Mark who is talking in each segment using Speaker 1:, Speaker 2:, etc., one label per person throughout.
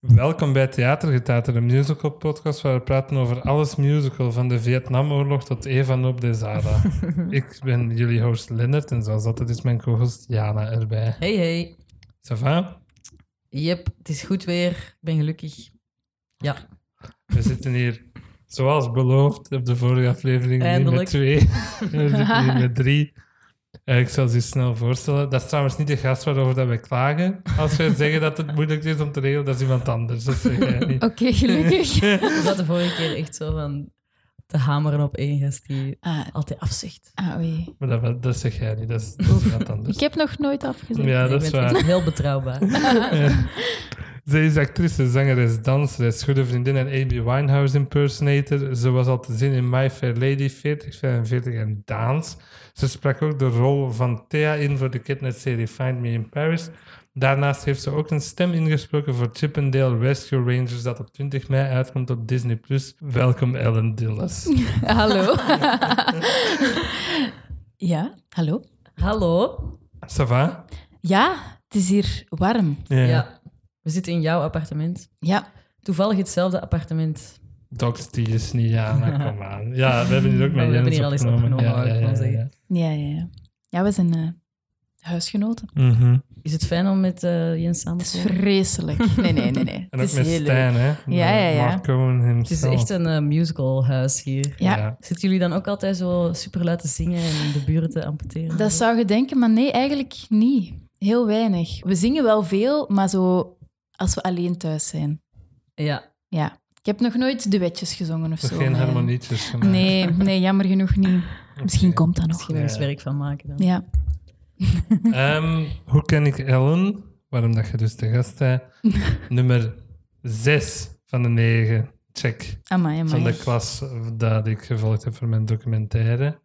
Speaker 1: Welkom bij Theatergetater, de musical podcast waar we praten over alles musical, van de Vietnamoorlog tot Eva Noop de Zara. ik ben jullie host Lennart en zoals altijd is mijn co-host Jana erbij.
Speaker 2: Hey, hey.
Speaker 1: Ça va?
Speaker 2: Yep, het is goed weer. Ik ben gelukkig. Ja,
Speaker 1: We zitten hier, zoals beloofd, op de vorige aflevering niet met
Speaker 2: Eindelijk.
Speaker 1: twee. we zitten hier met drie. Eh, ik zal ze snel voorstellen. Dat is trouwens niet de gast waarover dat wij klagen. Als wij zeggen dat het moeilijk is om te regelen, dat is iemand anders. Dat zeg jij niet.
Speaker 3: Oké, gelukkig.
Speaker 2: we zaten vorige keer echt zo van te hameren op één gast die
Speaker 3: ah,
Speaker 2: altijd afzegt.
Speaker 3: ah, oei.
Speaker 1: Maar dat, dat zeg jij niet, dat is, dat is iemand anders.
Speaker 3: Ik heb nog nooit afgezet.
Speaker 1: Ja,
Speaker 2: Ik
Speaker 1: dat
Speaker 2: ben
Speaker 1: is waar.
Speaker 2: echt heel betrouwbaar.
Speaker 1: Ja. Ze is actrice, zangeres, danseres, goede vriendin en A.B. Winehouse impersonator. Ze was al te zien in My Fair Lady 40, 45 en Daans. Ze sprak ook de rol van Thea in voor de kidnap-serie Find Me in Paris. Daarnaast heeft ze ook een stem ingesproken voor Chippendale Rescue Rangers, dat op 20 mei uitkomt op Disney+. Welkom Ellen Dillas.
Speaker 3: Hallo. ja, hallo.
Speaker 2: Hallo.
Speaker 1: Ça va?
Speaker 3: Ja, het is hier warm.
Speaker 2: Ja. we zitten in jouw appartement.
Speaker 3: Ja,
Speaker 2: Toevallig hetzelfde appartement.
Speaker 1: Docs die is niet, ja, maar kom aan. Ja, we hebben hier ook
Speaker 2: Maar
Speaker 1: met
Speaker 2: we hebben
Speaker 1: Jens
Speaker 2: hier al eens opgenomen, wou ik gewoon zeggen.
Speaker 3: ja, ja. Ja, ja we zijn eh, huisgenoten.
Speaker 1: Mhm.
Speaker 2: Is het fijn om met eh, Jens samen
Speaker 3: Het
Speaker 2: te
Speaker 3: is
Speaker 2: zijn?
Speaker 3: vreselijk. Nee, nee, nee. nee.
Speaker 1: En
Speaker 3: het
Speaker 1: ook
Speaker 3: is
Speaker 1: met
Speaker 3: heel leuk.
Speaker 1: Stijn, hè?
Speaker 3: Ja, ja, ja.
Speaker 1: Mark Cohen
Speaker 2: Het is
Speaker 1: himself.
Speaker 2: echt een eh, musicalhuis hier.
Speaker 3: Ja.
Speaker 2: Zitten jullie dan ook altijd zo super laten zingen en de buren te amputeren?
Speaker 3: Dat zou je denken, maar nee, eigenlijk niet. Heel weinig. We zingen wel veel, maar zo als we alleen thuis zijn.
Speaker 2: Ja,
Speaker 3: Ja. Ik heb nog nooit duetjes gezongen of
Speaker 1: Nog
Speaker 3: zo.
Speaker 1: geen
Speaker 3: nee.
Speaker 1: harmonietjes gemaakt.
Speaker 3: Nee, nee, jammer genoeg niet. Misschien
Speaker 1: Oké.
Speaker 3: komt dat nog.
Speaker 2: misschien er eens
Speaker 1: Ja.
Speaker 2: werk van maken dan.
Speaker 3: Ja.
Speaker 1: Ehm, hoe ken ik Ellen? Waarom dat je dus de gast bent. Nummer 6 van de 9. Check.
Speaker 3: Amai, amai.
Speaker 1: Van de klas dat ik gevolgd heb voor mijn documentaire.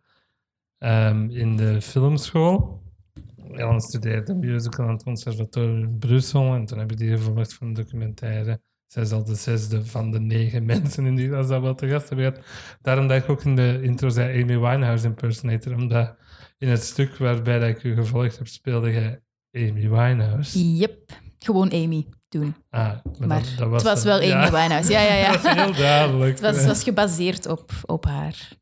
Speaker 1: Ehm, in de filmschool. Ellen studeerde musical aan het conservatorium in Brussel. En toen heb ik die gevolgd voor een documentaire. Zij is al de zesde van de negen mensen in die klas dat wel te gast hebben gehad. Daarom dat ik ook in de intro zei Amy Winehouse impersonator. Omdat in het stuk waarbij dat ik u gevolgd heb, speelde jij Amy Winehouse.
Speaker 3: Yep. Gewoon Amy toen.
Speaker 1: Ah, maar dat-
Speaker 3: Maar,
Speaker 1: dat,
Speaker 3: het was wel
Speaker 1: ja.
Speaker 3: Amy Winehouse. Ja, ja, ja.
Speaker 1: Dat is heel duidelijk.
Speaker 3: het was, was gebaseerd op, op haar.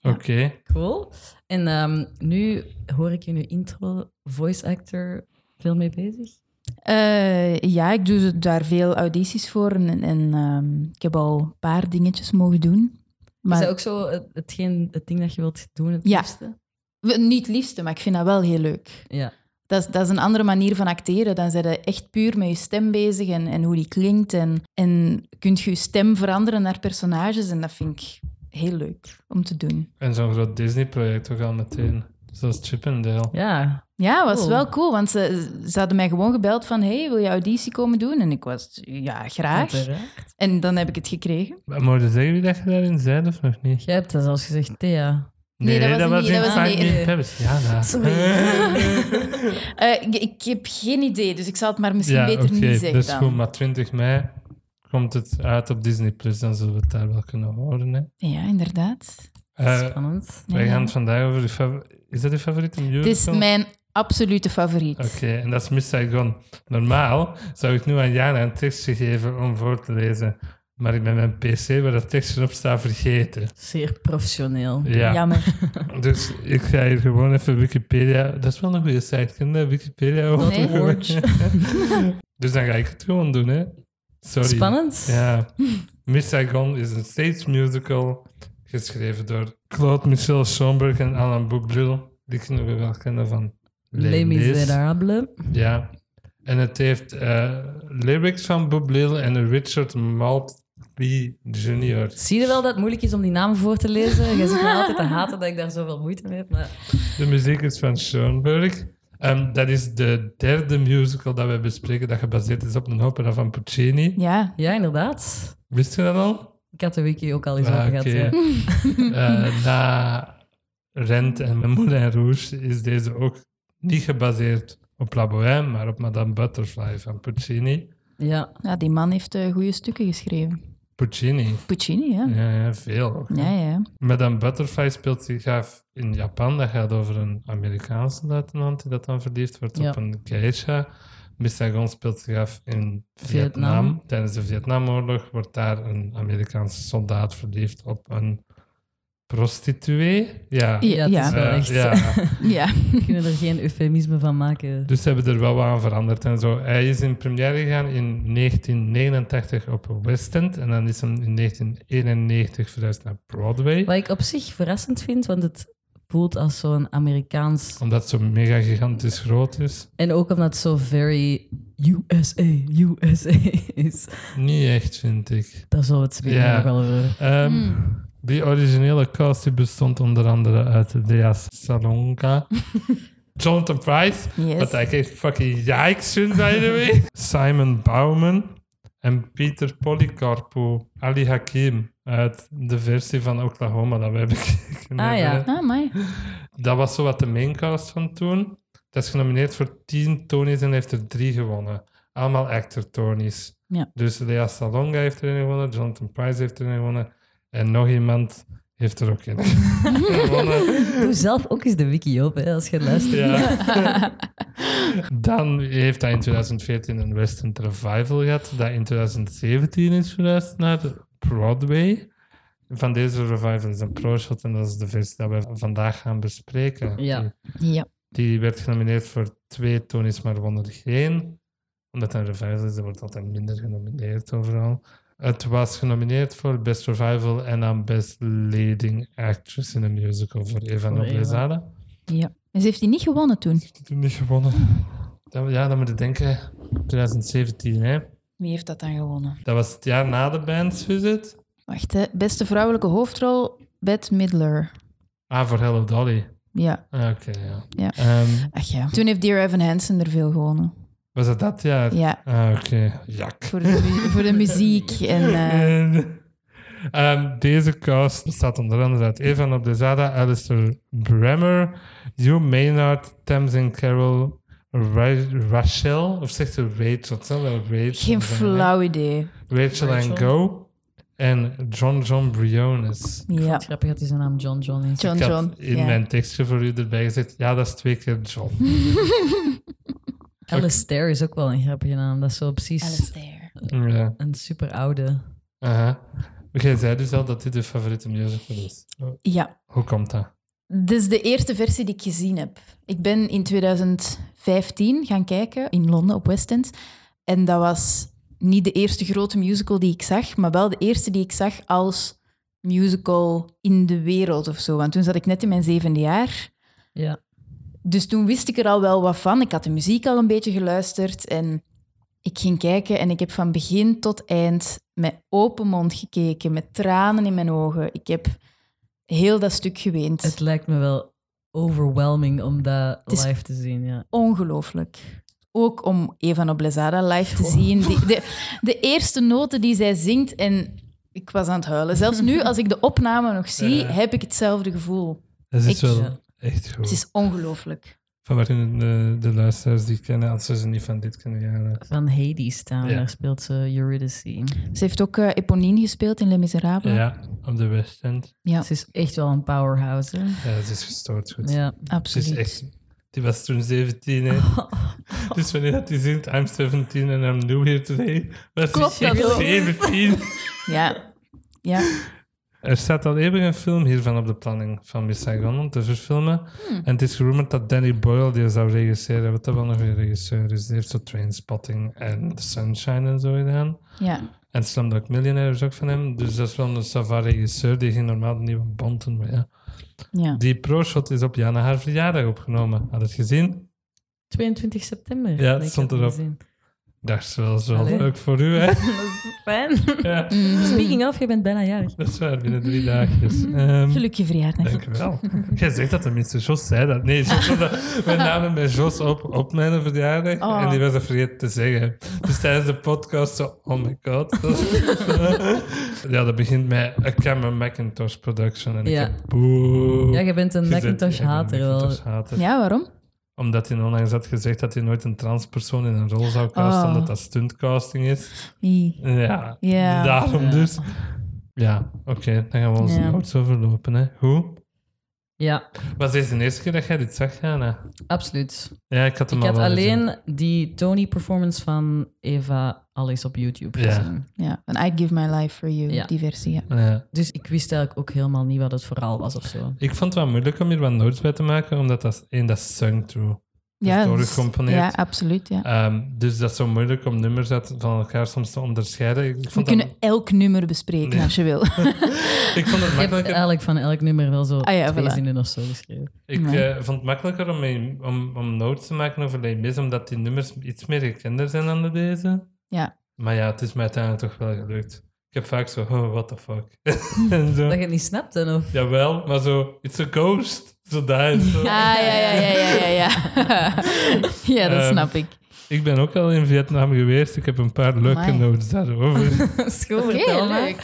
Speaker 1: Oké.
Speaker 2: Cool. En ehm, nu hoor ik in uw intro voice actor veel mee bezig.
Speaker 3: Eh, ja, ik doe daar veel audities voor en, en ehm, ik heb al een paar dingetjes mogen doen. Maar
Speaker 2: Is dat ook zo het- hetgeen, het ding dat je wilt doen het
Speaker 3: Ja.
Speaker 2: liefste?
Speaker 3: we- niet het liefste, maar ik vind dat wel heel leuk.
Speaker 2: Ja.
Speaker 3: Dat is, dat is een andere manier van acteren. Dan zijn je echt puur met je stem bezig en, en hoe die klinkt. En, en kun je je stem veranderen naar personages. En dat vind ik heel leuk om te doen.
Speaker 1: En zo'n groot Disney-project ook al meteen. Dus Zoals Chippendale.
Speaker 2: Ja.
Speaker 3: Ja, was
Speaker 2: Cool.
Speaker 3: wel cool, want ze, ze hadden mij gewoon gebeld van hey, wil je auditie komen doen? En ik was, ja, graag.
Speaker 2: uiteraard.
Speaker 3: En dan heb ik het gekregen.
Speaker 1: Maar Mogen we zeggen wie dat je daarin zei of nog niet?
Speaker 2: Jij hebt dat zelfs gezegd, Thea.
Speaker 3: Nee, dat was in die- dat was in
Speaker 1: Find
Speaker 3: die-
Speaker 1: Me in Paris. Ja, nou.
Speaker 2: Sorry.
Speaker 3: Eh, ik, ik heb geen idee, dus ik zal het maar misschien
Speaker 1: ja,
Speaker 3: beter niet zeggen
Speaker 1: dat is
Speaker 3: dan.
Speaker 1: goed. Maar 20 mei komt het uit op Disney+. Plus, Dan zullen we het daar wel kunnen horen. Hè.
Speaker 3: Ja, inderdaad.
Speaker 1: Eh,
Speaker 2: Spannend.
Speaker 3: Ja,
Speaker 1: wij
Speaker 3: ja.
Speaker 1: gaan het vandaag over... Je favori- is dat je favoriete
Speaker 3: Het
Speaker 1: musical?
Speaker 3: is mijn absolute favoriet.
Speaker 1: Oké, en dat is Miss Saigon. Normaal zou ik nu aan Jana een tekstje geven om voor te lezen. Maar ik ben mijn pc waar dat tekstje op staat vergeten.
Speaker 2: Zeer professioneel.
Speaker 1: Ja.
Speaker 3: Jammer.
Speaker 1: Dus ik ga hier gewoon even Wikipedia. Dat is wel een goede site, ken je Wikipedia over.
Speaker 3: Nee.
Speaker 1: dus dan ga ik het gewoon doen, hè? Sorry.
Speaker 2: Spannend.
Speaker 1: Ja. Miss Saigon is een stage musical geschreven door Claude Michel Schoenberg en Alain Boublil. Die kunnen we wel kennen van
Speaker 2: Les Miserables.
Speaker 1: Ja. En het heeft eh, lyrics van Boublil en Richard Maltby Jr.
Speaker 2: Zie je wel dat het moeilijk is om die namen voor te lezen? Jij zit me altijd te haten dat ik daar zoveel moeite mee heb. Maar...
Speaker 1: De muziek is van Schoenberg. Ehm, dat is de derde musical dat we bespreken dat gebaseerd is op een opera van Puccini.
Speaker 3: Ja.
Speaker 2: Ja, inderdaad.
Speaker 1: Wist je dat al?
Speaker 2: Ik had de wiki ook al eens
Speaker 1: Ah,
Speaker 2: over gehad.
Speaker 1: oké.
Speaker 2: ja.
Speaker 1: Eh, na Rent en Moulin Rouge is deze ook niet gebaseerd op La Bohème, maar op Madame Butterfly van Puccini.
Speaker 2: ja.
Speaker 3: ja, die man heeft eh, goede stukken geschreven.
Speaker 1: Puccini.
Speaker 3: Puccini, ja.
Speaker 1: Ja, ja veel. ook.
Speaker 3: Ja, ja.
Speaker 1: Madame Butterfly speelt zich af in Japan. Dat gaat over een Amerikaanse luitenant die dat dan verliefd wordt
Speaker 2: Ja.
Speaker 1: op een geisha. Missagon speelt zich af in Vietnam.
Speaker 2: Vietnam.
Speaker 1: Tijdens de Vietnamoorlog wordt daar een Amerikaanse soldaat verliefd op een prostituee. Ja,
Speaker 2: Ja,
Speaker 3: Ja,
Speaker 2: het is wel
Speaker 1: Eh,
Speaker 2: echt.
Speaker 1: ja.
Speaker 3: Ja.
Speaker 2: We kunnen er geen eufemisme van maken.
Speaker 1: Dus ze hebben er wel wat aan veranderd en zo. Hij is in première gegaan in 1989 op West End en dan is hem in 1991 verhuisd naar Broadway.
Speaker 2: Wat ik op zich verrassend vind, want het voelt als zo'n Amerikaans.
Speaker 1: Omdat het zo mega gigantisch groot is.
Speaker 2: En ook omdat het zo very USA, USA is.
Speaker 1: Niet echt, vind ik.
Speaker 2: Daar zal het spelen
Speaker 1: Ja.
Speaker 2: nog wel over.
Speaker 1: Ehm,
Speaker 3: Hmm.
Speaker 1: Die originele cast die bestond onder andere uit Dea Salonga, Jonathan Price,
Speaker 3: Yes.
Speaker 1: wat ik echt fucking yikes vind, by the way. Simon Bauman en Peter Polycarpo, Ali Hakim uit de versie van Oklahoma dat we hebben gekeken.
Speaker 2: Ah, ja.
Speaker 1: hebben.
Speaker 3: Ah, amai.
Speaker 1: Dat was zo wat de maincast van toen. Dat is genomineerd voor 10 Tonys en heeft er drie gewonnen. Allemaal actor Tonys.
Speaker 3: Ja.
Speaker 1: Dus Lea Salonga heeft er een gewonnen, Jonathan Price heeft er een gewonnen en nog iemand heeft er ook een gewonnen.
Speaker 2: Doe zelf ook eens de wiki op, hè, als je luistert.
Speaker 1: Ja. Dan heeft hij in 2014 een Western Revival gehad, dat in 2017 is verhuisd naar Broadway. Van deze revival is een pro-shot en dat is de versie dat we vandaag gaan bespreken.
Speaker 2: Ja.
Speaker 3: Ja.
Speaker 1: Die werd genomineerd voor twee Tonys, maar won er geen. Omdat het een revival is, er wordt altijd minder genomineerd overal. Het was genomineerd voor Best Revival en aan Best Leading Actress in a Musical voor Eva
Speaker 2: Voor Eva.
Speaker 1: Noblezada.
Speaker 3: Dus heeft hij niet gewonnen toen?
Speaker 1: Heeft het toen niet gewonnen. Dan- ja, dan moet je denken, 2017 hè.
Speaker 3: Wie heeft dat dan gewonnen?
Speaker 1: Dat was het jaar na de band's visit.
Speaker 3: Wacht, hè. beste vrouwelijke hoofdrol, Bette Midler.
Speaker 1: Ah, voor Hello Dolly.
Speaker 3: Ja,
Speaker 1: Ah, Oké, ja.
Speaker 3: Ja.
Speaker 1: Ehm,
Speaker 3: ach ja. Toen heeft Dear Evan Hansen er veel gewonnen.
Speaker 1: was dat dat jaar?
Speaker 3: Ja,
Speaker 1: Ah, oké. Jak.
Speaker 3: voor de, mu- voor de muziek en... eh,
Speaker 1: En, ehm, deze cast bestaat onder andere uit Evan Obdezada, Alistair Bremer, Hugh Maynard, Tamsin Carroll, Ra- Rachel, of zegt ze Rachel? Het zijn wel Rachel.
Speaker 3: geen
Speaker 1: zijn, hè?
Speaker 3: flauw idee.
Speaker 1: Rachel
Speaker 2: Rachel.
Speaker 1: and Go en John John Briones.
Speaker 2: Ik vond
Speaker 3: Ja.
Speaker 2: het grappig dat hij zijn naam John John is.
Speaker 3: John
Speaker 1: Ik had
Speaker 3: John.
Speaker 1: in
Speaker 3: ja.
Speaker 1: mijn tekstje voor u erbij gezegd, ja, dat is twee keer John.
Speaker 2: Alistair is ook wel een grappige naam. Dat is zo precies
Speaker 3: Alistair.
Speaker 1: ja.
Speaker 2: een super oude.
Speaker 1: Aha. Jij zei dus al dat dit de favoriete musical is.
Speaker 3: Ja,
Speaker 1: Hoe komt dat?
Speaker 3: dit is de eerste versie die ik gezien heb. Ik ben in 2015 gaan kijken in Londen op West End. En dat was niet de eerste grote musical die ik zag, maar wel de eerste die ik zag als musical in de wereld of zo. Want toen zat ik net in mijn zevende jaar.
Speaker 2: Ja.
Speaker 3: Dus toen wist ik er al wel wat van. Ik had de muziek al een beetje geluisterd en ik ging kijken en ik heb van begin tot eind met open mond gekeken, met tranen in mijn ogen. Ik heb heel dat stuk geweend.
Speaker 2: Het lijkt me wel overwhelming om dat
Speaker 3: is-
Speaker 2: live te zien. Ja.
Speaker 3: Ongelooflijk. Ook om Eva Noblezada live te zien. Die- de, de eerste noten die zij zingt en ik was aan het huilen. Zelfs nu, als ik de opname nog zie,
Speaker 1: Ja.
Speaker 3: heb ik hetzelfde gevoel.
Speaker 1: Het is
Speaker 3: Ik-
Speaker 1: wel
Speaker 2: Ja.
Speaker 1: echt goed.
Speaker 3: Het is ongelooflijk.
Speaker 1: Van waar kunnen de, de luisteraars die kennen, als ze ze niet van dit kunnen gaan.
Speaker 2: Van Hades staan,
Speaker 1: Ja.
Speaker 2: daar speelt ze Eurydice.
Speaker 3: Ze heeft ook eh, Eponine gespeeld in Les Miserables.
Speaker 1: Ja, op de West End.
Speaker 3: Ja.
Speaker 2: Ze is echt wel een powerhouse. hè.
Speaker 1: Ja, ze is gestoord goed.
Speaker 2: Ja.
Speaker 1: Ze is
Speaker 3: Absoluut.
Speaker 1: echt... Die was toen 17, hè. Dus wanneer dat die zingt, I'm 17 and I'm new here today, was die
Speaker 3: Klopt dat
Speaker 1: echt
Speaker 3: ook?
Speaker 1: 17.
Speaker 3: Ja. Ja.
Speaker 1: Er staat al eeuwig een film hiervan op de planning van Miss Saigon om te verfilmen.
Speaker 3: Hmm.
Speaker 1: En het is gerumored dat Danny Boyle die zou regisseren, wat dat wel nog een regisseur is. Die heeft zo Trainspotting en Sunshine en zo gedaan.
Speaker 3: ja.
Speaker 1: En Slumdog Millionaire is ook van hem. Dus dat is wel een Savar-regisseur die ging normaal niet op band doen. Maar ja.
Speaker 3: ja.
Speaker 1: Die pro-shot is op Jana haar verjaardag opgenomen. Had je het gezien?
Speaker 2: 22 september.
Speaker 1: Ja,
Speaker 2: Ik heb
Speaker 1: stond
Speaker 2: het
Speaker 1: erop.
Speaker 2: gezien.
Speaker 1: Dat is wel zo
Speaker 2: Allee.
Speaker 1: leuk voor u, hè?
Speaker 2: Dat is fijn.
Speaker 1: ja,
Speaker 3: Mm.
Speaker 2: Speaking of, je bent bijna jarig.
Speaker 1: dat is waar, binnen drie dagjes. Ehm,
Speaker 3: Gelukkig verjaardag.
Speaker 1: Dankjewel. Jij zegt dat tenminste. Jos zei dat. Nee, Jos zei dat. we namen bij Jos op op mijn verjaardag
Speaker 3: Oh.
Speaker 1: en die was dat vergeten te zeggen. Dus tijdens de podcast zo, oh my god. ja, dat begint met A Cameron Macintosh production. En ik
Speaker 2: Ja.
Speaker 1: heb boe.
Speaker 2: Ja, je bent een
Speaker 1: gezet.
Speaker 2: Macintosh-hater
Speaker 1: Ik ben een
Speaker 2: wel.
Speaker 1: Macintosh-hater.
Speaker 3: Ja, waarom?
Speaker 1: Omdat hij onlangs had gezegd dat hij nooit een transpersoon in een rol zou casten,
Speaker 3: Oh.
Speaker 1: omdat dat stuntcasting is.
Speaker 3: I.
Speaker 1: Ja,
Speaker 3: Ja.
Speaker 1: daarom
Speaker 2: Ja.
Speaker 1: dus. Ja, oké, dan gaan we ons
Speaker 3: Ja.
Speaker 1: nooit zo verlopen. Hè. Hoe?
Speaker 2: Ja,
Speaker 1: Was deze de eerste keer dat jij dit zag, Jana?
Speaker 2: absoluut.
Speaker 1: Ja, ik had hem
Speaker 2: Ik
Speaker 1: al
Speaker 2: had
Speaker 1: wel gezien.
Speaker 2: alleen die Tony-performance van Eva Alice op YouTube
Speaker 1: Ja.
Speaker 2: gezien.
Speaker 3: Ja, en I Give My Life For You,
Speaker 2: Ja.
Speaker 3: die versie. Ja.
Speaker 1: Ja.
Speaker 2: Dus ik wist eigenlijk ook helemaal niet wat het verhaal was of zo.
Speaker 1: Ik vond het wel moeilijk om hier wat notes bij te maken, omdat dat één, dat is sung through.
Speaker 3: Ja,
Speaker 1: Door
Speaker 3: dus-
Speaker 1: gecomponeerd.
Speaker 3: ja, absoluut. Ja.
Speaker 1: Ehm, dus dat is zo moeilijk om nummers uit, van elkaar soms te onderscheiden. Ik
Speaker 3: We
Speaker 1: vond, dat,
Speaker 3: kunnen elk nummer bespreken
Speaker 1: Ja.
Speaker 3: als je wil.
Speaker 1: ik vond het
Speaker 2: Ik heb
Speaker 1: makkelijker,
Speaker 2: eigenlijk van elk nummer wel zo
Speaker 3: Ah ja,
Speaker 2: twee
Speaker 3: voilà.
Speaker 2: zinnen of zo geschreven.
Speaker 1: ik,
Speaker 3: Nee.
Speaker 1: eh, vond het makkelijker om, mee- om, om notes te maken over Les Mis, omdat die nummers iets meer gekender zijn dan de deze.
Speaker 3: Ja.
Speaker 1: Maar ja, het is mij uiteindelijk toch wel gelukt. Ik heb vaak zo, oh, what the fuck. en zo,
Speaker 2: Dat je het niet snapte of...
Speaker 1: Jawel, maar zo, it's a ghost. Zo daar en zo.
Speaker 3: Ah, ja, ja, ja, ja, ja. Ja, ja dat
Speaker 1: Ehm,
Speaker 3: snap ik.
Speaker 1: Ik ben ook al in Vietnam geweest. Ik heb een paar leuke
Speaker 3: Amai.
Speaker 1: notes daarover.
Speaker 2: Schoon,
Speaker 3: Oké,
Speaker 2: vertel maar.
Speaker 3: leuk.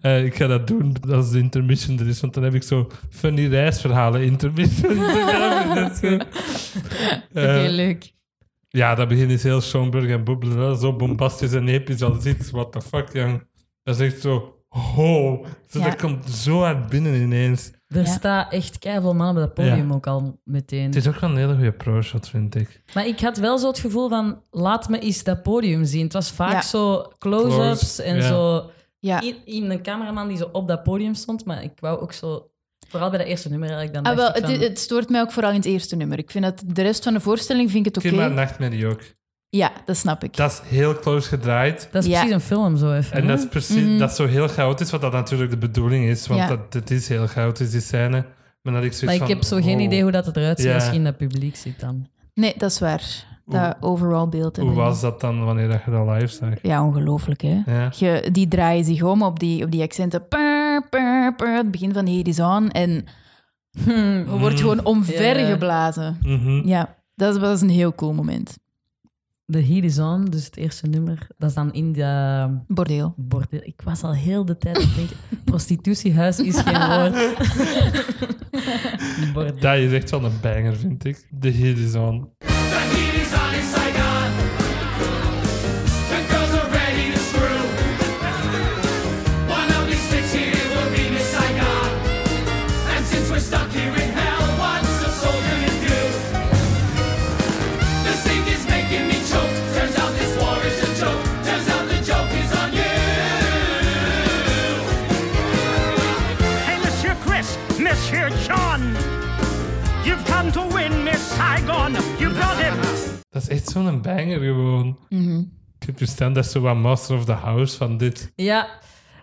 Speaker 1: Eh, ik ga dat doen als de intermission er is, want dan heb ik zo funny reisverhalen intermission.
Speaker 2: Dat is goed.
Speaker 3: Oké,
Speaker 1: Eh,
Speaker 3: leuk.
Speaker 1: ja, dat begin is heel Schoenberg en Boebler, zo bombastisch en episch als iets. What the fuck, jong. Dat is echt zo, ho. Zo,
Speaker 3: Ja.
Speaker 1: Dat komt zo hard binnen ineens.
Speaker 2: Er
Speaker 3: Ja.
Speaker 2: staat echt keiveel man op dat podium
Speaker 1: Ja.
Speaker 2: ook al meteen.
Speaker 1: Het is ook wel een hele goede pro-shot, vind ik.
Speaker 2: Maar ik had wel zo het gevoel van, laat me eens dat podium zien. Het was vaak
Speaker 3: Ja.
Speaker 2: zo close-ups
Speaker 1: Close,
Speaker 2: en
Speaker 1: ja.
Speaker 2: zo...
Speaker 3: Ja.
Speaker 2: In, in een cameraman die zo op dat podium stond, maar ik wou ook zo... Vooral bij dat eerste nummer eigenlijk dan
Speaker 3: Ah, wel,
Speaker 2: dacht ik
Speaker 3: het,
Speaker 2: van,
Speaker 3: het stoort mij ook vooral in het eerste nummer. Ik vind dat de rest van de voorstelling vind ik het oké.
Speaker 1: Kim Nachtmerrie ook.
Speaker 3: Ja, dat snap ik.
Speaker 1: Dat is heel close gedraaid.
Speaker 2: Dat is
Speaker 3: Ja.
Speaker 2: precies een film zo even.
Speaker 1: En
Speaker 2: hè?
Speaker 1: dat is precies
Speaker 2: mm.
Speaker 3: Mhm.
Speaker 1: dat is zo heel chaotisch, wat dat natuurlijk de bedoeling is. Want
Speaker 3: Ja.
Speaker 1: dat, het is heel chaotisch, die scène. Maar, dat ik, zoiets
Speaker 2: Maar ik
Speaker 1: van, oh,
Speaker 2: heb zo geen
Speaker 1: wow.
Speaker 2: idee hoe dat het eruit ziet
Speaker 1: Ja.
Speaker 2: als je in dat publiek zit dan.
Speaker 3: Nee, dat is waar. Dat
Speaker 1: Hoe-
Speaker 3: overall beeld.
Speaker 1: Hoe
Speaker 3: hebben we.
Speaker 1: was dat dan wanneer dat je dat live zag?
Speaker 3: Ja, ongelooflijk, hè?
Speaker 1: Ja.
Speaker 3: Je, die draaien zich om op die, op die accenten. Purr, purr, purr, het begin van Here is On. En je
Speaker 1: Mm.
Speaker 3: wordt gewoon omver
Speaker 2: Ja.
Speaker 3: geblazen.
Speaker 1: Mhm.
Speaker 3: Ja, dat was een heel cool moment.
Speaker 2: De Heat is On, dus het eerste nummer, dat is dan in de
Speaker 3: Bordeel.
Speaker 2: bordeel. Ik was al heel de tijd aan het denken, prostitutiehuis is geen woord. Bordeel.
Speaker 1: Dat is echt wel een banger, vind ik. De hit is on.
Speaker 4: The heat is on in Saigon. The girls are ready to screw. One of these six here will be Miss Saigon. And since we're stuck here in hell, what's a soldier to do? The sink is making me choke. Turns out this war is a joke. Turns out the joke is on you.
Speaker 5: Hey, Monsieur Chris, Monsieur John. You've come to win, Miss Saigon. You brought it.
Speaker 1: Dat is echt zo'n banger gewoon.
Speaker 3: Mhm.
Speaker 1: Ik heb hier staan, dat is zo wat Master of the House van dit.
Speaker 2: Ja,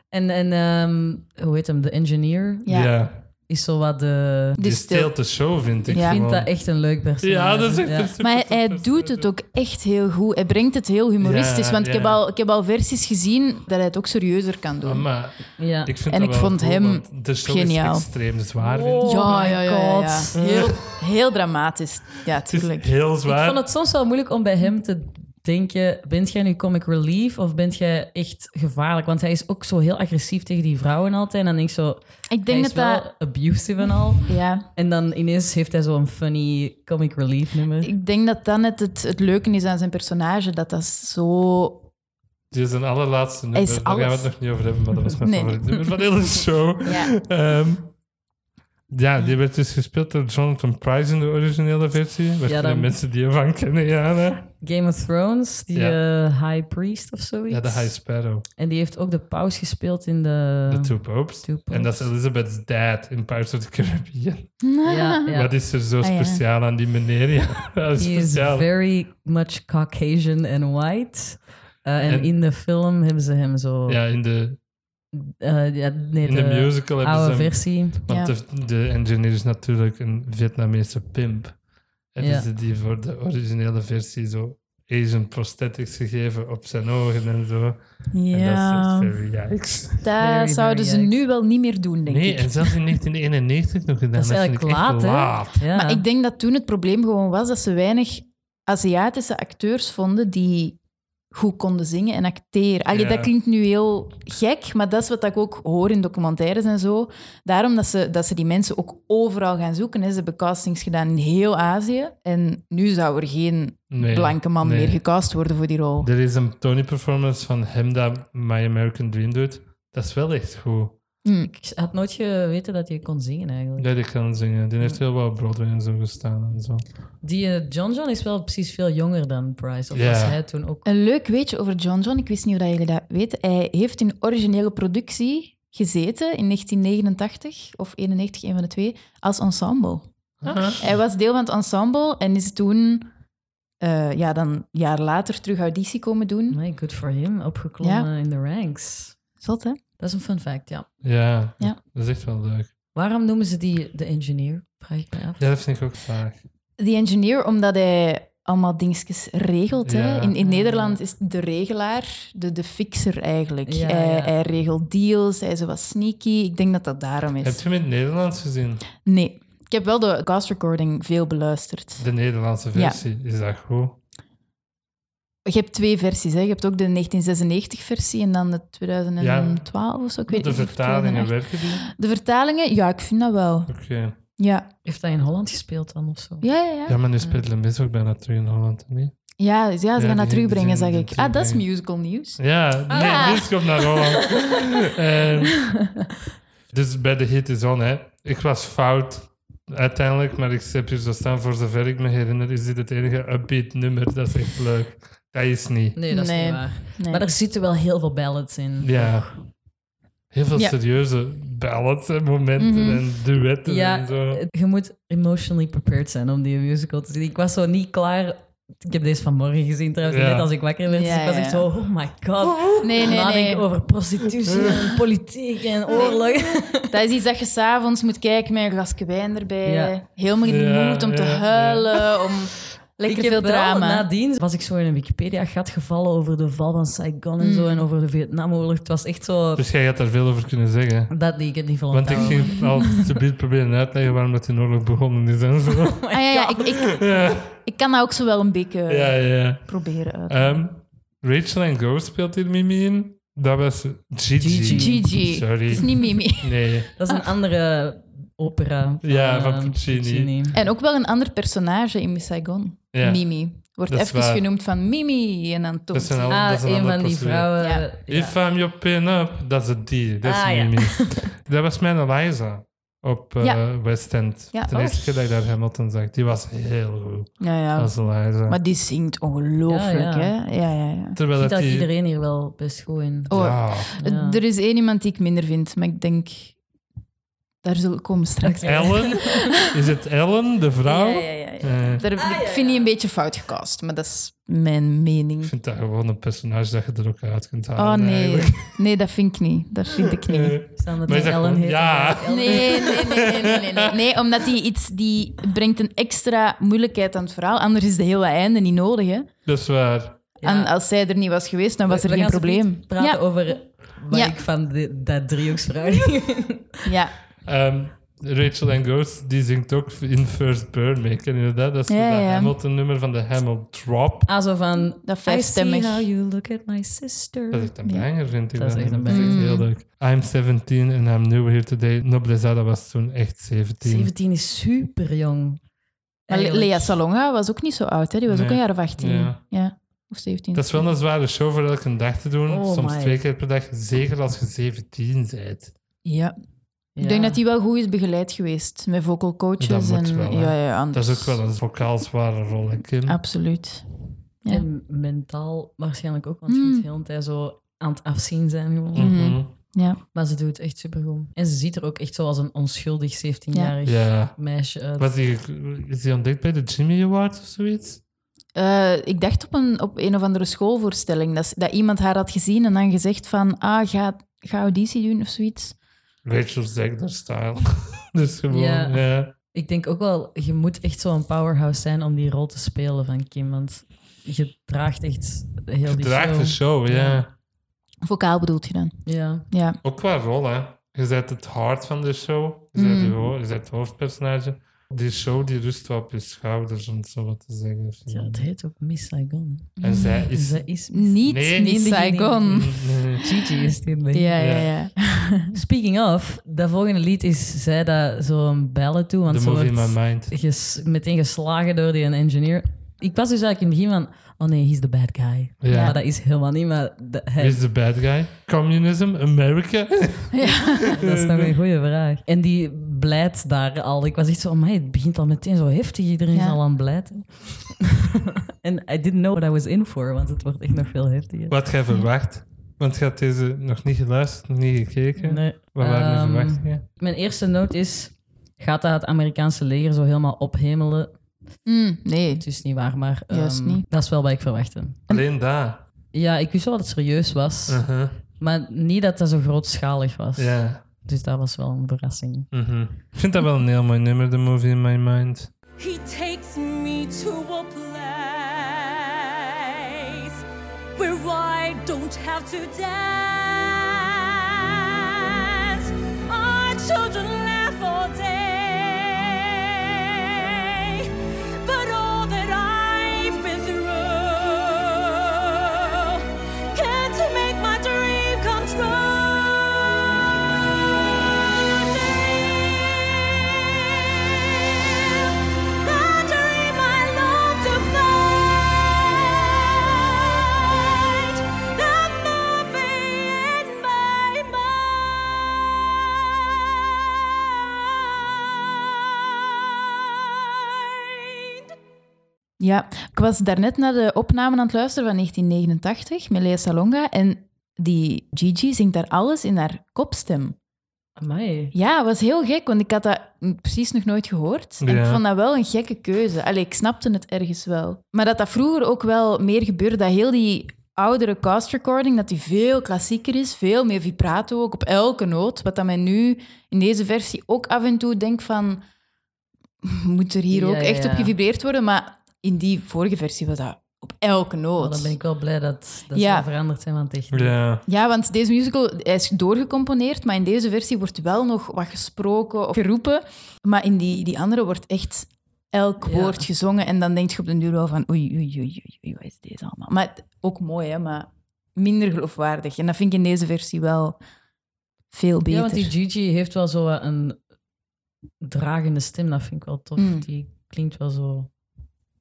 Speaker 2: en, en ehm, hoe heet hem? De engineer
Speaker 3: Ja.
Speaker 2: is zo wat de...
Speaker 1: eh, Die
Speaker 3: Dus
Speaker 1: steelt de show, vind ik.
Speaker 3: Ja.
Speaker 2: Ik
Speaker 1: gewoon.
Speaker 2: vind dat echt een leuk personage.
Speaker 1: Ja, dat is echt
Speaker 2: Ja.
Speaker 1: een super
Speaker 3: eh, Maar hij,
Speaker 1: tof
Speaker 3: hij
Speaker 1: personage.
Speaker 3: doet het ook echt heel goed. Hij brengt het heel humoristisch.
Speaker 1: Ja,
Speaker 3: want
Speaker 1: ja.
Speaker 3: ik, heb al, ik heb al versies gezien dat hij het ook serieuzer kan doen.
Speaker 1: Ja, maar
Speaker 2: Ja.
Speaker 1: ik vind
Speaker 3: En
Speaker 1: dat
Speaker 3: ik
Speaker 1: wel
Speaker 3: vond
Speaker 1: cool,
Speaker 3: hem
Speaker 1: want de show
Speaker 3: geniaal.
Speaker 1: is extreem zwaar. vind ik.
Speaker 2: Oh
Speaker 3: ja,
Speaker 2: my
Speaker 3: ja, ja, ja, ja.
Speaker 2: God.
Speaker 3: Heel, heel dramatisch. Ja,
Speaker 1: Het
Speaker 3: tuurlijk.
Speaker 1: is heel
Speaker 2: Ik
Speaker 1: zwaar.
Speaker 2: vond het soms wel moeilijk om bij hem te denken: bent jij nu comic relief of bent jij echt gevaarlijk? Want hij is ook zo heel agressief tegen die vrouwen altijd. En dan denk ik zo:
Speaker 3: Ik
Speaker 2: hij
Speaker 3: denk
Speaker 2: is
Speaker 3: dat
Speaker 2: wel
Speaker 3: dat...
Speaker 2: abusive en al.
Speaker 3: Ja,
Speaker 2: En dan ineens heeft hij zo'n funny comic relief nummer.
Speaker 3: Ik denk dat dat net het, het leuke is aan zijn personage. Dat dat zo...
Speaker 1: Dit is een allerlaatste nummer.
Speaker 3: Hij is
Speaker 1: Daar gaan we
Speaker 3: alles.
Speaker 1: het nog niet over hebben, maar dat was mijn
Speaker 3: Nee.
Speaker 1: favoriete nummer van de hele show.
Speaker 3: Ja.
Speaker 1: Ehm, ja, die werd dus gespeeld door Jonathan Price in de originele versie. Waarschijnlijk
Speaker 2: dan-
Speaker 1: mensen die ervan kennen, Jana.
Speaker 2: Game of Thrones, die eh, High Priest of zoiets.
Speaker 1: Ja, de High Sparrow.
Speaker 2: en die heeft ook de paus gespeeld in de.
Speaker 1: De Two Popes.
Speaker 2: Ehm, Two Popes.
Speaker 1: En dat is Elizabeth's dad in Pirates of the Caribbean.
Speaker 2: ja, ja.
Speaker 1: Wat is er zo
Speaker 3: Ah, ja.
Speaker 1: speciaal aan die meneer? Ja, dat is
Speaker 2: He is
Speaker 1: speciaal.
Speaker 2: very much Caucasian and white. Eh, en
Speaker 1: En-
Speaker 2: in de film hebben ze hem zo.
Speaker 1: Ja, in de,
Speaker 2: eh, ja, nee,
Speaker 1: in de musical
Speaker 2: oude
Speaker 1: hebben ze hem...
Speaker 2: versie.
Speaker 1: Want
Speaker 3: Ja.
Speaker 1: de, de engineer is natuurlijk een Vietnamese pimp. Hebben
Speaker 2: Ja.
Speaker 1: ze die voor de originele versie zo Asian prosthetics gegeven op zijn ogen en zo. En dat is echt very yikes.
Speaker 3: dat
Speaker 2: Very,
Speaker 3: zouden
Speaker 2: very
Speaker 3: ze
Speaker 2: yikes.
Speaker 3: nu wel niet meer doen, denk
Speaker 1: Nee,
Speaker 3: ik.
Speaker 1: en zelfs in 1991 nog gedaan.
Speaker 2: Dat is
Speaker 1: vind ik
Speaker 2: eigenlijk
Speaker 1: echt
Speaker 2: laat, hè?
Speaker 1: laat.
Speaker 2: Ja.
Speaker 3: Maar ik denk dat toen het probleem gewoon was dat ze weinig Aziatische acteurs vonden die goed konden zingen en acteren. Allee,
Speaker 1: Ja.
Speaker 3: Dat klinkt nu heel gek, maar dat is wat ik ook hoor in documentaires en zo. Daarom dat ze, dat ze die mensen ook overal gaan zoeken. Hè. Ze hebben castings gedaan in heel Azië. En nu zou er geen
Speaker 1: Nee,
Speaker 3: blanke man
Speaker 1: nee.
Speaker 3: meer gecast worden voor die rol.
Speaker 1: Er is een Tony-performance van hem dat My American Dream doet. Dat is wel echt goed.
Speaker 3: Hm.
Speaker 2: Ik had nooit geweten dat hij kon zingen eigenlijk.
Speaker 1: Ja, die kan zingen. Die heeft heel wat Broadway en zo gestaan en zo.
Speaker 2: Die eh, John John is wel precies veel jonger dan Price. Of
Speaker 1: Ja.
Speaker 2: was hij toen ook.
Speaker 3: Een leuk weetje over John John, ik wist niet of dat jullie dat weten. Hij heeft in originele productie gezeten in 1989 of 91, een van de twee, als ensemble. Hij was deel van het ensemble en is toen, eh, ja, dan een jaar later terug auditie komen doen.
Speaker 2: Nee, good for him. Opgeklommen
Speaker 3: Ja.
Speaker 2: in de ranks.
Speaker 3: Zot, hè?
Speaker 2: Dat is een fun fact, ja.
Speaker 1: Ja,
Speaker 3: Ja.
Speaker 1: dat is echt wel leuk.
Speaker 2: Waarom noemen ze die de engineer? Vraag ik mij af.
Speaker 1: Ja, dat vind ik ook vaak.
Speaker 3: The Engineer, omdat hij allemaal dingetjes regelt.
Speaker 1: Ja.
Speaker 3: Hè? In, in Nederland is de regelaar de, de fixer eigenlijk.
Speaker 2: Ja,
Speaker 3: hij,
Speaker 2: ja.
Speaker 3: hij regelt deals, hij is zo wat sneaky. Ik denk dat dat daarom is.
Speaker 1: Heb je hem in het Nederlands gezien?
Speaker 3: Nee. Ik heb wel de cast recording veel beluisterd.
Speaker 1: De Nederlandse
Speaker 3: Ja.
Speaker 1: versie, is dat goed?
Speaker 3: Je hebt twee versies. Hè. Je hebt ook de 1996-versie en dan de 2012 of zo. Ik weet
Speaker 1: De
Speaker 3: niet of
Speaker 1: vertalingen
Speaker 3: 2008.
Speaker 1: werken die?
Speaker 3: De vertalingen, ja, ik vind dat wel.
Speaker 1: Oké.
Speaker 3: Ja,
Speaker 2: Heeft hij in Holland gespeeld dan of zo?
Speaker 3: ja, ja.
Speaker 1: Ja,
Speaker 3: Ja,
Speaker 1: maar nu speelt Lemis ook bijna terug in Holland, niet?
Speaker 3: ja, ja ze
Speaker 1: die
Speaker 3: gaan
Speaker 1: gaan-
Speaker 3: dat
Speaker 1: die
Speaker 3: terugbrengen,
Speaker 1: gaan
Speaker 3: zeg
Speaker 1: die
Speaker 3: ik. Ah, dat is
Speaker 1: terugbrengen.
Speaker 3: musical nieuws.
Speaker 1: Ja, nee,
Speaker 3: ja.
Speaker 1: Niels komt naar Holland. En- dus bij de hit is on, hè. Ik was fout uiteindelijk, maar ik heb hier zo staan, voor zover ik me herinner, is dit het enige upbeat nummer. Dat is echt leuk. Dat is niet.
Speaker 2: Nee, dat is
Speaker 3: Nee.
Speaker 2: niet waar.
Speaker 3: Nee.
Speaker 2: Maar er zitten wel heel veel ballads in.
Speaker 1: Ja. Heel veel
Speaker 3: Ja.
Speaker 1: serieuze ballads en momenten
Speaker 3: Mhm.
Speaker 1: en duetten
Speaker 2: Ja,
Speaker 1: en zo.
Speaker 2: eh, je moet emotionally prepared zijn om die musical te zien. Ik was zo niet klaar. Ik heb deze vanmorgen gezien trouwens,
Speaker 1: Ja.
Speaker 2: net als ik wakker werd. dus
Speaker 3: Ja,
Speaker 2: ik was
Speaker 3: ja,
Speaker 2: echt
Speaker 3: ja.
Speaker 2: zo, oh my god.
Speaker 3: Nee, nee,
Speaker 2: Nadenken
Speaker 3: nee.
Speaker 2: over prostitutie en politiek en oorlog.
Speaker 3: Dat is iets dat je s'avonds moet kijken met een glasje wijn erbij.
Speaker 2: Ja.
Speaker 3: Helemaal in de
Speaker 1: Ja,
Speaker 3: moed om te
Speaker 1: ja, ja.
Speaker 3: huilen, om lekker veel
Speaker 2: wel
Speaker 3: drama.
Speaker 2: nadien was ik zo in een Wikipedia-gat gevallen over de val van Saigon en
Speaker 3: Hmm.
Speaker 2: zo en over de Vietnamoorlog. Het was echt zo...
Speaker 1: Dus jij gaat daar veel over kunnen zeggen.
Speaker 2: Dat die ik het niet vol
Speaker 1: Want ik
Speaker 2: onthouden.
Speaker 1: ging al subiet proberen uitleggen waarom dat die oorlog begonnen is en zo.
Speaker 3: Ah, ja, ja, ik, ik,
Speaker 1: ja,
Speaker 3: ik kan dat ook zo wel een beetje eh,
Speaker 1: ja, ja.
Speaker 3: proberen uit.
Speaker 1: Ehm, Rachel en Go speelt hier Mimi in. Dat was Gigi.
Speaker 2: Gigi.
Speaker 3: Gigi.
Speaker 1: Sorry.
Speaker 3: Het is niet Mimi.
Speaker 1: Nee.
Speaker 2: Dat
Speaker 3: Ah.
Speaker 2: is een andere opera. Van,
Speaker 1: Ja,
Speaker 2: eh,
Speaker 1: van Puccini.
Speaker 3: En ook wel een ander personage in Miss Saigon.
Speaker 1: Ja.
Speaker 3: Mimi. Wordt
Speaker 1: Dat is
Speaker 3: even
Speaker 1: waar.
Speaker 3: genoemd van Mimi en dan
Speaker 1: Dat
Speaker 3: Toont.
Speaker 1: zijn al, Oh, dat
Speaker 2: Ah,
Speaker 1: zijn
Speaker 2: een
Speaker 1: alle
Speaker 2: van die
Speaker 1: posturen.
Speaker 2: vrouwen.
Speaker 3: Ja.
Speaker 2: Ja.
Speaker 1: If I'm your pin-up, dat is het die. Dat is
Speaker 2: Ah, ja.
Speaker 1: Mimi. dat was mijn Eliza op eh,
Speaker 3: Ja.
Speaker 1: West End.
Speaker 3: Ja,
Speaker 1: De
Speaker 3: oh.
Speaker 1: eerste keer dat ik daar Hamilton zag. Die was heel goed
Speaker 3: Ja, ja.
Speaker 1: als Eliza.
Speaker 3: Maar die zingt ongelooflijk,
Speaker 2: Ja, ja.
Speaker 3: hè? Ja, ja, ja.
Speaker 1: Terwijl
Speaker 2: Ik
Speaker 1: dat
Speaker 2: vind dat
Speaker 1: die...
Speaker 2: iedereen hier wel best goed in.
Speaker 3: Oh,
Speaker 1: Ja.
Speaker 2: Ja.
Speaker 3: Er is één iemand die ik minder vind, maar ik denk... Daar zullen we komen straks.
Speaker 1: Ellen? Is het Ellen, de vrouw?
Speaker 3: Ja, ja, ja. ja.
Speaker 1: Eh,
Speaker 3: Daar, Ik vind die een beetje fout gecast, maar dat is mijn mening.
Speaker 1: ik vind dat gewoon een personage dat je er ook uit kunt
Speaker 3: Oh,
Speaker 1: halen.
Speaker 3: nee.
Speaker 1: eigenlijk.
Speaker 3: Nee, dat vind ik niet. Dat vind ik niet.
Speaker 1: Eh,
Speaker 2: Staan dat
Speaker 1: Maar
Speaker 2: die
Speaker 1: is dat
Speaker 2: Ellen
Speaker 1: gewoon-
Speaker 2: heet.
Speaker 1: Ja.
Speaker 2: en Ellen.
Speaker 3: Nee, nee, nee, nee, nee, nee. Nee, omdat die iets... Die brengt een extra moeilijkheid aan het verhaal. Anders is de hele einde niet nodig, hè.
Speaker 1: dat is waar.
Speaker 3: En als zij er niet was geweest, dan was
Speaker 2: We-
Speaker 3: er
Speaker 2: we
Speaker 3: geen
Speaker 2: gaan zo
Speaker 3: probleem.
Speaker 2: niet praten
Speaker 3: Ja.
Speaker 2: over wat
Speaker 3: Ja.
Speaker 2: ik van de, dat driehoeksverhouding vind.
Speaker 3: Ja.
Speaker 1: Ehm, Rachel and Ghost, die zingt ook in First Burn Mee. Ken je dat? Dat is
Speaker 3: Ja,
Speaker 1: dat
Speaker 3: ja.
Speaker 1: Hamilton-nummer van de Hamilton Drop.
Speaker 2: Ah, zo van...
Speaker 3: Dat
Speaker 2: I
Speaker 3: vijfstemmig.
Speaker 2: see how you look at my sister.
Speaker 1: Dat is echt een banger, vind ik.
Speaker 2: Dat is echt een
Speaker 1: nummer. Dat is echt heel leuk. I'm 17 and I'm new here today. Nobleza, dat was toen echt 17.
Speaker 2: 17 is super jong.
Speaker 3: Maar
Speaker 2: Ah,
Speaker 3: Le- Lea Salonga was ook niet zo oud, hè? Die was ook
Speaker 1: Nee.
Speaker 3: een jaar of 18.
Speaker 1: Ja.
Speaker 3: Ja. Of 17.
Speaker 1: Dat is wel een zware show voor elke dag te doen.
Speaker 2: Oh
Speaker 1: Soms
Speaker 2: my.
Speaker 1: twee keer per dag. Zeker als je 17 bent.
Speaker 3: Ja. Ik denk dat die wel goed is begeleid geweest. Met vocal
Speaker 1: Dat
Speaker 3: coaches.
Speaker 1: moet
Speaker 3: en,
Speaker 1: wel, hè.
Speaker 3: ja, ja,
Speaker 1: Dat
Speaker 3: anders.
Speaker 1: is ook wel een vocaal zware rol, hè, Kim.
Speaker 3: Absoluut. Ja.
Speaker 2: En mentaal waarschijnlijk ook, want je
Speaker 3: Mm.
Speaker 2: moet heel de tijd zo aan het afzien zijn gewoon.
Speaker 1: Mhm.
Speaker 3: Ja.
Speaker 2: Maar ze doet het echt supergoed. En ze ziet er ook echt zo als een onschuldig 17-jarig
Speaker 1: Ja.
Speaker 2: meisje uit.
Speaker 1: Was die, is die ontdekt bij de Jimmy Awards of zoiets?
Speaker 3: Eh, ik dacht op een, op een of andere schoolvoorstelling dat, ze- dat iemand haar had gezien en dan gezegd van ah, ga, ga auditie doen of zoiets.
Speaker 1: Rachel Zegler style. dus gewoon, ja.
Speaker 2: Ja. Ik denk ook wel, je moet echt zo'n powerhouse zijn om die rol te spelen van Kim, want je draagt echt heel
Speaker 1: Je
Speaker 2: die
Speaker 1: draagt
Speaker 2: show.
Speaker 1: de show, ja.
Speaker 3: Vocaal bedoelt je dan?
Speaker 2: Ja.
Speaker 3: Ja.
Speaker 1: Ook qua rol, hè. Je bent het hart van de show. Je
Speaker 2: Mm.
Speaker 1: bent
Speaker 3: Mhm.
Speaker 1: je ho- je bent het hoofdpersonage. Die show die rust wel op je schouders, om het zo wat te zeggen.
Speaker 2: ja, het heet ook Miss Saigon.
Speaker 1: En zij
Speaker 2: En
Speaker 1: is...
Speaker 2: Ze is Miss
Speaker 3: Niet
Speaker 1: Nee.
Speaker 3: in
Speaker 2: Nee,
Speaker 3: Saigon.
Speaker 1: Nee.
Speaker 2: Gigi is die nee.
Speaker 3: Ja,
Speaker 1: Ja.
Speaker 3: ja, ja.
Speaker 2: Speaking of, dat volgende lied is zij dat zo'n bellen toe, want
Speaker 1: The
Speaker 2: ze
Speaker 1: movie in
Speaker 2: wordt
Speaker 1: my mind.
Speaker 2: ges- meteen geslagen door die een engineer. ik was dus eigenlijk in het begin van... Oh nee, he's the bad guy.
Speaker 1: Ja.
Speaker 2: Maar dat is helemaal niet, maar... de- hij-
Speaker 1: Wie is de bad guy? Communism? America?
Speaker 2: dat is nog een goede vraag. En die blijt daar al. Ik was echt zo... Amai, het begint al meteen zo heftig. Iedereen is
Speaker 3: Ja.
Speaker 2: al aan het blijten. En I didn't know what I was in for, want het wordt echt nog veel heftiger.
Speaker 1: Wat jij verwacht? Want je had deze nog niet geluisterd, nog niet gekeken.
Speaker 2: Nee.
Speaker 1: Wat waren de
Speaker 2: Ehm,
Speaker 1: verwachtingen?
Speaker 2: Mijn eerste noot is... Gaat dat het Amerikaanse leger zo helemaal ophemelen?
Speaker 3: Mm, nee.
Speaker 2: Het is niet waar, maar...
Speaker 3: Juist
Speaker 2: ehm,
Speaker 3: niet.
Speaker 2: Dat is wel wat ik verwachtte.
Speaker 1: Alleen daar.
Speaker 2: Ja, ik wist wel dat het serieus was.
Speaker 1: Mhm.
Speaker 2: Maar niet dat dat zo grootschalig was.
Speaker 1: Ja.
Speaker 2: Dus dat was wel een verrassing.
Speaker 1: Mhm. Ik vind dat wel een heel mooi nummer, de movie in my mind.
Speaker 6: He takes me to a place where I don't have to dance. Our children laugh all day, but all that I've been through can't make my dream come true. Dream. The dream I love to fight. The movie in my mind.
Speaker 3: Ja, ik was daarnet naar de opnamen aan het luisteren van 1989 met Lea Salonga. En die Gigi zingt daar alles in haar kopstem.
Speaker 2: Amai.
Speaker 3: Ja, het was heel gek, want ik had dat precies nog nooit gehoord. En ik
Speaker 1: Ja.
Speaker 3: vond dat wel een gekke keuze. Allee, ik snapte het ergens wel. Maar dat dat vroeger ook wel meer gebeurde, dat heel die oudere cast recording, dat die veel klassieker is, veel meer vibrato ook op elke noot. Wat dat mij nu in deze versie ook af en toe denk van... Moet er hier
Speaker 2: Ja,
Speaker 3: ook
Speaker 2: ja,
Speaker 3: echt
Speaker 2: ja.
Speaker 3: op gevibreerd worden? Maar in die vorige versie was dat op elke noot.
Speaker 2: Oh, dan ben ik wel blij dat, dat
Speaker 3: Ja.
Speaker 2: ze veranderd zijn, want echt...
Speaker 1: Ja.
Speaker 3: Ja, want deze musical hij is doorgecomponeerd, maar in deze versie wordt wel nog wat gesproken of geroepen. Maar in die, die andere wordt echt elk
Speaker 2: Ja.
Speaker 3: woord gezongen. En dan denk je op den duur wel van oei, oei, oei, oei, oei, wat is deze allemaal? Maar het- ook mooi, hè, maar minder geloofwaardig. En dat vind ik in deze versie wel veel beter.
Speaker 2: Ja, want die Gigi heeft wel zo wat een dragende stem. Dat vind ik wel tof.
Speaker 3: Mm.
Speaker 2: Die klinkt wel zo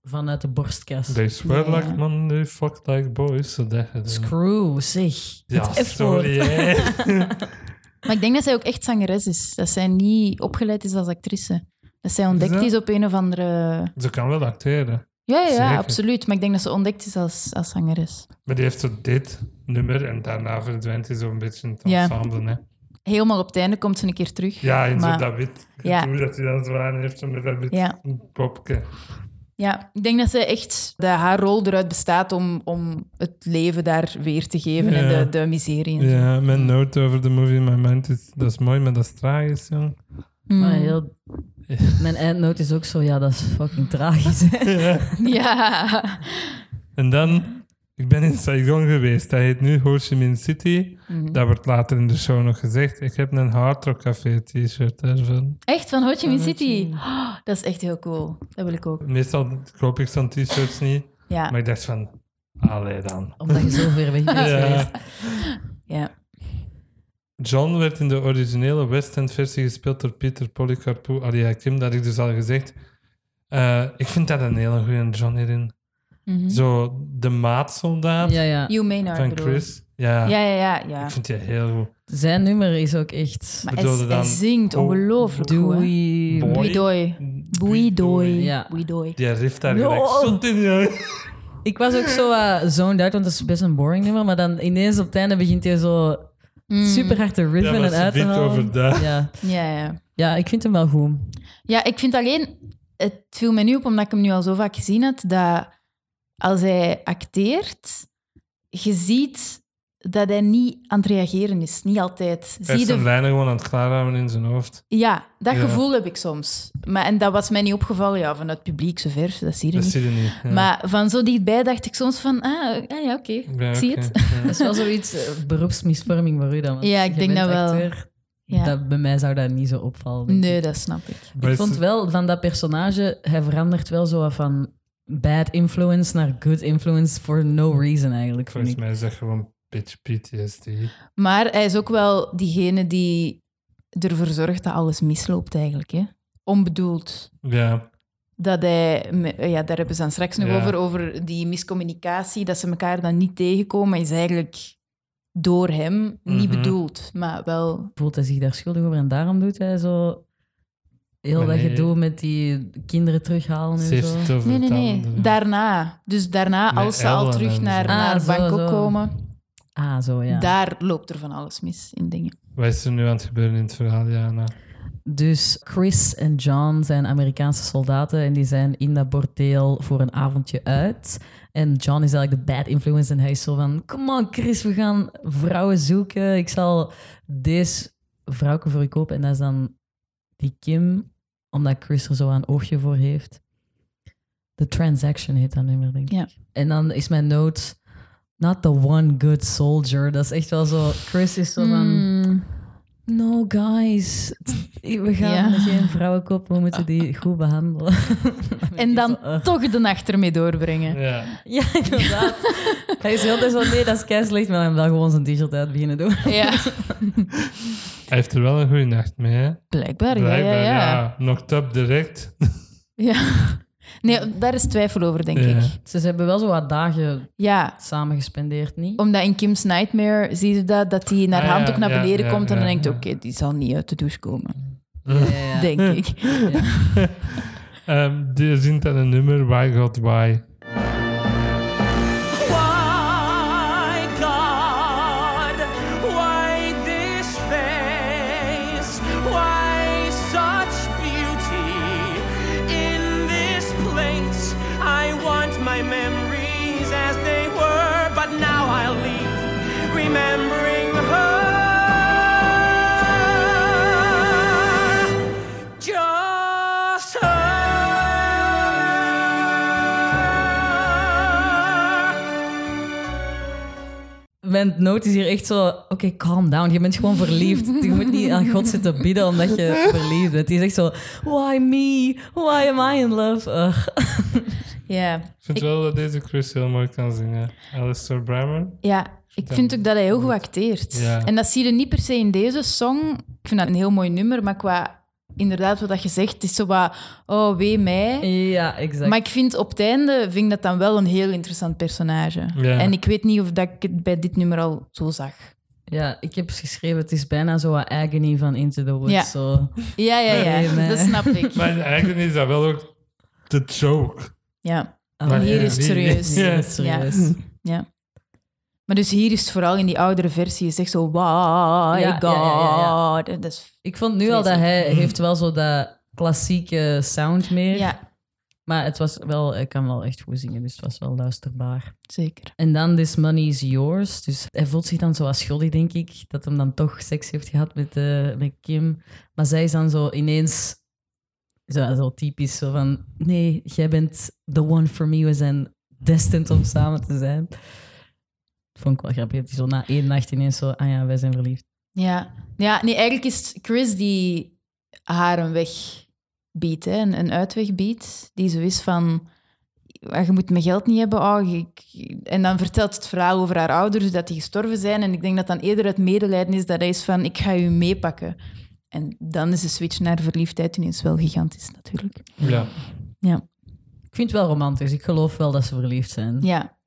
Speaker 2: vanuit de borstkast.
Speaker 1: They swear
Speaker 3: Ja.
Speaker 1: like man, they fuck like boys. Zo dat je dan-
Speaker 2: Screw, zeg.
Speaker 1: Ja,
Speaker 2: Het F-woord.
Speaker 3: Mm.
Speaker 1: sorry. hè.
Speaker 3: Maar ik denk dat zij ook echt zangeres is. Dat zij niet opgeleid is als actrice. Dat zij ontdekt
Speaker 1: dat?
Speaker 3: is op een of andere...
Speaker 1: Ze kan wel acteren.
Speaker 3: Ja, ja,
Speaker 1: Zeker.
Speaker 3: ja, absoluut. Maar ik denk dat ze ontdekt is als, als zangeres.
Speaker 1: Maar die heeft zo dit nummer en daarna verdwijnt hij zo'n beetje in het
Speaker 3: Ja.
Speaker 1: ensemble. Hè.
Speaker 3: Helemaal op het einde komt ze een keer terug.
Speaker 1: Ja, in
Speaker 3: Maar-
Speaker 1: zo dat wit
Speaker 3: Ja.
Speaker 1: gedoe dat hij dan zo aan heeft, zo met dat wit
Speaker 3: Ja.
Speaker 1: popje.
Speaker 3: Ja, ik denk dat ze echt dat haar rol eruit bestaat om, om het leven daar weer te geven en
Speaker 1: Ja.
Speaker 3: de, de miserie. En zo.
Speaker 1: Ja, mijn note over de movie in my mind is, dat is mooi, maar dat is tragisch, jong.
Speaker 3: Mm.
Speaker 2: Maar heel... Mijn eindnote is ook zo, ja, dat is fucking tragisch. hè.
Speaker 3: Ja.
Speaker 1: En dan, ik ben in Saigon geweest, dat heet nu Ho Chi Minh City.
Speaker 3: Mhm.
Speaker 1: Dat wordt later in de show nog gezegd. Ik heb een Hard Rock Café t-shirt daarvan.
Speaker 3: Echt, van Ho Chi Minh City. Oh, dat is echt heel cool. Dat wil ik ook.
Speaker 1: Meestal koop ik zo'n t-shirts niet,
Speaker 3: Ja.
Speaker 1: maar ik dacht van, allee
Speaker 3: Ah,
Speaker 1: dan.
Speaker 2: Omdat je zo ver weg bent geweest.
Speaker 1: Ja.
Speaker 3: ja.
Speaker 1: John werd in de originele West End versie gespeeld door Peter Polycarpou Aliakim, dat ik dus al gezegd. Eh, ik vind dat een hele goede John hierin.
Speaker 3: Mhm.
Speaker 1: Zo de maatsoldaat
Speaker 2: Ja, ja.
Speaker 3: You Maynard,
Speaker 1: van
Speaker 3: bedoel
Speaker 1: Chris. Ja,
Speaker 3: ik. Ja, ja, ja. ja.
Speaker 1: ik vind die heel goed.
Speaker 2: Zijn nummer is ook echt...
Speaker 3: Maar hij,
Speaker 1: bedoelde
Speaker 3: hij
Speaker 1: dan-
Speaker 3: zingt
Speaker 1: Oh,
Speaker 3: ongelooflijk goed. hè.
Speaker 2: Doei.
Speaker 1: Boy.
Speaker 3: Boeidooi. Boeidooi.
Speaker 2: Ja.
Speaker 3: Boeidooi.
Speaker 1: Die rift daar
Speaker 2: No.
Speaker 1: gelijk zot in. ja.
Speaker 2: Ik was ook zo eh zoned out, want dat is best een boring nummer. Maar dan ineens op het einde begint hij zo
Speaker 3: Mm.
Speaker 2: super hard te
Speaker 1: Ja,
Speaker 2: riffen
Speaker 1: maar
Speaker 2: en
Speaker 1: ze
Speaker 2: uit te
Speaker 1: wint
Speaker 2: halen.
Speaker 1: over dat.
Speaker 2: Ja.
Speaker 3: Ja, ja.
Speaker 2: ja, ik vind hem wel goed.
Speaker 3: Ja, ik vind alleen... Het viel mij nu op, omdat ik hem nu al zo vaak gezien had, dat als hij acteert, je ziet dat hij niet aan het reageren is. Niet altijd.
Speaker 1: Hij
Speaker 3: Zie
Speaker 1: heeft zijn
Speaker 3: de...
Speaker 1: lijnen gewoon aan het klaarhouden in zijn hoofd.
Speaker 3: Ja, dat
Speaker 1: Ja.
Speaker 3: gevoel heb ik soms. Maar, en dat was mij niet opgevallen. Ja, vanuit het publiek, zover, dat zie je
Speaker 1: Dat
Speaker 3: niet.
Speaker 1: zie je niet. ja.
Speaker 3: Maar van zo dichtbij dacht ik soms van... Ah, ah ja, oké.
Speaker 1: Ja,
Speaker 3: ik zie
Speaker 1: oké,
Speaker 3: het.
Speaker 2: Dat is wel zoiets eh, beroepsmisvorming voor u dan. want
Speaker 3: Ja, ik
Speaker 2: je
Speaker 3: denk
Speaker 2: bent
Speaker 3: dat wel. Ja.
Speaker 2: Dat, bij mij zou dat niet zo opvallen. denk
Speaker 3: Nee,
Speaker 2: ik.
Speaker 3: dat snap ik.
Speaker 1: Maar
Speaker 2: ik
Speaker 1: is-
Speaker 2: vond wel van dat personage, hij verandert wel zo wat van bad influence naar good influence for no reason eigenlijk. Vind
Speaker 1: Volgens
Speaker 2: ik.
Speaker 1: mij is dat gewoon bitch PTSD.
Speaker 3: Maar hij is ook wel diegene die ervoor zorgt dat alles misloopt eigenlijk. Hè? Onbedoeld.
Speaker 1: Ja,
Speaker 3: Dat hij, me- eh, ja, daar hebben ze dan straks nog
Speaker 1: Ja.
Speaker 3: over, over die miscommunicatie, dat ze elkaar dan niet tegenkomen, is eigenlijk door hem niet
Speaker 1: Mhm.
Speaker 3: bedoeld, maar wel...
Speaker 2: voelt hij zich daar schuldig over en daarom doet hij zo heel
Speaker 1: Maar
Speaker 2: dat
Speaker 1: nee.
Speaker 2: gedoe met die kinderen terughalen
Speaker 1: Ze
Speaker 2: en
Speaker 1: heeft
Speaker 2: zo.
Speaker 1: het over
Speaker 3: Nee, nee,
Speaker 1: het
Speaker 3: nee.
Speaker 1: andere.
Speaker 3: Daarna. Dus daarna,
Speaker 1: Met
Speaker 3: als ze al
Speaker 1: Ellen
Speaker 3: terug
Speaker 1: en
Speaker 3: naar,
Speaker 1: zo.
Speaker 3: naar
Speaker 2: Ah, zo,
Speaker 3: Bangkok
Speaker 2: zo.
Speaker 3: komen,
Speaker 2: Ah, zo ja.
Speaker 3: daar loopt er van alles mis in dingen.
Speaker 1: Wat is er nu aan het gebeuren in het verhaal, Jana?
Speaker 2: Dus Chris en John zijn Amerikaanse soldaten en die zijn in dat bordeel voor een avondje uit. En John is eigenlijk de bad influence en hij is zo van... Come on Chris, we gaan vrouwen zoeken. Ik zal deze vrouwke voor je kopen. En dat is dan die Kim, omdat Chris er zo een oogje voor heeft. The Transaction heet dat nummer, denk ik.
Speaker 3: Ja.
Speaker 2: En dan is mijn note... Not the one good soldier. Dat is echt wel zo... Chris is zo van...
Speaker 3: Mm.
Speaker 2: No, guys. We gaan
Speaker 3: Ja.
Speaker 2: geen vrouwen kopen. We moeten die goed behandelen.
Speaker 3: En dan
Speaker 2: Zo, eh.
Speaker 3: toch de nacht ermee doorbrengen.
Speaker 1: Ja.
Speaker 2: Ja, inderdaad. Hij is heel tijd zo... Nee, dat is keislicht. Maar hem dan gewoon zijn t-shirt uit beginnen doen.
Speaker 3: Ja,
Speaker 1: Hij heeft er wel een goede nacht mee, hè?
Speaker 3: blijkbaar.
Speaker 1: Blijkbaar,
Speaker 3: ja, ja, ja.
Speaker 1: ja. Knocked up direct.
Speaker 3: Ja. Nee, daar is twijfel over, denk
Speaker 1: Ja.
Speaker 3: ik.
Speaker 2: Ze hebben wel zo wat dagen
Speaker 3: Ja,
Speaker 2: samen gespendeerd, niet?
Speaker 3: omdat in Kim's Nightmare zie je dat, dat hij naar
Speaker 1: Ah, ja,
Speaker 3: hand ook naar
Speaker 1: ja,
Speaker 3: beneden
Speaker 1: ja,
Speaker 3: komt en
Speaker 1: ja,
Speaker 3: dan denkt,
Speaker 1: ja.
Speaker 3: oké, die zal niet uit de douche komen,
Speaker 2: Ja, ja, ja.
Speaker 3: denk ik.
Speaker 1: Ehm, die zingt aan een nummer, Why God Why.
Speaker 5: Why, God? Why this face? Why such beauty in this place? I want my memories as they were, but now I'll leave remembering her. Just her.
Speaker 2: Mijn noot is hier echt zo... Oké, calm down. Je bent gewoon verliefd. Je moet niet aan God zitten bidden omdat je verliefd bent. Die is echt zo... Why me? Why am I in love? Ugh.
Speaker 3: Ja,
Speaker 1: Ik vind wel dat deze Chris heel mooi kan zingen. Alistair Brammer.
Speaker 3: ja. Ik vind ook dat hij heel goed acteert.
Speaker 1: Ja.
Speaker 3: En dat zie je niet per se in deze song. Ik vind dat een heel mooi nummer, maar qua inderdaad wat dat je zegt, het is zo wat, oh wee mij.
Speaker 2: Ja, exact.
Speaker 3: Maar ik vind op het einde vind ik dat dan wel een heel interessant personage.
Speaker 1: Ja.
Speaker 3: En ik weet niet of dat ik het bij dit nummer al zo zag.
Speaker 2: Ja, ik heb geschreven, het is bijna zo wat agony van Into the Woods.
Speaker 3: Ja.
Speaker 2: Zo.
Speaker 3: Ja, ja, ja,
Speaker 2: Nee, nee.
Speaker 3: dat snap ik.
Speaker 1: Maar eigenlijk is dat wel ook de joke.
Speaker 3: Ja.
Speaker 2: Oh,
Speaker 1: hier
Speaker 2: ja.
Speaker 1: is het serieus.
Speaker 2: Hier
Speaker 1: Ja.
Speaker 2: is het serieus.
Speaker 3: Ja. Maar dus hier is het vooral in die oudere versie, je zegt zo, wow,
Speaker 2: ja,
Speaker 3: god.
Speaker 2: ja,
Speaker 3: Dat is,
Speaker 2: Ik vond nu al dat hij heeft wel zo dat klassieke sound meer.
Speaker 3: ja,
Speaker 2: Maar het was wel, ik kan wel echt goed zingen, dus het was wel luisterbaar.
Speaker 3: zeker.
Speaker 2: En dan This Money is Yours. Dus hij voelt zich dan zo wat schuldig, denk ik. Dat hem dan toch seks heeft gehad met, eh, met Kim. Maar zij is dan zo ineens... Zo, zo typisch, zo van... Nee, jij bent the one for me. We zijn destined om samen te zijn. Vond ik wel grappig. Dat hij zo na één nacht ineens zo... Ah ja, wij zijn verliefd.
Speaker 3: Ja. ja, nee, eigenlijk is het Chris die haar een weg biedt, hè, een, een uitweg biedt. Die zo is van, "Ah, je moet mijn geld niet hebben. Oh, ik- En dan vertelt het verhaal over haar ouders, dat die gestorven zijn. En ik denk dat dan eerder het medelijden is dat hij is van, ik ga je meepakken. En dan is de switch naar verliefdheid ineens wel gigantisch natuurlijk.
Speaker 1: Ja.
Speaker 3: Ja,
Speaker 2: Ik vind het wel romantisch. Ik geloof wel dat ze verliefd zijn.
Speaker 3: ja.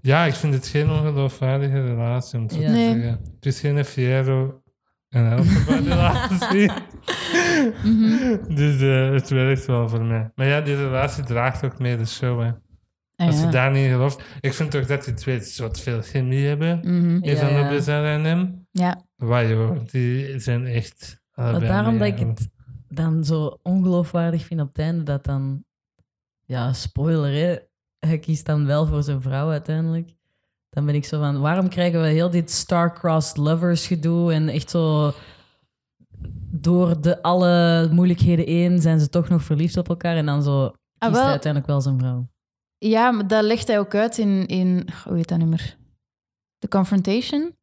Speaker 1: ja, ik vind het geen ongeloofwaardige relatie, om het zo
Speaker 2: Ja.
Speaker 1: te
Speaker 3: Nee.
Speaker 1: zeggen. Het is geen Fiero en Alphabet relatie. Dus eh, het werkt wel voor mij. Maar ja, die relatie draagt ook mee de show, hè.
Speaker 3: Ah,
Speaker 1: Als je
Speaker 3: ja.
Speaker 1: daar niet in gelooft... Ik vind toch dat die twee soort veel chemie hebben.
Speaker 3: Mhm.
Speaker 1: Even
Speaker 2: Ja, ja.
Speaker 1: op de ZNM.
Speaker 3: ja.
Speaker 1: Waar joh, die zijn echt...
Speaker 2: Maar
Speaker 1: allebei
Speaker 2: daarom dat ik
Speaker 1: meegaan.
Speaker 2: het dan zo ongeloofwaardig vind op het einde, dat dan... Ja, spoiler, hè. Hij kiest dan wel voor zijn vrouw uiteindelijk. Dan ben ik zo van, waarom krijgen we heel dit star-crossed lovers gedoe en echt zo... Door de alle moeilijkheden heen zijn ze toch nog verliefd op elkaar en dan zo kiest hij
Speaker 3: Ah, wel,
Speaker 2: uiteindelijk wel zijn vrouw.
Speaker 3: ja, maar dat legt hij ook uit in, in hoe heet dat nummer? The Confrontation.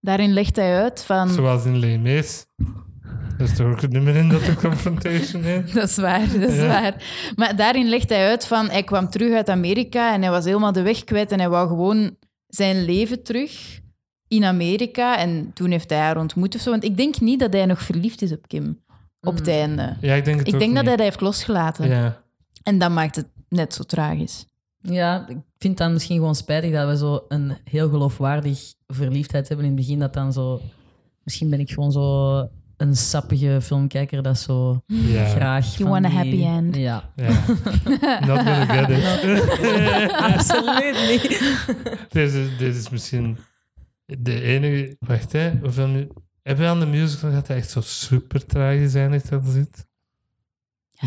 Speaker 3: Daarin legt hij uit van...
Speaker 1: Zoals in Les Mis. Er is toch ook een nummer in dat de confrontation is?
Speaker 3: Dat is waar, dat is
Speaker 1: Ja.
Speaker 3: waar. Maar daarin legt hij uit van, hij kwam terug uit Amerika en hij was helemaal de weg kwijt en hij wou gewoon zijn leven terug in Amerika. En toen heeft hij haar ontmoet of zo. Want ik denk niet dat hij nog verliefd is op Kim op het einde.
Speaker 1: Ja, Hmm. ik denk het
Speaker 3: Ik
Speaker 1: ook
Speaker 3: denk dat
Speaker 1: niet.
Speaker 3: hij dat heeft losgelaten.
Speaker 1: Ja.
Speaker 3: En dat maakt het net zo tragisch.
Speaker 2: Ja, ik vind dan misschien gewoon spijtig dat we zo een heel geloofwaardig verliefdheid hebben in het begin. Dat dan zo... Misschien ben ik gewoon zo een sappige filmkijker dat zo
Speaker 1: Ja.
Speaker 2: graag...
Speaker 3: You
Speaker 2: van
Speaker 3: want a
Speaker 2: die-
Speaker 3: happy end.
Speaker 2: Ja,
Speaker 1: ja. Not gonna get it.
Speaker 2: absoluut niet.
Speaker 1: Dit is, dit is misschien de enige. Wacht, hè, hoeveel mu- heb je aan de musical dat hij echt zo super tragisch eindigt dat zit?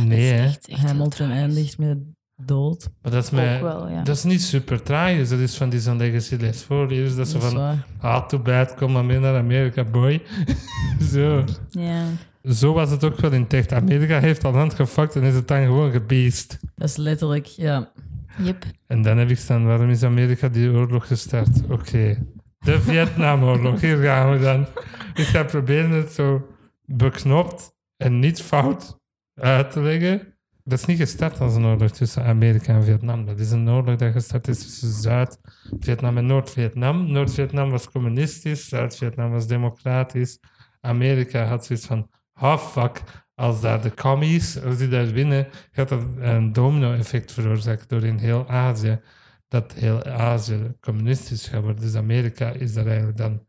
Speaker 1: nee, hè?
Speaker 2: Hamilton eindigt met dood.
Speaker 1: Maar dat is, mij,
Speaker 3: Ook wel, ja.
Speaker 1: dat is niet super tragisch. Dat is van die zo'n legacy les voor. Hier is dat ze
Speaker 2: Dat is
Speaker 1: van.
Speaker 2: waar.
Speaker 1: Ah, too bad, kom maar mee naar Amerika, boy. zo.
Speaker 3: Ja.
Speaker 1: zo was het ook wel in Techt. Amerika heeft al hand gefakt en is het dan gewoon gebeest.
Speaker 2: Dat is letterlijk, ja.
Speaker 3: Yep.
Speaker 1: En dan heb ik staan, waarom is Amerika die oorlog gestart? Oké, de Vietnamoorlog, hier gaan we dan. Ik ga proberen het zo beknopt en niet fout uit te leggen. Dat is niet gestart als een oorlog tussen Amerika en Vietnam. Dat is een oorlog dat gestart is tussen Zuid-Vietnam en Noord-Vietnam. Noord-Vietnam was communistisch, Zuid-Vietnam was democratisch. Amerika had zoiets van, ha fuck, als daar de commies, als die daar winnen, gaat dat een domino-effect veroorzaken door in heel Azië. Dat heel Azië communistisch gaat worden. Dus Amerika is daar eigenlijk dan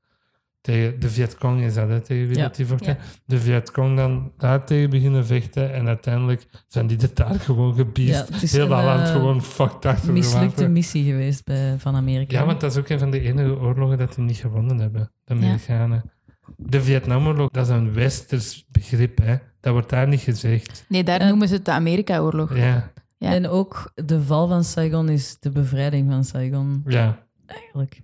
Speaker 1: tegen de Vietcong is dat, hè, tegen wie
Speaker 2: Ja.
Speaker 1: dat die vocht. hè?
Speaker 3: Ja.
Speaker 1: De Vietcong dan daartegen beginnen vechten en uiteindelijk zijn die het daar gewoon gebiest.
Speaker 2: Ja, het is
Speaker 1: heel dat
Speaker 2: een,
Speaker 1: land
Speaker 2: eh,
Speaker 1: gewoon fucked achter de
Speaker 2: Mislukte
Speaker 1: water.
Speaker 2: missie geweest bij, van Amerika.
Speaker 1: Ja, want dat is ook een van de enige oorlogen dat die niet gewonnen hebben, de Amerikanen. De Vietnamoorlog, dat is een westers begrip, hè. Dat wordt daar niet gezegd.
Speaker 3: Nee, daar
Speaker 2: Eh.
Speaker 3: noemen ze het de Amerika-oorlog.
Speaker 1: Ja,
Speaker 3: Ja.
Speaker 2: En ook de val van Saigon is de bevrijding van Saigon,
Speaker 1: ja.
Speaker 2: eigenlijk.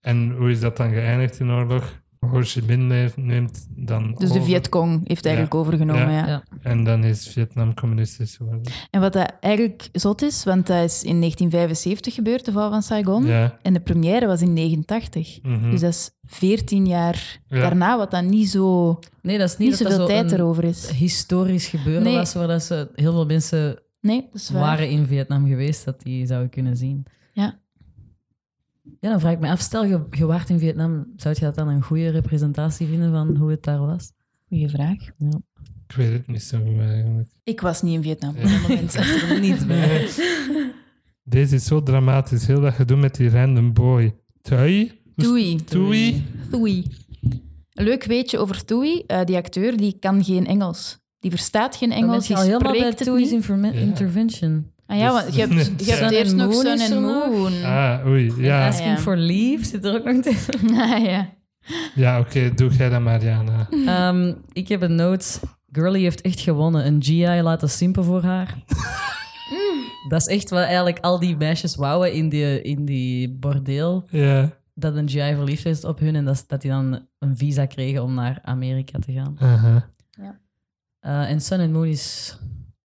Speaker 1: En hoe is dat dan geëindigd in oorlog? Ho Chi Minh neemt- neemt dan
Speaker 3: Dus de
Speaker 1: over.
Speaker 3: Vietcong heeft
Speaker 1: Ja.
Speaker 3: eigenlijk overgenomen.
Speaker 1: Ja.
Speaker 3: Ja.
Speaker 2: Ja.
Speaker 1: En dan is Vietnam communistisch geworden.
Speaker 3: En wat dat eigenlijk zot is, want dat is in 1975 gebeurd, de val van Saigon.
Speaker 1: Ja.
Speaker 3: En de première was in 89.
Speaker 1: mhm.
Speaker 3: Dus dat is 14 jaar
Speaker 1: Ja.
Speaker 3: daarna, wat dan niet zo
Speaker 2: Nee, dat is niet,
Speaker 3: niet
Speaker 2: dat dat
Speaker 3: zoveel
Speaker 2: zo
Speaker 3: tijd
Speaker 2: een
Speaker 3: erover is.
Speaker 2: historisch gebeuren
Speaker 3: Nee.
Speaker 2: was, waar dat ze, heel veel mensen
Speaker 3: Nee, dat is waar.
Speaker 2: waren in Vietnam geweest, dat die zouden kunnen zien.
Speaker 3: Ja.
Speaker 2: Ja, dan vraag ik me af, stel je, je waart in Vietnam, zou je dat dan een goede representatie vinden van hoe het daar was?
Speaker 3: Goeie vraag.
Speaker 1: Ik weet het niet zo goed eigenlijk.
Speaker 3: Ik was niet in Vietnam
Speaker 1: Ja.
Speaker 3: op dat moment.
Speaker 2: er niet bij.
Speaker 1: Deze is zo dramatisch. Heel dat gedoe met die random boy. Tui?
Speaker 3: Toei.
Speaker 1: Tui?
Speaker 3: Toei. Een leuk weetje over Toei. eh, die acteur die kan geen Engels. Die verstaat geen
Speaker 2: Dan ben
Speaker 3: Engels,
Speaker 2: je
Speaker 3: die
Speaker 2: al helemaal bij
Speaker 3: spreekt het
Speaker 2: Tooie's
Speaker 3: niet.
Speaker 2: Informa-
Speaker 1: Ja.
Speaker 2: Intervention.
Speaker 3: Ah ja,
Speaker 1: Dus-
Speaker 3: want je hebt, je hebt
Speaker 2: Sun
Speaker 3: eerst
Speaker 2: and
Speaker 3: nog
Speaker 2: Moon
Speaker 3: Sun
Speaker 2: is
Speaker 3: and
Speaker 2: er nog.
Speaker 3: Moon.
Speaker 1: Ah, oei. Ja,
Speaker 2: Asking
Speaker 3: Ja.
Speaker 2: for Leave zit er ook nog tegen.
Speaker 3: Ah, ja.
Speaker 1: ja oké. doe jij dat, Mariana.
Speaker 2: Ehm, ik heb een noot. Girlie heeft echt gewonnen. Een GI laat dat simpen voor haar. Dat is echt wat eigenlijk al die meisjes wouden in die, in die bordeel.
Speaker 1: Ja.
Speaker 2: Dat een GI verliefd is op hun en dat, is- dat die dan een visa kregen om naar Amerika te gaan.
Speaker 1: aha.
Speaker 2: Eh, en Sun and Moon is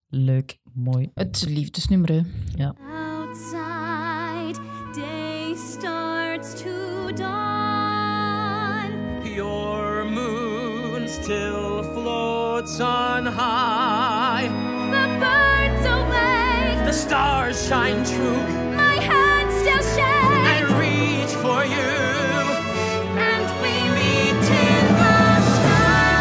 Speaker 2: leuk, mooi.
Speaker 3: Het liefdesnummer. hè.
Speaker 6: Outside, day starts to dawn.
Speaker 7: Your moon still floats on high.
Speaker 6: The birds awake,
Speaker 7: The stars shine true
Speaker 6: my hand still
Speaker 7: and
Speaker 6: shakes,
Speaker 7: reach for you.
Speaker 6: and we meet in the sky.